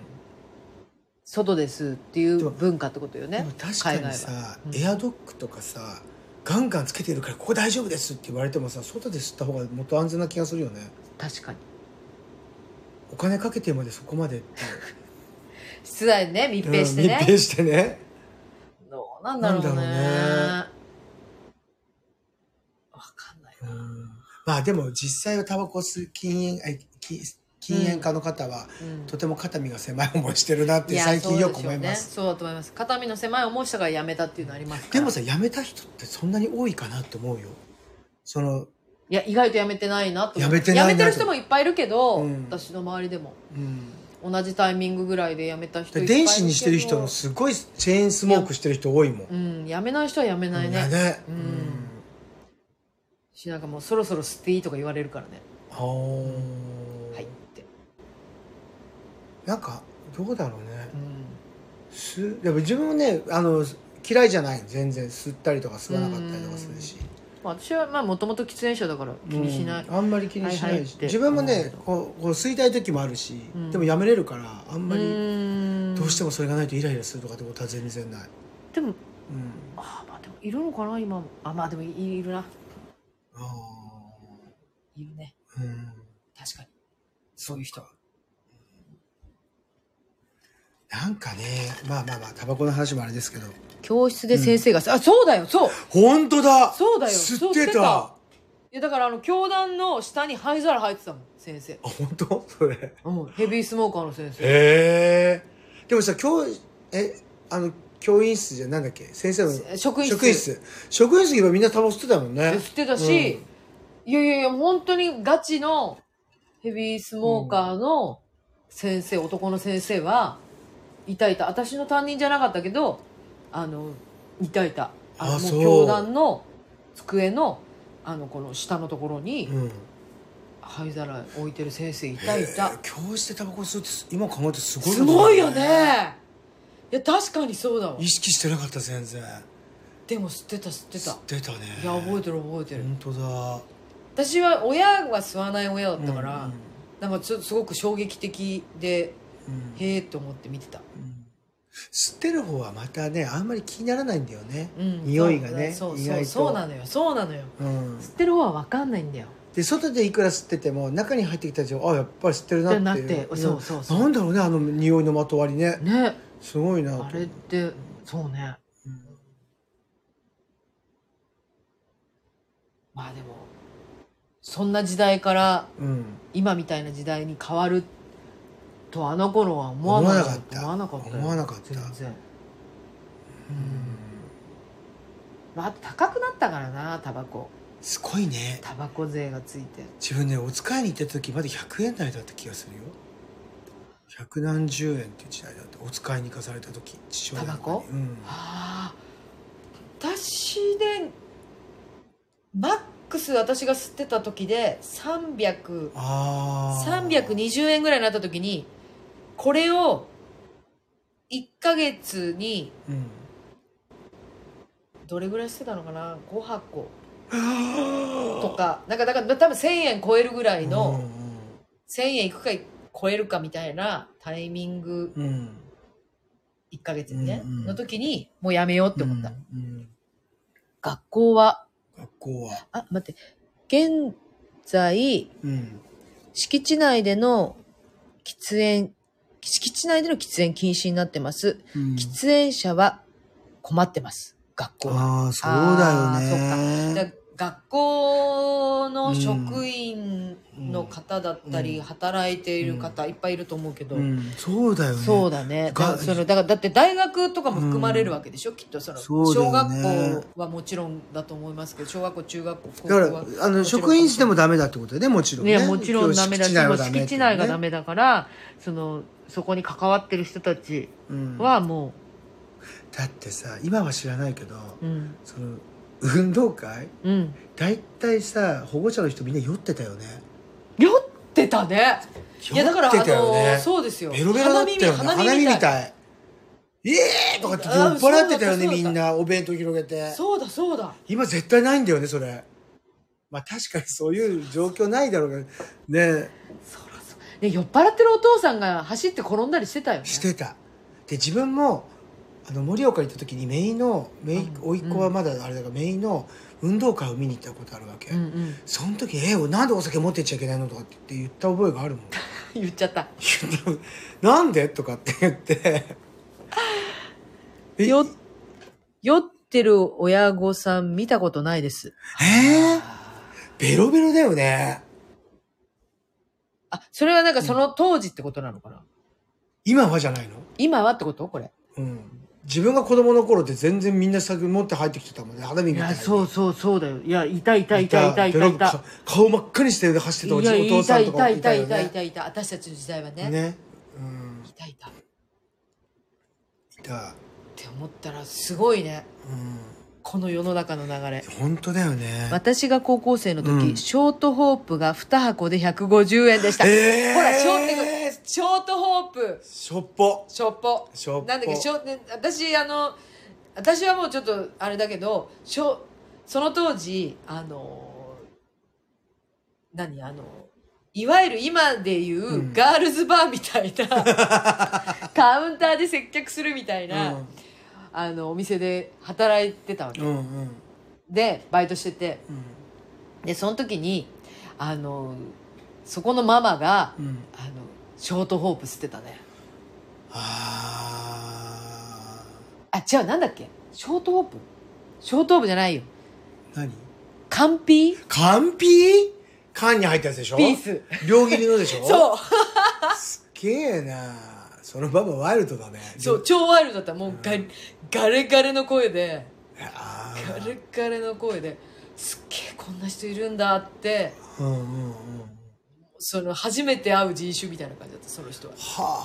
A: 外で吸うってい
B: で
A: う
B: も
A: 文化ってことよ
B: で
A: ね
B: も確か
A: 海
B: に
A: 外は
B: さ、
A: うん
B: エアドックとかさガンガンつけてるからここ大丈夫ですって言われてもさ外で吸った方がもっと安全な気がするよね
A: 確かに
B: お金かけてまでそこまで って
A: 室内でね密閉して
B: うん
A: ね
B: 密閉してね
A: どうなんだろうねわ
B: なん
A: かんない
B: うん
A: な、
B: まあでも実際はタバコ吸う禁煙え禁禁煙家の方は、
A: うん
B: とても肩身が狭い思いしてるなっ
A: い
B: て
A: や
B: 最近よく思います
A: そうでしょうね、そうだと思います肩身の狭い思いしたからやめたっていうのありますから
B: でもさ辞めた人ってそんなに多いかなって思うよその
A: いや意外とやめてないなと思う
B: やめてないなと
A: やめてる人もいっぱいいるけど、
B: うん
A: 私の周りでも
B: うん
A: 同じタイミングぐらいで辞めた人いっぱいい
B: 電
A: るけ
B: 子
A: ど
B: にしてる人のすごいチェーンスモークしてる人多いもん
A: うん辞めない人は辞めないね
B: だね
A: うんしなんかもうそろそろ吸っていいとか言われるからね
B: あー
A: はいって
B: なんかどうだろうね
A: うん
B: すでも自分もねあの嫌いじゃない全然吸ったりとか吸わなかったりとかするし
A: まあ私はまあもともと喫煙者だから気にしない、
B: うんあんまり気にしな
A: はいはい
B: い
A: っ
B: して自分も
A: 思うけ
B: ね
A: ど
B: こうこう吸いたい時もあるし
A: うん
B: でもやめれるからあんまり
A: ん
B: どうして
A: も
B: もそれがないとイライラするとかってことは全然ない
A: でも
B: うん
A: あーまあでもいるのかな今もあまあでもいいるな
B: あ
A: いるね
B: ーうん
A: 確かにそういう人
B: なんかねまあまあまあタバコの話もあれですけど
A: 教室で先生が、あそうだよそう
B: 本当だ
A: そうだよ
B: 吸
A: そう
B: ってたあ
A: いやだからあの教団の下に灰皿入ってたもん先生
B: 本当それへ
A: うんヘビースモーカーの先生
B: えでもさ教えあの教員室じゃなんだっけ先生の
A: 職員室
B: 職員室職員室行けばみんなタバコ吸ってたもんね
A: 吸ってたし、いやいやいや本当にガチのヘビースモーカーの先生、男の先生はいたいた私の担任じゃなかったけどあのいたいた
B: あ
A: のもう
B: そう
A: 教団の机のあのこの下のところに
B: うん、うん
A: 灰皿置いてる先生いたいた
B: えー教室でタバコ吸うって今考えるとすごい
A: すごいよねいや確かにそうだわ
B: 意識してなかった全然
A: でも吸ってた吸ってた
B: 吸ってたね
A: いや覚え
B: て
A: てる覚えてる、
B: 本当だ
A: 私は親が吸わない親だったから、
B: うん
A: なんかちょすごく衝撃的で
B: うん
A: へえと思って見てた、
B: うん吸ってる方はまたねあんまり気にならないんだよね、
A: うん、
B: 匂いがね
A: そう
B: 意
A: そうそう
B: 外と
A: そうなのよそうなのよ
B: うん
A: 吸ってる方は分かんないんだよ
B: で外でいくら吸ってても中に入ってきた時はあやっぱり吸ってるなっていう
A: なって
B: うん
A: そうそうそう
B: なんだろうねあの匂いのまとわりね
A: ね
B: すごいなと
A: あれってそうね
B: うん
A: まあでもそんな時代から
B: うん
A: 今みたいな時代に変わるとあの頃は思わ
B: 思わ
A: な
B: な
A: か
B: か
A: っ
B: ったた
A: 思わなかったよ
B: 思わなかった
A: 全然うんまあ、あと高くなったからなタバコ
B: すごいね
A: タバコ税がついて
B: 自分ねお使いに行った時まだ100円台だった気がするよ百何十円っていう時代だったお使いに行かされた時父親なんかに
A: タバコ
B: うん
A: ああ私でマックス私が吸ってた時で300320
B: ああ
A: 円ぐらいになった時にこれを1ヶ月に
B: うん
A: どれぐらい吸ってたのかな5箱
B: と
A: とかなんかだから多分1000円超えるぐらいの、
B: う
A: 1000円いくか超えるかみたいなタイミング
B: んうんうん、
A: 1ヶ月にね、
B: うんうん
A: の時にもうやめようって思った、
B: うんうん
A: 学校は
B: 学校は、
A: あ待って現在
B: うん、
A: 敷地内での喫煙、敷地内での喫煙禁止になってます。
B: うん
A: 喫煙者は困ってます。学校は。
B: ああそうだよね
A: だ学校の職員の方だったり、
B: うん
A: 働いている方いっぱいいると思うけど、
B: うん、そうだよね
A: そうだね。
B: が
A: だそのだからだって大学とかも含まれるわけでしょ、きっとその
B: そうだ
A: 小
B: よ
A: 学
B: ね
A: 校はもちろんだと思いますけど、小学校、中学校、高校
B: だ
A: は。
B: からあの職員室でもダメだってことだよねもちろん
A: ね
B: ね
A: もちろんダメだし
B: は
A: もう敷地内がダ
B: メ
A: メだからそのそこに関わってる人たち
B: っていうね、うん
A: はも
B: だってさ今は知らないけど
A: ううん
B: その運動会
A: うん
B: 大体さ保護者の人みんな酔ってたよね
A: 酔ってたねいやだからあ
B: 酔ってたよね
A: のそうですよ
B: ベロベロだったよね
A: 花
B: 花
A: 見
B: 見
A: み
B: み
A: たい
B: たいイえーとかって酔っ払ってたよね
A: あそうだったそうだった
B: みんなお弁当広げて
A: そうだそうだ
B: 今絶対ないんだよねそれまあ確かにそういう状況ないだろうけどね
A: そらそうね酔っ払ってるお父さんが走って転んだりしてたよね
B: してたで自分もあの盛岡行った時に姪の姪
A: うん
B: 甥っ子はまだあれだから姪の運動会を見に行ったことあるわけ、
A: うんうん
B: その時「えなんでお酒持ってっちゃいけないの?」とかって言った覚えがあるもん
A: 言っちゃった
B: 言うのなんでとかって言ってえ
A: 酔酔ってる親御さん見たことないです
B: えー、ベロベロだよね
A: あそれはなんかその当時ってことなのかな、
B: 今はじゃないの
A: 今はってことこれ
B: うん自分が子供の頃って全然みんな酒持って入ってきてたもんね花見
A: い
B: みたい
A: や
B: に
A: そうそうそうだよいやいたいたいたいたい
B: ベ
A: た
B: ロ
A: いた
B: か顔真っ赤にして走ってたおじお父さんとかも
A: いたいたいたいたい
B: ね
A: たいた私たちの時代はね
B: ねうん
A: いたいたっ
B: いた
A: て思ったらすごいね
B: う
A: この世の中の流れ
B: ん本当だよね
A: 私が高校生の時、
B: うん
A: ショートホープが2箱で150円でした、
B: えー
A: ほらショートショートホープ
B: しょっぽ
A: ショッポ
B: しょっぽ
A: なんだっけショで私あの私はもうちょっとあれだけどしょその当時あの何あのいわゆる今でいううんガールズバーみたいな、カウンターで接客するみたいな、あのお店で働いてたわけ、
B: うんうんうん
A: でバイトしててでその時にあのそこのママが、
B: うんうん
A: あのショートホープ吸ってたね
B: あ
A: あ違うなんだっけショートホープショートホープじゃないよ
B: ー何
A: 缶ピー
B: 缶ピー缶に入ったやつでしょ
A: ピース
B: 両切りのでし ょ
A: そう
B: すっげえなそのババワイルドだね
A: そう超ワイルドだったもうガ,、ガレガレの声で
B: あ
A: ガ
B: ー
A: レガレの声ですっげえこんな人いるんだって
B: うんうんうん
A: その初めて会う人種みたいな感じだったその人は。
B: は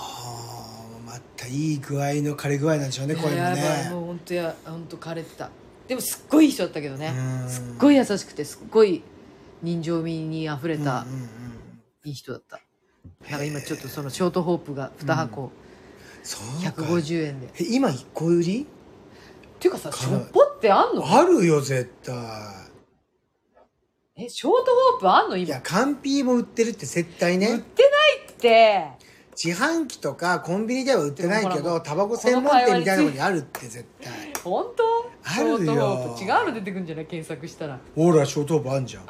B: あまたいい具合の枯れ具合なんでしょうねこれも
A: やばい
B: ね
A: もう本当や本当枯れてたでもすっごいいい人だったけどね
B: うん
A: すっごい優しくてすっごい人情味にあふれた
B: うんうんうん
A: いい人だったなんか今ちょっとそのショートホープが2箱
B: そうか
A: 150円で、っ
B: え今一個売り
A: ていうかさ
B: か
A: ショッポってあんの
B: あるよ絶対
A: えショートホープあんの
B: い
A: 今
B: や缶ピーも売ってるって絶対
A: 売っ
B: ね
A: てないって
B: 自販機とかコンビニでは売ってないけ
A: でもほ
B: ど
A: ら
B: タバコ専門店みたいなとこにあるって絶対
A: 本当
B: あるよ
A: ショートホープ違うの出てくんじゃない検索したら
B: オーラショートープあ んじゃん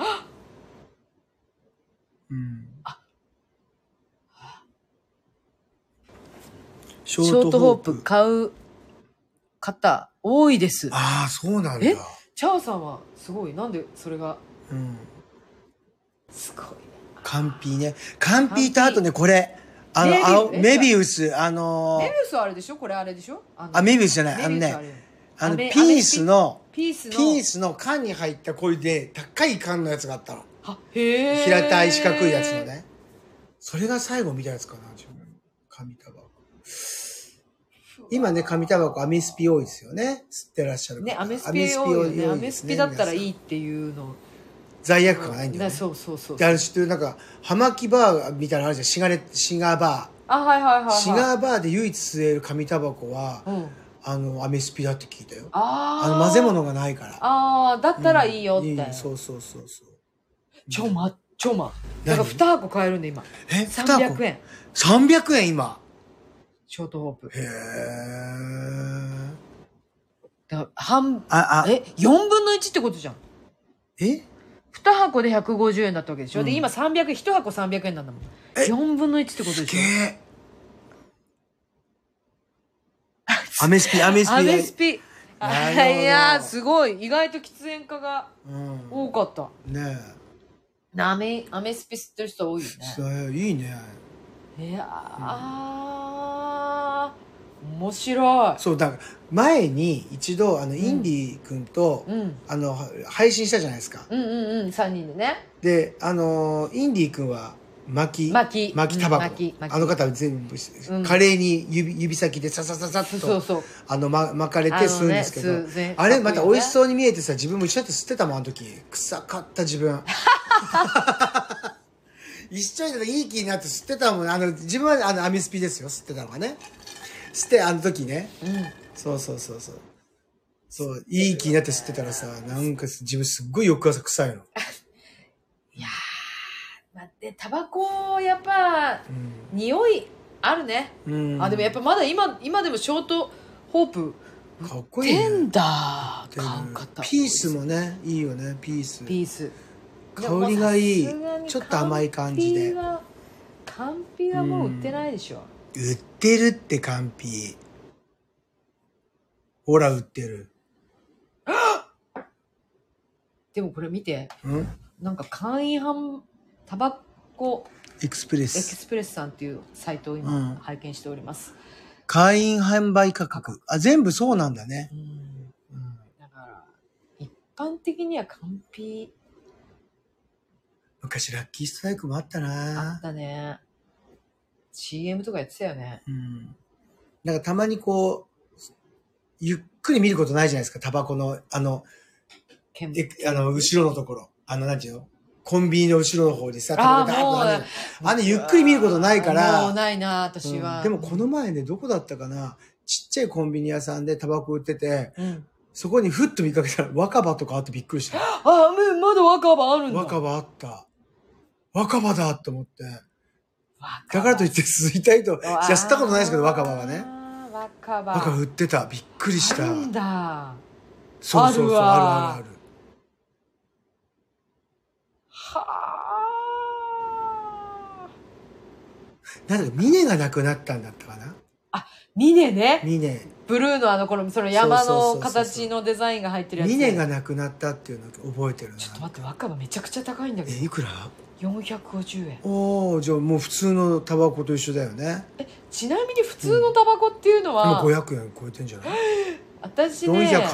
B: うんシ
A: ショートホープ買う方多いです
B: ああそうなんだ
A: えチャオさんはすごいなんでそれが
B: うん
A: すごい
B: 缶ピーね缶ピーとあとねこれあ
A: メビウ
B: の
A: ス
B: 青
A: え
B: メビウスあの
A: メビウスはあれでしょこれあれでしょあの
B: あメビウスじゃないあの
A: メビウスはあ
B: ね
A: れ
B: あの
A: アメ
B: ピースの
A: ピースの
B: ピースの缶に入ったこういうで高い缶のやつがあったの
A: あへえ
B: 平たい四角いやつのねそれが最後見たやつかな自分紙タバコ今ね紙タバコアメスピ多いですよね吸ってらっしゃる方
A: ねアメスピ多いよねアメ
B: で
A: ス
B: す
A: ピだったらい
B: 皆
A: いっていうの
B: さん罪悪感がないんだよね
A: そうそうそう
B: である種なんか葉巻バーみたいなのあるじゃんシガレシガーバ
A: あはいはいはい、
B: ー
A: はい、
B: シガーバーで唯一吸える紙タバコは
A: うん、
B: あのアメスピだって聞いたよあ
A: あー
B: の混ぜ物がないから
A: ああだったらいいよって、
B: うんそうそうそうそう
A: ちょまちょまだ
B: 何
A: から2箱買えるんで今
B: え
A: 300円
B: 300円今
A: ショートホープ
B: へえ
A: だから半
B: ああ
A: え4分の1ってことじゃん
B: え
A: 2箱で150円だったわけでしょ、で
B: うん
A: 今300 1箱300円なんだもん
B: え
A: 4分の1ってことでしょ
B: えアメスピアメスピ
A: アメスピ
B: な
A: あ
B: るほど
A: いやーすごい意外と喫煙家が
B: うん
A: 多かった
B: ね
A: アメアメスピ吸ってる人多いよ
B: えそういいね
A: ねいやー、面白い
B: そうだから前に一度あのインディ君と、
A: うん
B: あのは配信したじゃないですか
A: うんうんうん3人でね
B: であのインディ君は巻き
A: 巻き
B: 巻きタバコ、
A: うん巻き巻き
B: あの方は全部、
A: うん
B: 華麗に指指先でささささ
A: そう
B: っ
A: そう
B: と
A: そう
B: あの、ま、巻かれて吸うんですけど、
A: あのね吸うね
B: あれまた美味し
A: う
B: そうに見えてさ自分も一緒だって吸ってたもんあの時臭かった自分 一緒になっていい気になって吸ってたもんあの自分はあのアミスピですよ吸ってたのがね吸ってあの時ね
A: ん
B: そうそうそうそうそういい気になって吸ってたらさなんか自分すっごい翌朝臭いの、
A: まあでタバコやっぱ匂いあるね、
B: うんうん
A: あでもやっぱまだ今今でもショートホープ
B: かっこいい、ね、
A: テンダー
B: でも
A: 買う方
B: ピースもねいいよねピース
A: ピース
B: 香りがいい
A: でもさすがに
B: ちょっと甘い感じで
A: 缶ピーは缶ピーはもう売ってないでしょ、
B: 売ってるって缶ピーほら売ってる
A: でもこれ見て
B: うん
A: なんか簡易販タバコ
B: エクスプレ
A: エク
B: ス
A: スプレスさんっていうサイトを
B: うん
A: 今拝見しております、
B: 会員販売価格あ全部そうなんだね、
A: うん
B: うん
A: だから一般的には缶ピ
B: 昔ラッキーストライクもあった
A: ーあっ
B: な
A: たね CM とかやってたよね。
B: うん。なんかたまにこう、ゆっくり見ることないじゃないですか、タバコの、あの、
A: けん
B: え、あの、後ろのところ。あの、なんていうのコンビニの後ろの方にさ、
A: あー
B: タバコ
A: もう
B: があるあの、ゆっくり見ることないか
A: もう
B: ら。
A: ないな、私は。
B: うんでも、この前ね、どこだったかなちっちゃいコンビニ屋さんでタバコ売ってて、
A: うん。
B: そこにふっと見かけたら若葉とかあってびっくりした。
A: あ、むまだ若葉あるんだ。
B: 若葉あった。若葉だと思って。
A: 若葉
B: だからといって吸いたいと、
A: うわー
B: いや、吸ったことないですけど、若葉はね。
A: 若葉。
B: 若葉売ってた。びっくりした。
A: あるんだ。
B: そうそう
A: ある
B: そう、
A: わ
B: あるあるある。
A: はあ。
B: なんだか、ミネがなくなったんだったかな
A: ミネね。
B: ミネ。
A: ブルーのあの、この、その山
B: そ
A: の
B: うそうそうそうそう
A: 形のデザインが入ってるやつ。
B: ミネがなくなったっていうのを覚えてるな。
A: ちょっと待って、若葉めちゃくちゃ高いんだけ
B: え、
A: ど。
B: いくら
A: 450円。
B: おおじゃあもう普通のタバコと一緒だよね。
A: ちなみに普通のタバコっていうの
B: 今
A: は、
B: 500円超えてんじゃない
A: 私ね、
B: 480円とか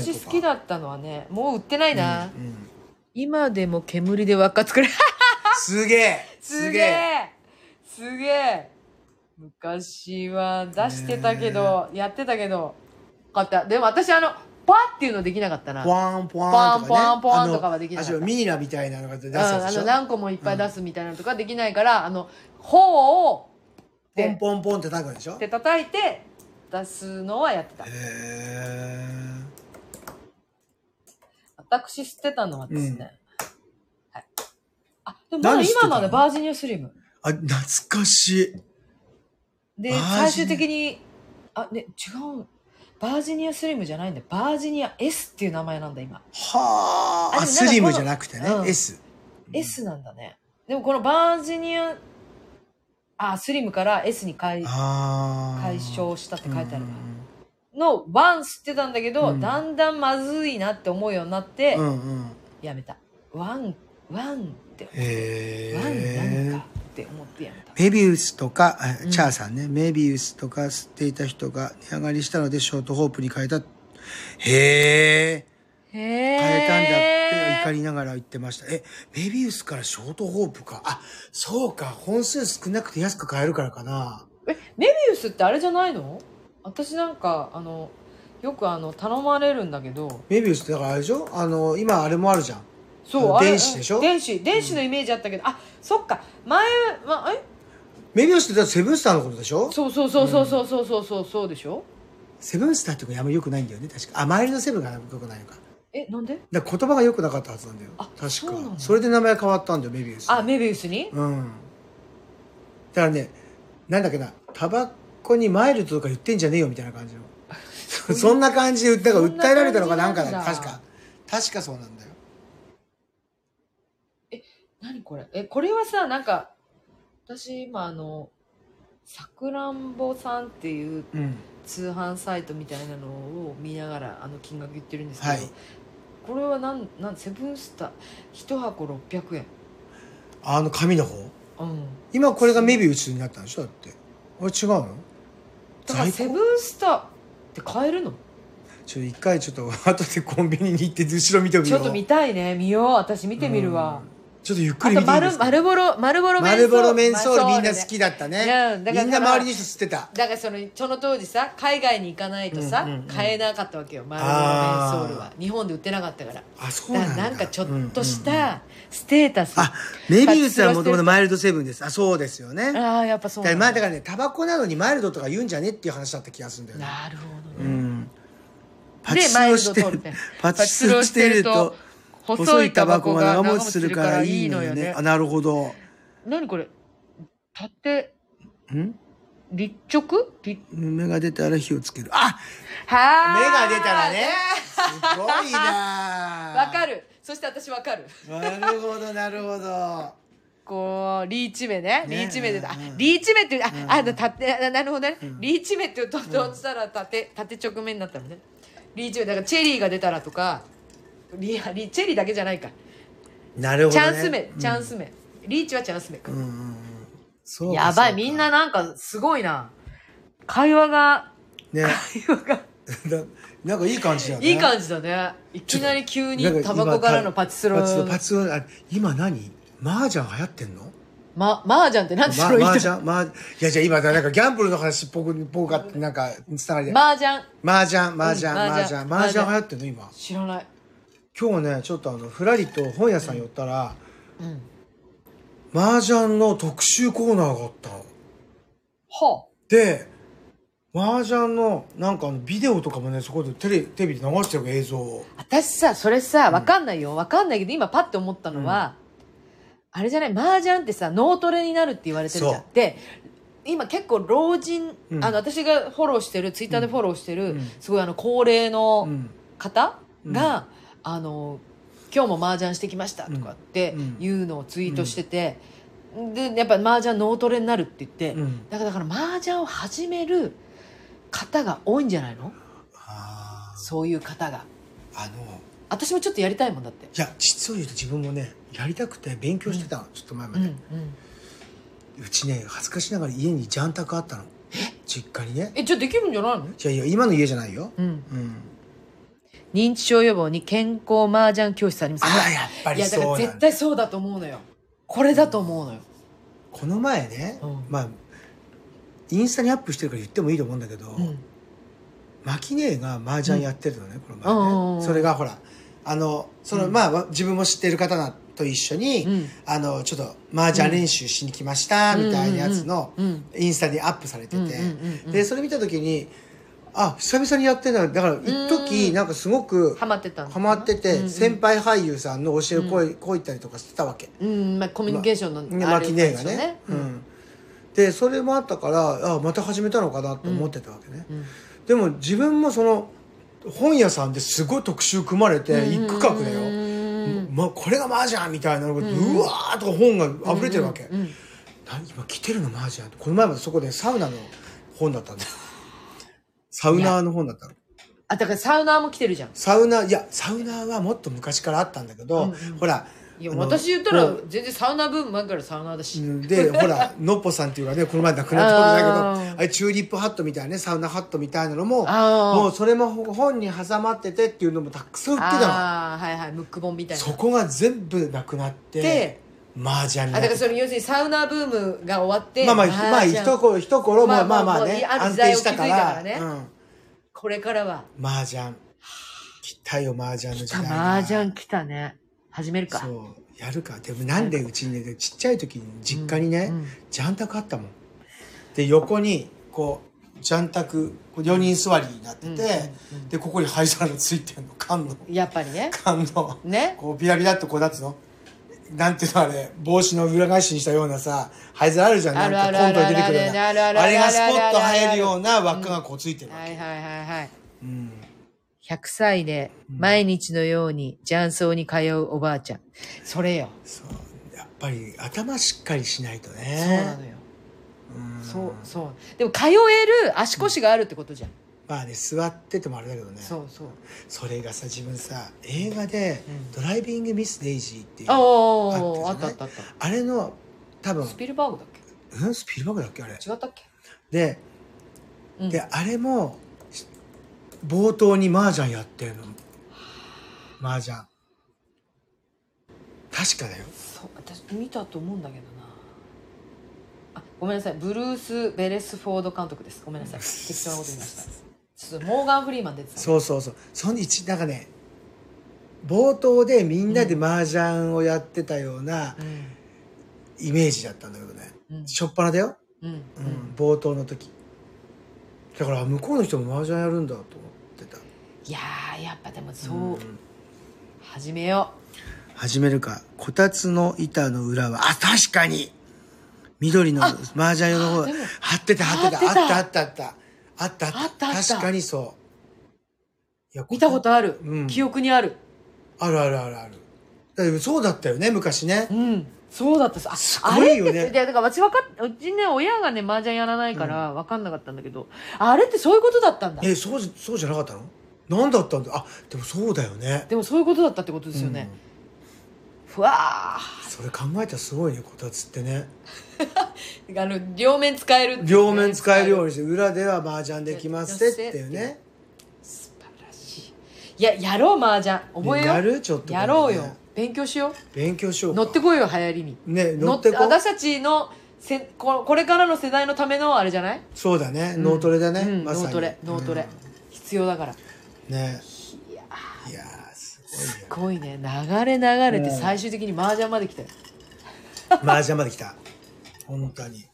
A: 私好きだったのはね、もう売ってないな。
B: うんうん
A: 今でも煙で輪っか作れる。
B: すげえ
A: すげえすげえ昔は出してたけど、やってたけど、よかった。でも私あの、パッっていうのできなかったな。
B: ポワンポワンとかね。
A: ポワンポワンとかはできな
B: あ
A: か
B: の
A: った
B: あじゃあミニラみたいなのが出す
A: うん、
B: や
A: あ
B: つでし
A: の、
B: ょ
A: 何個もいっぱい出すみたいなのとかできないから、あの、頬を、
B: ポ
A: で
B: ンポンポンって叩くんでしょ
A: っ
B: へ
A: て叩いて、出すのはやってた。
B: え。
A: 私吸ってたのはですね。
B: うん
A: はい。あ、でもまだ
B: 何吸ってた
A: 今
B: の
A: までバージニアスリム。
B: あ、懐かし
A: で、
B: バージニア
A: 最終的に、あ、ね、違う。バージニアスリムじゃないんだ。バージニア S っていう名前なんだ、今。
B: い。はあ。
A: あでもなんか
B: スリムじゃなくてね、
A: うん
B: S。うん
A: S なんだね。でもこのバージニア、あ、スリムから S に解
B: ああ。
A: 解消したって書いてあるな。
B: う
A: の、ワン吸ってたんだけど、
B: うん
A: だんだんまずいなって思うようになって、
B: んうんうん。
A: やめた。ワン、ワンって、
B: へ
A: ワン
B: え。
A: なんかって思ってやめた。
B: メビウスとか、あ
A: うん
B: チャーさんね、メビウスとか吸っていた人が値上がりしたのでショートホープに変えた。へえ。
A: へ
B: 変
A: え
B: えたんだって怒りながら言ってました。え、メビウスからショートホープか。あ、そうか。本数少なくて安く買えるからかな。
A: えメビウスってあれじゃないの私なんかあのよくあの頼まれるんだけど
B: メビウスってだからあれでしょあの、今あれもあるじゃん。
A: そう
B: あ
A: あれ
B: 電子でしょ
A: うん電子電子のイメージあったけど、あそっか前はえ
B: メビウスってだってセブンスターのことでしょ
A: そうそうそうそうそうそうそうそうそうでしょ
B: セブンスターってことあんま良くないんだよね、確か。あ、周りのセブンが良くないのか。
A: えなんで
B: だから言葉が良くなかったはずなんだよ。
A: あ
B: 確か。
A: そうなの
B: それで名前変わったんだよ、メビウス。
A: あメビウスに
B: うん。だからね、なんだっけな、タバコにマイルドとか言ってんじゃねえよみたいな感じ の。そそんな感じで、だから
A: そんな
B: 訴えられたのかなんか
A: 感じ
B: だ
A: なんだ
B: 確か。確かそうなんだよ。
A: 何これえこれはさなんか私今あのさくらんぼさんっていう
B: うん。
A: 通販サイトみたいなのを見ながらあの金額言ってるんですけど、
B: はい
A: これはなんなんセブンスター1箱600円
B: あの紙の方
A: うん
B: 今これがメビウスになったんでしょだって。あれ違うの
A: だから
B: 在庫
A: セブンスターって買えるの
B: ちょっと一回ちょっと 後でコンビニに行って後ろ見てみよう。
A: ちょっと見たいね見よう私見てみるわ
B: うん。ちょっとゆっく
A: あ
B: り
A: と
B: 見ていいで
A: 丸
B: すか
A: 丸ボロ丸ボロメンソー
B: 丸
A: ル
B: ボロメンソールみんな好
A: ね
B: きだったね。
A: うんだから
B: みんな周りの人吸ってた。
A: だからそのその当時さ海外に行かないとさ、
B: うんうんうん
A: 買えなかったわけよ丸ボロメンソールは日本で売ってなかったから
B: あ、そう
A: だ
B: な
A: か
B: ん
A: ら
B: だ。
A: なんかちょっとし
B: うんうんうん
A: たステータス、
B: あ、メビウスはもともとマイルドセブンです。あ、そうですよね。
A: ああやっぱそう
B: だから
A: ん
B: まあだからね、タバコなのにマイルドとか言うんじゃねっていう話だった気がするんだよね。
A: なるほど
B: う
A: ね、
B: ん。パ
A: で
B: チス
A: マイ
B: ロ
A: ルド
B: して
A: 通
B: る
A: るね。
B: パチスロしてると、細
A: 細
B: い
A: い
B: タ
A: タ
B: バ
A: バ
B: コ
A: コ
B: が
A: が
B: 長
A: 長
B: 持
A: 持ち
B: ちす
A: す
B: る
A: る
B: か
A: からら
B: い
A: い
B: い
A: い
B: の
A: の
B: よ
A: よ
B: ね
A: ね。
B: あ、なるほど。
A: 何これ立って
B: ん
A: 立直立
B: 目が出たら火をつける。あ目
A: はー
B: が出たらね。すごい な
A: わか
B: る。
A: るそして私わかる
B: なるほど、なるほど。
A: こうリーチ目ね
B: ね
A: リーチ目で、あ
B: うんうん
A: リーチ目っていうあ、
B: うん
A: あ立ってあなるほどね、
B: ん
A: リーチ目っていうとどうしたら縦縦直面になったのねリーチ目だからチェリーが出たらとかリリチェリーだけじゃないか、
B: なるほ
A: チ
B: どね。
A: ャンス目チャンス目、リーチはチャンス目か
B: うん。うんうんうん。そうか
A: やばい
B: そうか
A: みんななんかすごいな会話が
B: ね。
A: 会話が
B: ななんかいい感じだよね。
A: いい感じだねいきなり急に
B: なんか
A: タ
B: 今
A: バコからのパチスロ
B: パチスロパチスロあ今何麻雀流行ってんの
A: ま、マージャンってなんでそれ言
B: マ
A: っ
B: ー
A: て
B: ジャンマーいやじゃあ今なんかギャンブルの話っぽくぽかってなんかつながりで
A: マージャン。
B: マージャンマージャン
A: うん麻
B: マージ
A: 雀
B: ャンマージャン流行ってんの今
A: 知らない。
B: 今日ねちょっとあのふらりと本屋さん寄ったら
A: うん。
B: マージャンの特集コーナーがあったの
A: は
B: でマージャンのなんかあのビデオとかもねそこでテレテレビで流してる映像を
A: あ。私さ、それさ、わかんないよ。わかんないけど、今パッて思ったのは、あれじゃない、マージャンってさ、脳トレになるって言われてるじゃ
B: そ
A: ん。で、今結構老人、
B: うん
A: あの、私がフォローしてる、ツイッターでフォローしてる、
B: うん
A: すごいあの、高齢の、
B: うん
A: 方が、あの今日も麻雀してきましたとかって
B: うん
A: いうのをツイートしてて、でやっぱ麻雀脳トレになるって言って、
B: うん
A: だからだから麻雀を始める方が多いんじゃないの
B: あ
A: そういう方が
B: ーあの
A: 私もちょっとやりたいもんだって、
B: いや実を言うと自分もねやりたくて勉強してたの、ちょっと前ま
A: うん
B: で、
A: う、
B: うんちね恥ずかしながら家にジャンタクあったの実家にね
A: えじゃあできるんじゃないの、
B: いやいや今の家じゃないよ
A: うん、
B: うん
A: 認知症予防に健康麻雀教室あります
B: あ
A: ね
B: あやっぱ
A: い
B: り
A: やだ
B: そう
A: から
B: なんだ
A: 絶対そうだと思うのよこれだと思うのよ、
B: この前ね、
A: うん
B: まあインスタにアップしてるから言ってもいいと思うんだけど、
A: うん
B: マキネが麻雀やってるのね、こ
A: うんう
B: の
A: んう
B: 前
A: ん
B: ねそれがほらあのその、
A: うん
B: まあ自分も知ってる方と一緒に、
A: うん
B: あのちょっと麻雀練習しに来ました、みたいなやつの
A: うんうん
B: インスタにアップされてて、
A: うんうんうんうん
B: でそれ見た時にあ久々にやってんだだから一時
A: うん
B: なんかすごく
A: ハマってたの
B: ハマってて、
A: うんうん
B: 先輩俳優さんの教えをこい,、こいたりとかしてたわけ
A: うんまあ、コミュニケーションの、
B: ね
A: あ
B: マ
A: れ
B: キ
A: なん
B: ネ
A: で
B: ーが
A: すよ
B: ねう
A: うんん
B: でそれもあったからあまた始めたのかなと思ってたわけね、
A: うん
B: でも自分もその本屋さんですごい特集組まれて一区画だよ、
A: うん
B: ま、これがマージャンみたいなのが、う
A: うん
B: わーっと本が溢れてるわけ、
A: うん
B: 何今来てるのマージャンってこの前までそこでサウナの本だったん だよサウナーの本だったの
A: あだからサウナーも来てるじゃん
B: サウナーいやサウナーはもっと昔からあったんだけど、
A: うんうん
B: ほら
A: いや
B: あの
A: 私言ったら
B: こ
A: 全然サウナーブーム前からサウナーだし、
B: うでほ らのっぽさんっていうかねこの前亡くなったことだけ
A: あ
B: ど
A: ー
B: あれチューリップハットみたいなねサウナハットみたいなのも
A: あー
B: もうそれも本に挟まっててっていうのもたくさん売ってたの
A: ああはいはいムック本みたいな
B: そこが全部なくなって
A: で
B: マージャン
A: あ
B: にな
A: だ
B: っ
A: から
B: て
A: それ要するにサウナーブームが終わって
B: まあまあ、
A: 麻雀
B: まあ、一頃、一頃、まあまあまあね、
A: まあまあ
B: 安定したか
A: あ
B: ら、
A: る時代を築いたから
B: うん。
A: これからは
B: 麻雀。来たよ、麻雀の時代が。
A: 麻雀来たね始めるか
B: そう、やるか。でもなんでうちにね、ちっちゃい時に実家にね、
A: うんうん
B: ジャンタクあったもん。で、横に、こう、ジャンタク、4人座りになってて、
A: うんうんうん
B: で、ここに灰皿がついてんの、缶の、
A: やっぱりね
B: 缶の、
A: ね
B: こう、ビラビラっとこう、なんつうのなんていうのあれ、帽子の裏返しにしたようなさ、灰皿あるじゃん、
A: あ
B: なん
A: る
B: かコントに出てくるような。
A: あるあるあるあるあるある
B: あれがスポッと入るような輪っかがこうついてるわ
A: は
B: け
A: いはいはいはい
B: うん
A: 100歳で毎日のように雀荘に通うおばあちゃん。それよ。
B: そうやっぱり頭しっかりしないと
A: そうな
B: ね
A: のよ。
B: うん
A: そう、そう。でも通える足腰があるってことじゃん。
B: まあね座っててもあれだけどね
A: そうそう。
B: それがさ自分さ映画で
A: うん
B: 「ドライビング・ミス・デイジー」っていうあ
A: おー、
B: あ
A: あ
B: っ
A: ったた
B: じ
A: あ
B: ゃ
A: っ
B: な
A: たあっ
B: れの多
A: た。
B: 分
A: スピルバーグだっけ
B: うんスピルバーグだっけあれ
A: 違ったっけ
B: で
A: うん
B: であれもし冒頭に麻雀やってるの麻雀確かだよ
A: そう、私見たと思うんだけどな。あ、ごめんなさい。ブルース・ベレスフォード監督です。ごめんなさい。適当なこと言いました。ちょっとモーガン・フリーマン出てた。
B: そうそうそうその一なんかね冒頭でみんなで麻雀をやってたような
A: うん。
B: イメージだったんだけどね、
A: うん。
B: しょっぱなだよ、
A: うん。
B: う
A: うんん。
B: 冒頭の時だから向こうの人も麻雀やるんだと思ってた、
A: いやー、やっぱでもそううん始めよう。
B: 始めるかこたつの板の裏はあ確かに緑の麻雀用の方
A: あでも
B: 貼ってた貼ってた
A: 貼ってた
B: あったあったあったあった
A: あったあった
B: 確かにそういや
A: 見たことある、
B: うん
A: 記憶にある
B: あるあるあるあるだってそうだったよね昔ね、
A: うんそうだったさあ
B: すごいよね
A: あれっていやだから私わかっうちね親がね麻雀やらないから分かんなかったんだけど、あれってそういうことだったんだ
B: えそうじそうじゃなかったの何だったんだあでもそうだよね
A: でもそういうことだったってことですよね、ふわ
B: うんそれ考えたらすごいねこたつってね
A: ーあの両面使えるっていうね
B: 両面使えるようにして裏では麻雀できますっ
A: でき
B: て
A: ます
B: って
A: って
B: い
A: いうう
B: ね
A: 素晴らしいいややろう麻雀覚えよう
B: やるちょっと
A: やろうよ勉強しよ
B: 勉強しよ
A: う
B: う
A: 乗って
B: こ
A: こいよ流行りに
B: ね乗
A: 乗
B: っ
A: ってて
B: こ
A: 私たちのせここれからの世代のためのあれじゃない、
B: そうだね
A: うん
B: 脳トレだね、
A: うん
B: まさに
A: 脳トレ脳トレ、必要だから
B: うんね
A: いや
B: いやーすごい
A: す
B: よ
A: ごいね流れ流れて
B: うん
A: 最終的に麻雀まで来たよ
B: 麻雀まで来た本当にい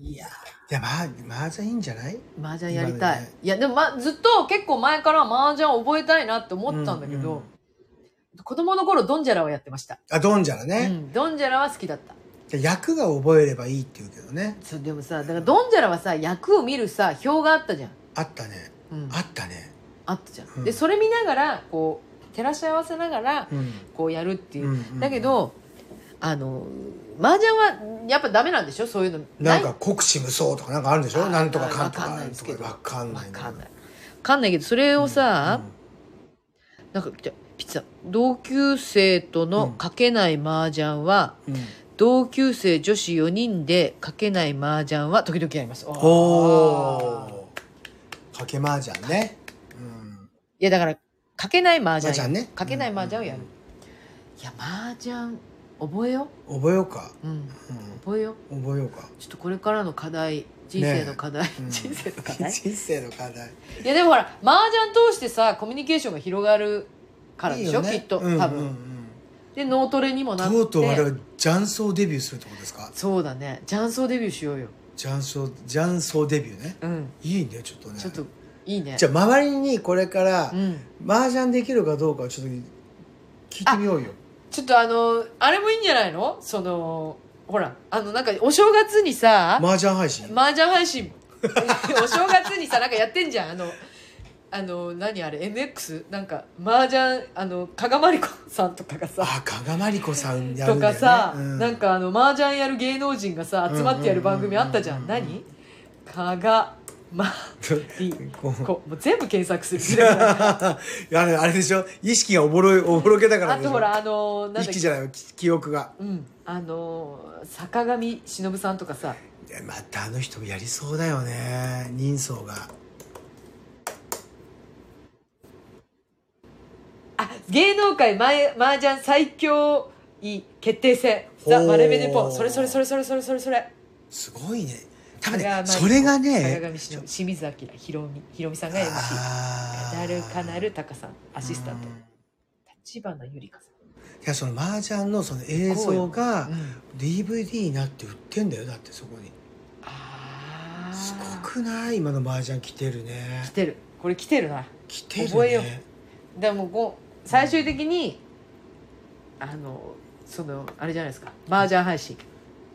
A: いや
B: やま麻雀いいんじゃない
A: 麻雀やりたい、
B: 今ね
A: いやでも、ま、ずっと結構前から麻雀を覚えたいなって思ったんだけど、
B: うう
A: 子供の頃ドンジャラをやってました、
B: あドンジャラ
A: う
B: ね、
A: ん、ドンジャラは好きだった
B: で役が覚えればいいって言うけどね
A: そうでもさだからドンジャラはさ役を見るさ表があったじゃん、
B: あったね
A: うん、
B: あったね
A: あったじゃん、
B: うん
A: でそれ見ながらこう照らし合わせながら
B: うん
A: こうやるっていう、
B: うんうん
A: だけどあの麻雀はやっぱダメなんでしょそういうの
B: な
A: な
B: ん
A: い
B: か国士無双とかなんかあるんでしょ
A: あ
B: なんとかかんと
A: わ
B: か
A: かん
B: な
A: なんいです
B: と
A: け
B: か
A: ど
B: わかん
A: わ
B: ない
A: かんないわかんないけどそれをさ、なんかじゃあピッツァ同級生とのかけない麻雀は、
B: うんうん
A: 同級生女子4人でかけない麻雀は時々やりますお
B: おーかけ麻雀ねうん
A: いやだからかけない麻
B: 麻
A: 雀
B: 雀ね
A: かけない麻雀をやる、
B: うん
A: いや麻雀覚えよ
B: 覚えようか
A: う、うん、
B: う
A: 覚えようん
B: 覚えようか
A: ちょっとこれからの課題人生の課題、
B: うん
A: 人生の課題
B: 人生の課題
A: いやでもほら麻雀通してさコミュニケーションが広がるからでしょ
B: いいよね
A: きっと多
B: うんう
A: 分、
B: ん
A: で脳トレにも
B: う
A: なっ
B: ん
A: て
B: とうとうあれは雀荘デビューするってことですか
A: そうだね雀荘デビューしようよ
B: 雀荘雀荘デビューね
A: うん
B: いいねちょっとね
A: ちょっといいね
B: じゃあ周りにこれから
A: うん、
B: 麻雀できるかどうかをちょっと聞いてみようよ
A: ちょっとあのあれもいいんじゃないのそのほらあのなんかお正月にさ、
B: 麻雀配信
A: 麻雀配信 お正月にさなんかやってんじゃんあのあの何あれ MX なんか麻雀あの加賀まりこさんとかがさ
B: あ加賀まりこさんやる
A: と
B: んだ
A: か
B: よね
A: さ、
B: う
A: なんかあの麻雀やる芸能人がさ集まってやる番組あったじゃん,、
B: うんうんうんうん
A: 何加賀まり
B: こう
A: こもう全部検索するあ
B: あれあれでしょ意識がおぼろいおぼろけ だからでし
A: と
B: ょ
A: ほらあのなんだっ
B: 意識
A: け
B: じゃないよき記憶が
A: うんあの坂上忍さんとかさ
B: いやまたあの人もやりそうだよね人相が
A: あ芸能界前麻雀最強位決定戦ザ・
B: ほう
A: マレメデポンそれそれそれそれそれそれそれ
B: すごいね多分
A: 加賀
B: ね
A: まりこ
B: それが
A: 坂
B: ね
A: 上忍清水明ひろみひろみさんが MC
B: あ
A: ダルカナ
B: ル
A: ルタカさんア
B: ア
A: シスタント立花ゆりかさ
B: いやその麻雀のその映像が
A: ん、
B: DVD になって売ってんだよだってそこに
A: ああ
B: すごくない今の麻雀来てるね
A: 来てるこれ来てるな
B: 来てるね
A: 覚えようでもこう最終的にあのそのあれじゃないですか麻雀配信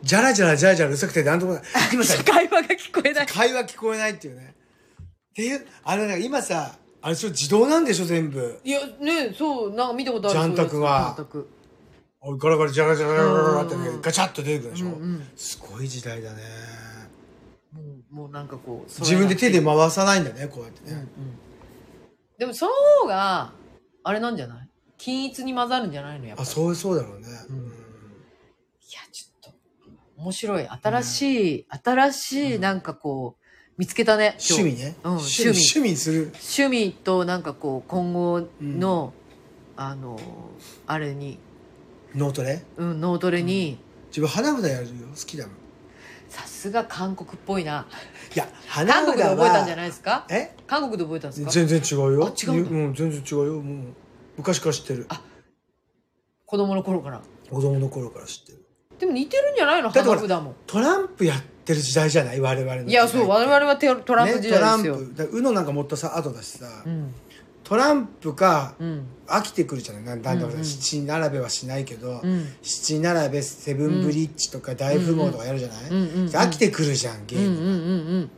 B: じゃらじゃらじゃらじゃらうるさくてなんともない 今さ
A: 会話が聞こえない
B: 会話聞こえないっていうねっていうあれなんか今さあれちょ自動なんでしょ全部
A: いやねそうなんか見たことある
B: ジャンタクは
A: そういうやつジャンタク
B: あガラガラジャラジャラジャラジャラってね
A: うん
B: ガチャッと出てくるでしょ、
A: うんうん
B: すごい時代だね
A: もうもうなんかこうそれ
B: 自分で手で
A: が
B: 回さないんだねこうやって
A: うんう
B: ね
A: ん、でもその方があれなんじゃない均一に混ざるんじゃないのやっぱ
B: あそうそうだろうね、
A: うん
B: うん
A: いやちょっと面白い新しい、新し
B: う
A: い
B: ん
A: なんかこう見つけたね今日
B: 趣味ね、
A: うん
B: 趣味
A: 趣味
B: 趣味する
A: 趣味となんかこう今後の、あのあれに、
B: 脳トレ
A: うん、脳トレに
B: 自分花札やるよ好きだもんい
A: さすが韓国っぽいな
B: や花札
A: 韓国で覚えたんじゃ
B: ない
A: ないですか
B: え
A: 韓国で覚えたんですか
B: 全然違うよ
A: あ違うんだ
B: ん全然違うよもう昔から知ってる
A: あ子供の頃から
B: 子供の頃から知ってる
A: でも似てるんじゃないの
B: だってほ
A: 韓
B: ら
A: 国だもん
B: トランプやってる時代じゃない我々の時代
A: いやそう我々はテロト
B: ト
A: ランプ時代ですよ、
B: ね、トランプだ UNO なんかもっとさ後だしさ、
A: うん
B: トランプか
A: うん
B: 飽きてくるじゃないなんだんだん
A: うんうん
B: 七並べはしないけど、
A: うん
B: 七並べセブンブリッジとか大富豪とかやるじゃない、
A: うんうんうん
B: 飽きてくるじゃんゲ
A: うんう
B: ー
A: ん
B: ム、
A: うんうん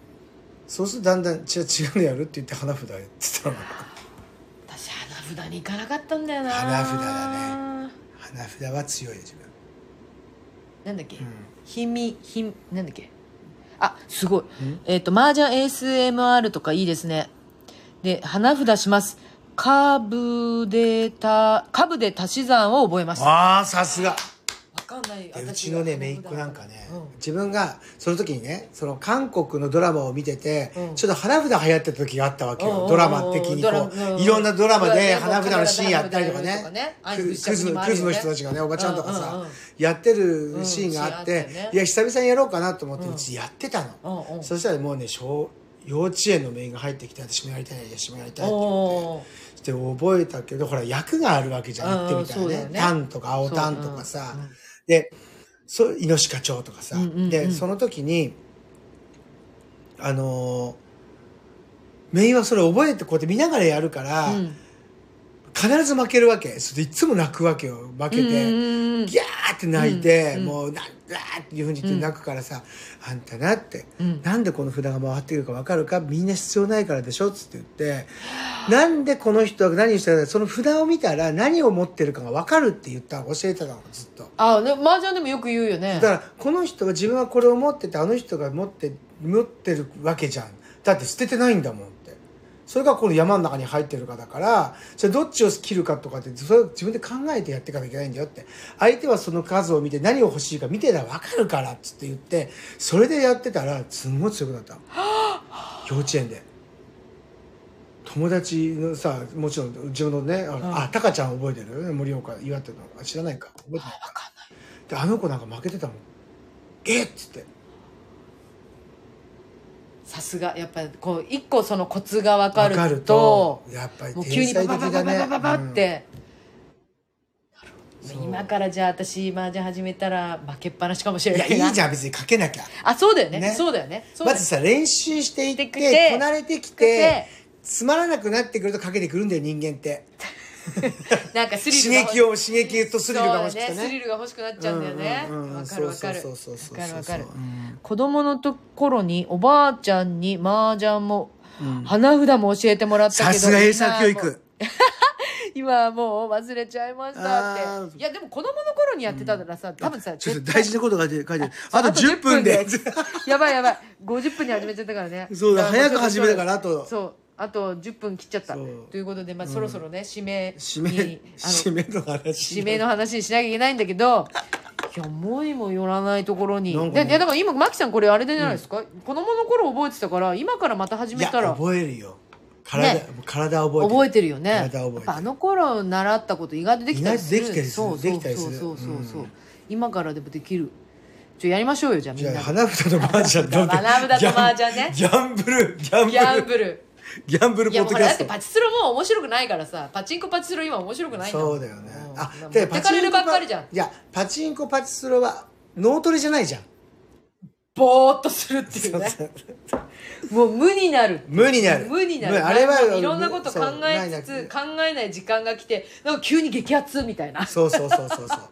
B: そうするとだんだん違う違うのや るって言って花札やってたの
A: 私花札に行かなかったんだよな
B: 花札だね花札は強いよ自分、
A: なんだっけ、
B: うん
A: ひみひみなんだっけあすごい
B: ん
A: えっ、と麻雀 ASMR とかいいですねで花札します株でた株で足し算を覚えましたわ
B: ああさすが
A: かかんない
B: で
A: 私
B: うちのね
A: が
B: 姪っ子なんかね、
A: うん
B: 自分がその時にねその韓国のドラマを見てて、
A: うん
B: ちょっと花札流行ってた時があったわけ
A: うんうん
B: よ、
A: うん
B: ドラマ的にこ
A: ドラうん
B: ういろんなドラマで
A: うん
B: 花札のシーンやったりとか
A: 花札の
B: ね
A: ね
B: クク
A: クズ
B: ズクズの人たちがねおばちゃんとかさ、
A: うんうんうん
B: やってるシーンがあって、
A: うんシーンあったよね
B: いや久々にやろうかなと思って
A: うん
B: うちやってたの、
A: うんうん
B: そしたらもうね小幼稚園の姪が入ってきて私もやりたい私もやりたいって言って。
A: おー
B: して覚えたけどほら役があるわけじゃなくてみたい
A: うんそうだ
B: な
A: よ
B: ね
A: ね
B: タンとか青タンとかさ、
A: そううん
B: でそうイノシカチョウとかさ、
A: うんうんうん
B: でその時にあのーメインはそれ覚えてこうやって見ながらやるから、
A: うん
B: 必ず負けるわけそれでいつも泣くわけよ負けて、
A: うん
B: ギャーって泣いて、
A: うんうん
B: もうなんだーっていうふうに言って泣くからさ、あんたなって、
A: うん
B: なんでこの札が回ってくるか分かるかみんな必要ないからでしょっつって言ってなんでこの人は何をしてるかその札を見たら何を持ってるかが分かるって言ったの教えてたのずっと。
A: あね麻雀でもよく言うよね
B: だからこの人は自分はこれを持っててあの人が持って持ってるわけじゃんだって捨ててないんだもんってそれがこの山の中に入ってるかだからじゃあどっちを切るかとかってそれを自分で考えてやっていかなきゃいけないんだよって相手はその数を見て何を欲しいか見てたら分かるからっつって言ってそれでやってたらすんごい強くなっ たの幼稚園で。友達のさもちろん自分のねあ,、
A: ん
B: あタカちゃん覚えてる盛岡岩手のあ知らないか覚えてないかであの子なんか負けてたもんえっつって
A: さすがやっぱりこう一個そのコツが分か
B: 分
A: る
B: か
A: と
B: るとやっぱり
A: もう急
B: 天
A: に
B: 才
A: バ
B: 的
A: ババ
B: だ
A: バ
B: ね
A: バババって、
B: そう
A: 今からじゃあ私麻雀始めたら負けっぱなしかもし
B: うん
A: れ
B: い
A: な
B: や
A: い
B: いいじ
A: ゃん
B: ゃん別にかけなきゃ
A: あそうだよね
B: ね
A: そうだよねそうだ
B: ま
A: よね
B: ずさ練習していって
A: してきて
B: こなれてき
A: て
B: てつまらなくなってくるとかけてくるんだよ人間って
A: なんかスリル
B: 刺
A: が欲
B: 激を刺激とスリルが欲しくて
A: そうだねスリ
B: ね
A: ルが欲しくなっちゃうんだよね
B: う
A: わ、
B: んうんうん
A: かるわかる
B: そうそう
A: わ
B: そうそう
A: かるわかる
B: うん
A: 子供の頃におばあちゃんに麻雀も
B: うん
A: 花札も教えてもらったけど
B: さすが英才教
A: 今はもう今はも
B: 育
A: う忘れちゃいました
B: あ
A: っ
B: ー
A: ていやでも子供の頃にやってたらさ、多分さ
B: ちょっと
A: 絶対
B: 大事なことが書いてあるあと10分で
A: やばいやばい50分に始めちゃったからね
B: そうだ早く始めたかららあと
A: そうあと10分切っちゃった
B: そう
A: ということで、まあ、そろそろね指名に
B: 締め
A: あの
B: 締めの話
A: 指名の話にしなきゃいけないんだけどいや思いもよらないところに、
B: なんか
A: で
B: ね
A: いやだから今マキさんこれあれじゃないですか、子供の頃覚えてたから今からまた始
B: い
A: め
B: や
A: たら
B: 覚えるよ体、
A: ね
B: 体覚えてる
A: 覚えてるよね
B: 体覚えてる
A: やっぱあの頃習ったこと意外とできたりする
B: 意外とできたりする
A: そう
B: できたりする
A: そうそうそうそう、
B: うん
A: 今からでもできるちょやりましょうよじゃあみんな
B: じゃ
A: で
B: あ花札とマージャンどう だ
A: 花札と麻雀ね
B: ギャンギャンブルギャン
A: ギャンブ
B: ブル
A: ル
B: ギャンブル
A: い
B: ポ
A: や
B: ッ
A: もう
B: ドキ
A: ほ
B: ャ
A: らだっ
B: ス
A: て
B: ト
A: パチスロも面白くないからさパチンコパチスロ今面白くないんだもん
B: そうだよねあ
A: うん持
B: で
A: ってかれるばっかりじゃん
B: パチンコいやパチンコパチスロは脳トレじゃないじゃん
A: ぼーっとするっていうねもう無になる
B: 無になる
A: 無にな
B: 無
A: る
B: あれは
A: なんかいろんなこと考えつ
B: そうない
A: つ考えない時間が来てなんか急に激アツみたいな
B: そうそうそうそうそうだか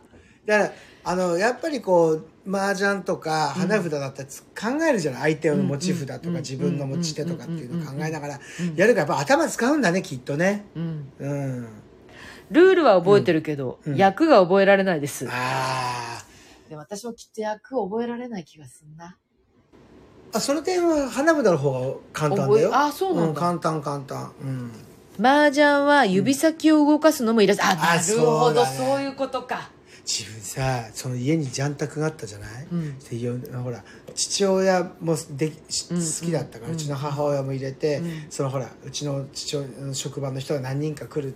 B: らあのやっぱりこう麻雀とか花札だったらつ考えるじゃない相手の持ち札と
A: うん
B: か自分の持ち手とかっていうのを考えながら
A: うん
B: やるからやっぱ頭使うんだねきっとね
A: うん
B: うん
A: ルールは覚えてるけど、
B: うんうん
A: 役が覚えられないです
B: あー
A: でも私もきっと役を覚えられない気がするな
B: あその点は花札の方が簡単だ
A: 覚え
B: よ
A: あそうなんだ
B: 簡単簡単うん
A: 麻雀は指先を動かすのもいらず、あ
B: あ
A: なるほ
B: そうだ
A: ど
B: ね
A: そう,、いうことか
B: 自分さその家にジャンタクがあったじゃない、
A: うん
B: でよほら父親もでし
A: うんうん
B: 好きだったから、う
A: うん
B: ちの母親も入れて、
A: うん
B: そのほらうちの父親の職場の人が何人か来る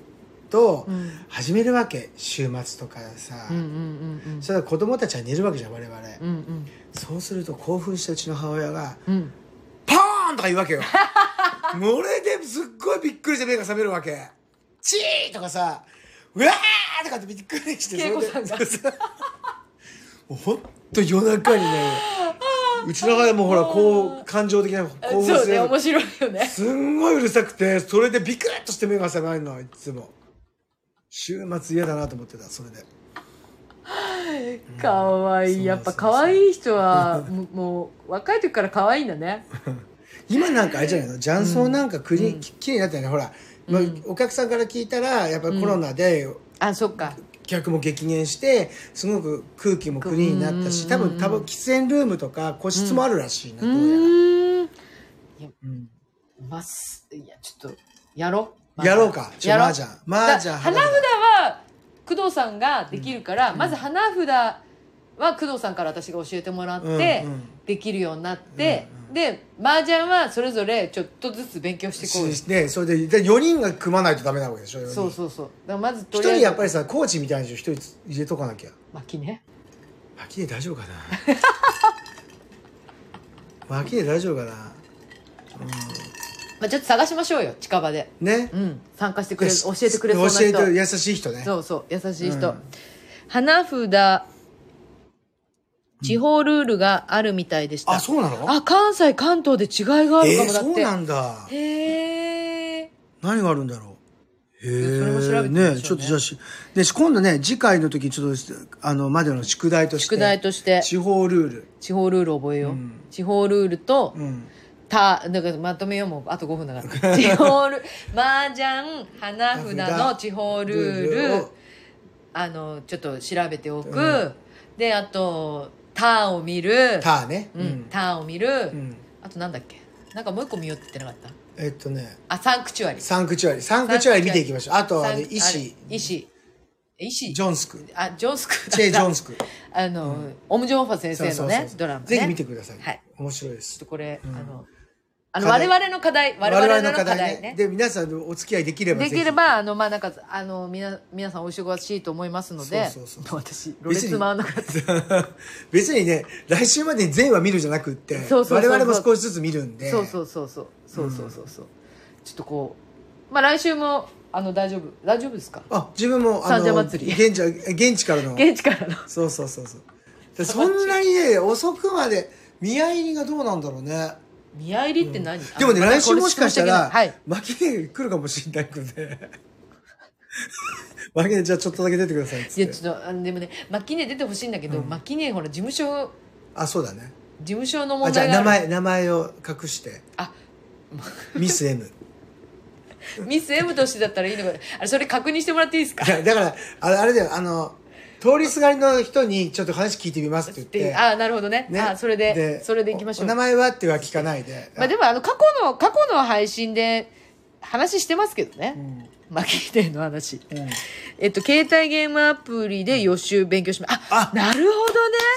B: と、
A: うん
B: 始めるわけ週末とかさ、
A: うんうんうん
B: そしたら子供たちは寝るわけじゃん我々、
A: うんうん
B: そうすると興奮したうちの母親が
A: うんうん
B: 「パーン!」とか言うわけよ もう俺ですっごいびっくりして目が覚めるわけ「チー!」とかさ「うわー!」とかってびっくりして
A: 恵子さん
B: そ
A: が
B: れでそうそうもうほんと夜中 にねうちの母親もほらこう感情的な興奮
A: そう
B: する
A: ね面白いよね
B: すんごいうるさくてそれでビクッとして目が覚めるのいつも週末嫌だなと思ってたそれで
A: かわいいやっぱかわいい人はもうもう若い時からかわいいんだね
B: 今なんかあれじゃないの雀荘なんかクリ、ききれいになったよねほら、まあお客さんから聞いたらやっぱりコロナで
A: あそっか
B: 客も激減してすごく空気もクリーンになったし
A: うん
B: 多分多分喫煙ルームとか個室もあるらしいな、
A: う
B: どうやら、
A: ーん
B: うん
A: ますいやちょっとやろう
B: やろうか
A: やろう
B: マージャンマージャン
A: だ花札は工藤さんができるから、まず花札は工藤さんから私が教えてもらって、
B: うんうん
A: できるようになって、
B: うん
A: で麻雀はそれぞれちょっとずつ勉強してこうよ
B: しね、それでで4人が組まないとダメなわけでしょ4人
A: そうそうそうだからまずと
B: 一
A: りあえ
B: 人
A: ず
B: やっぱりさコーチみたいな人一人入れとかなきゃ
A: 巻きね
B: 脇根大丈夫か な脇根大丈夫かな
A: まあ、ちょっと探しましょうよ近場で
B: ね
A: うん参加してくれる教えてくれそうな
B: 教えて
A: 人
B: 優しい人ね
A: そうそう優しい人、
B: うん
A: 花札地方ルールがあるみたいでした、
B: あそうなの
A: あ関西関東で違いがある
B: え
A: か
B: ー
A: もだっ
B: そう
A: て、
B: なんだ
A: へえ
B: 何があるんだろうへ
A: それも調べて
B: え
A: みましょうね
B: ねちょっとじゃあしでし今度ね次回の時ちょっとあのまでの宿題として
A: 宿題として
B: 地方ルール
A: 地方ルール覚えよう、
B: うん
A: 地方ルールと、
B: うん
A: たなんかまとめようもうあと5分だ から地方ル麻雀花札の地方ルール
B: ルールを
A: あのちょっと調べておく、
B: うん
A: であと「タ」を見る「
B: ターね
A: うん「タ」を見る、
B: うん
A: あとなんだっけなんかもう一個見ようって言ってなかった
B: えっとね
A: あサンクチュアリ
B: サンクチュアリサンクチュアリ見ていきましょうあとは
A: サン
B: ね
A: ク
B: 医師
A: あれ医師医師
B: ジョン スク
A: あジョンスク
B: チェ・ジョンスク
A: あの、オム・ジョンファ先生のね
B: そうそうそうそう
A: ドラマね
B: ぜひ見てください、
A: はい
B: 面白いで
A: ちょっ
B: す
A: とこれ、あのあの
B: 課
A: 我
B: 題
A: 々の課題我々の課題ね
B: で皆さんお付き合いできれば
A: で
B: ぜひ
A: きればあのまあなんかあのみな皆さんお忙しいと思いますので
B: そうそうそう
A: も私ろれつ回んなかった
B: 別にね来週までに全話見るじゃなくって
A: そうそうそうそう
B: 我々も少しずつ見るんで
A: そうそうそうそうそうそうそうそうちょっとこうまあ来週もあの大丈夫大丈夫ですか
B: あ自分も
A: 三社
B: の
A: 祭り
B: 現地現地からの
A: 現地からの
B: そうそうそうそうでそんなにね遅くまで見合い入りがどうなんだろうね
A: 宮入りって何、
B: でもね
A: あの
B: 来週もしかしたら
A: はい
B: 負けで来るかもしれないので 負けでじゃあちょっとだけ出てくださいっつ
A: い
B: っ
A: や
B: て
A: ちょっとあのでもねマキネ出てほしいんだけど、マキネほら事務所
B: あそうだね
A: 事務所の
B: あ
A: 問
B: じゃあ
A: 題がある
B: 名前名前を隠して
A: あ
B: ミス M
A: ミス M としてだったらいいのかあれそれ確認してもらっていいですか
B: いやだからあれあれだよあの通りすがりの人にちょっと話聞いてみますって言っ
A: って
B: て
A: ああなるほどねあそれでそれでいきましょ
B: お
A: う
B: お名前はっては聞かないで、
A: まあでもあの過去の過去の配信で話してますけどね、マキネの話、
B: うん
A: えっと携帯ゲームアプリで予習勉強しまあ
B: あ
A: なるほどね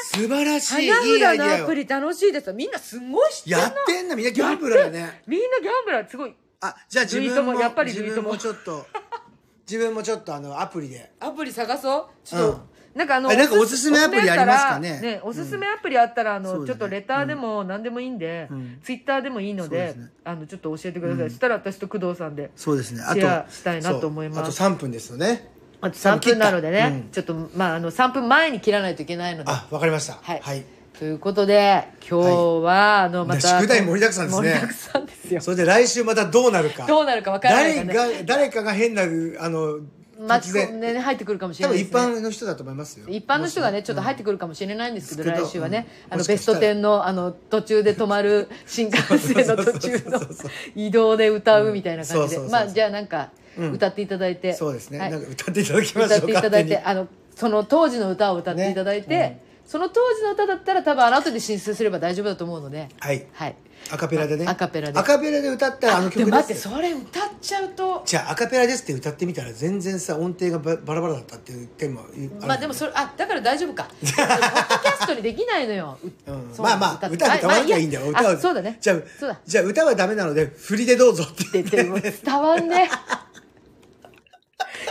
B: 素晴らしいいいア
A: 花
B: イデ
A: 札
B: ア
A: のア
B: よ
A: プリ楽しいですみんなすごい知ってんの
B: やってんだみんなギャンブラーだね
A: みんなギャンブラーすごい
B: あじゃあ自分
A: ルイ
B: も
A: 友やっぱりルイ
B: 自
A: 友
B: 分もちょっと 自分もちょっとあのアプリで
A: アプリ探そうちょっと、なんかあの
B: えなんかおすすめアプリありますかね
A: おすすめあったらおすすめアプリあったら、あ
B: そう
A: の
B: だね
A: ちょっとレターでも何でもいいんで、
B: ん
A: ツイッターでもいいの
B: そうで
A: です
B: ね
A: あのちょっと教えてください、そしたら私と工藤さんで
B: そうですねあ
A: シ
B: と
A: ェアしたいなと思います
B: そうあと3分ですよね
A: あと3分なので
B: 切
A: ね
B: っ、た
A: ちょっとまああの3分前に切らないといけないので
B: あわかりました
A: はい
B: はい、
A: ということで今日は、あのまた
B: 宿題盛りだくさんですね
A: 盛りだくさんですよ
B: それで来週またどうなるか
A: どうなるかわからないから
B: 誰
A: ね
B: が誰かが変なあの
A: 巻
B: 突
A: き込ん
B: 然
A: でね入ってくるかもしれ
B: 多
A: ないで
B: 分一
A: す、ね、
B: 般の人だと思いますよ
A: 一般の人がねちょっと入ってくるかもしれないんですけど
B: ですけど
A: 来週はね、
B: うん
A: あの
B: もし
A: ベ
B: か
A: ス
B: した
A: ト
B: ら
A: 10のあの途中で止ま る新幹線の途中の
B: そうそうそうそう
A: 移動で歌うみたいな感じで
B: うんそうそうそうそう
A: まあじゃあなんか
B: うん
A: 歌っていただいて、
B: そうですね、
A: はい
B: なんか歌っていただきまし
A: 歌
B: ょう
A: っていただいて
B: 勝
A: あのその当時の歌を歌っていただいて、
B: ね
A: その当時の歌だったら多分あの後で申請すれば大丈夫だと思うので
B: 手にはい
A: はい
B: アカペラでね
A: アカペラで
B: アカペラで歌ったらあの曲
A: でも待って
B: です
A: それ歌っちゃうと
B: じゃあアカペラですって歌ってみたら全然さ音程がババラバラだったっていう点もある
A: まあでもそれあだから大丈夫 かポッドキャストにできないのよ、う
B: うん
A: そう
B: まあまあ歌歌わなきゃいいんだ
A: ま
B: よ、
A: あ
B: 歌
A: や
B: は
A: あそうだね
B: じゃあ
A: そうだ
B: じゃあ歌はダメなので振りでどうぞって
A: って言っても伝わん ね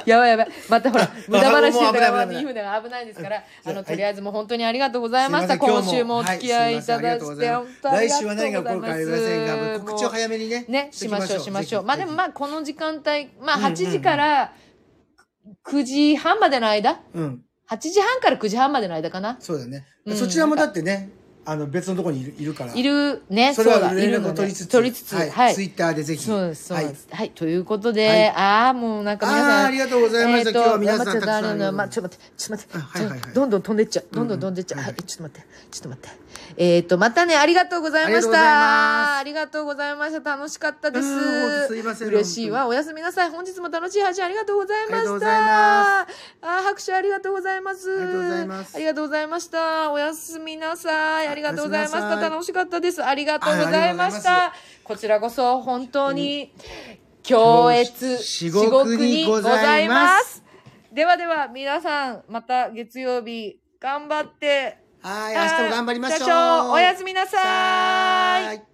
A: やばいやばいまたほら無駄話してたら
B: もう危ない危ない危ない
A: 2分だから危ないですからあ
B: じゃあは
A: の
B: い
A: とりあえずもう本当にありがとうございまし
B: す
A: た
B: いせん
A: 今週もお付き合いいただいて
B: は
A: 本
B: す
A: 当に
B: ませんありがとうございます来週は何が
A: あ
B: 起こる
A: り
B: かは言
A: が
B: い
A: とうございま
B: ません
A: す
B: が告知を早めにね
A: ね、
B: して
A: し
B: いき
A: ましょうしましょう。
B: ぜひ
A: まあでもま
B: ぜ
A: あこの時間帯、まあ
B: うんうんう
A: 8
B: ん
A: 時から9時半までの間、
B: ひうん
A: 8時半から9時半までの間かな。
B: そうだね、
A: うん
B: そちらもだってねあの別のところにいるいるから
A: いるね、
B: そ
A: そう
B: れ
A: だ、
B: はい連
A: る
B: 絡
A: の
B: を
A: で
B: 取りつつ
A: 取りつつ、はい。
B: ツイッターでぜひ
A: そうです、そう
B: はい
A: です。はい。ということで、
B: はい
A: ああ、もうなんか皆
B: あ
A: さん。
B: ーありがとうございました
A: えーと
B: 今日は皆さん
A: 頑張って
B: たくさん
A: ありがとうございます
B: ありがとうご
A: まあちょっと待って、ちょっと待って、
B: ざいますあはいはいはい
A: どんどん飛んでっちゃう。どんどん飛んでっちゃう。
B: うんうん
A: はい、ちょっと待って、ちょっと待って。えっ、と、またね、ありがとうございました。ありがとうございました。楽しかったです。
B: うん本当すいません
A: 嬉しいわ。
B: 本
A: おやすみなさい。本日も楽しい配信ありがとうございま
B: ありがと
A: し
B: うご
A: た。
B: ざい
A: あ
B: ま
A: あ、拍手ありがとうございます。
B: ありがとうございます
A: ありがとうございました。おやすみなさい。ありがとうございまし
B: おやすみな
A: た。
B: さい
A: 楽しかったです。ありがとうございまし
B: はいありがとうござい
A: た。こちらこそ本当に強烈
B: 至極にございます
A: ではでは皆さんまた月曜日頑張って。
B: はい、明日も頑張りましょう。
A: 社長おやすみなさーい
B: さーい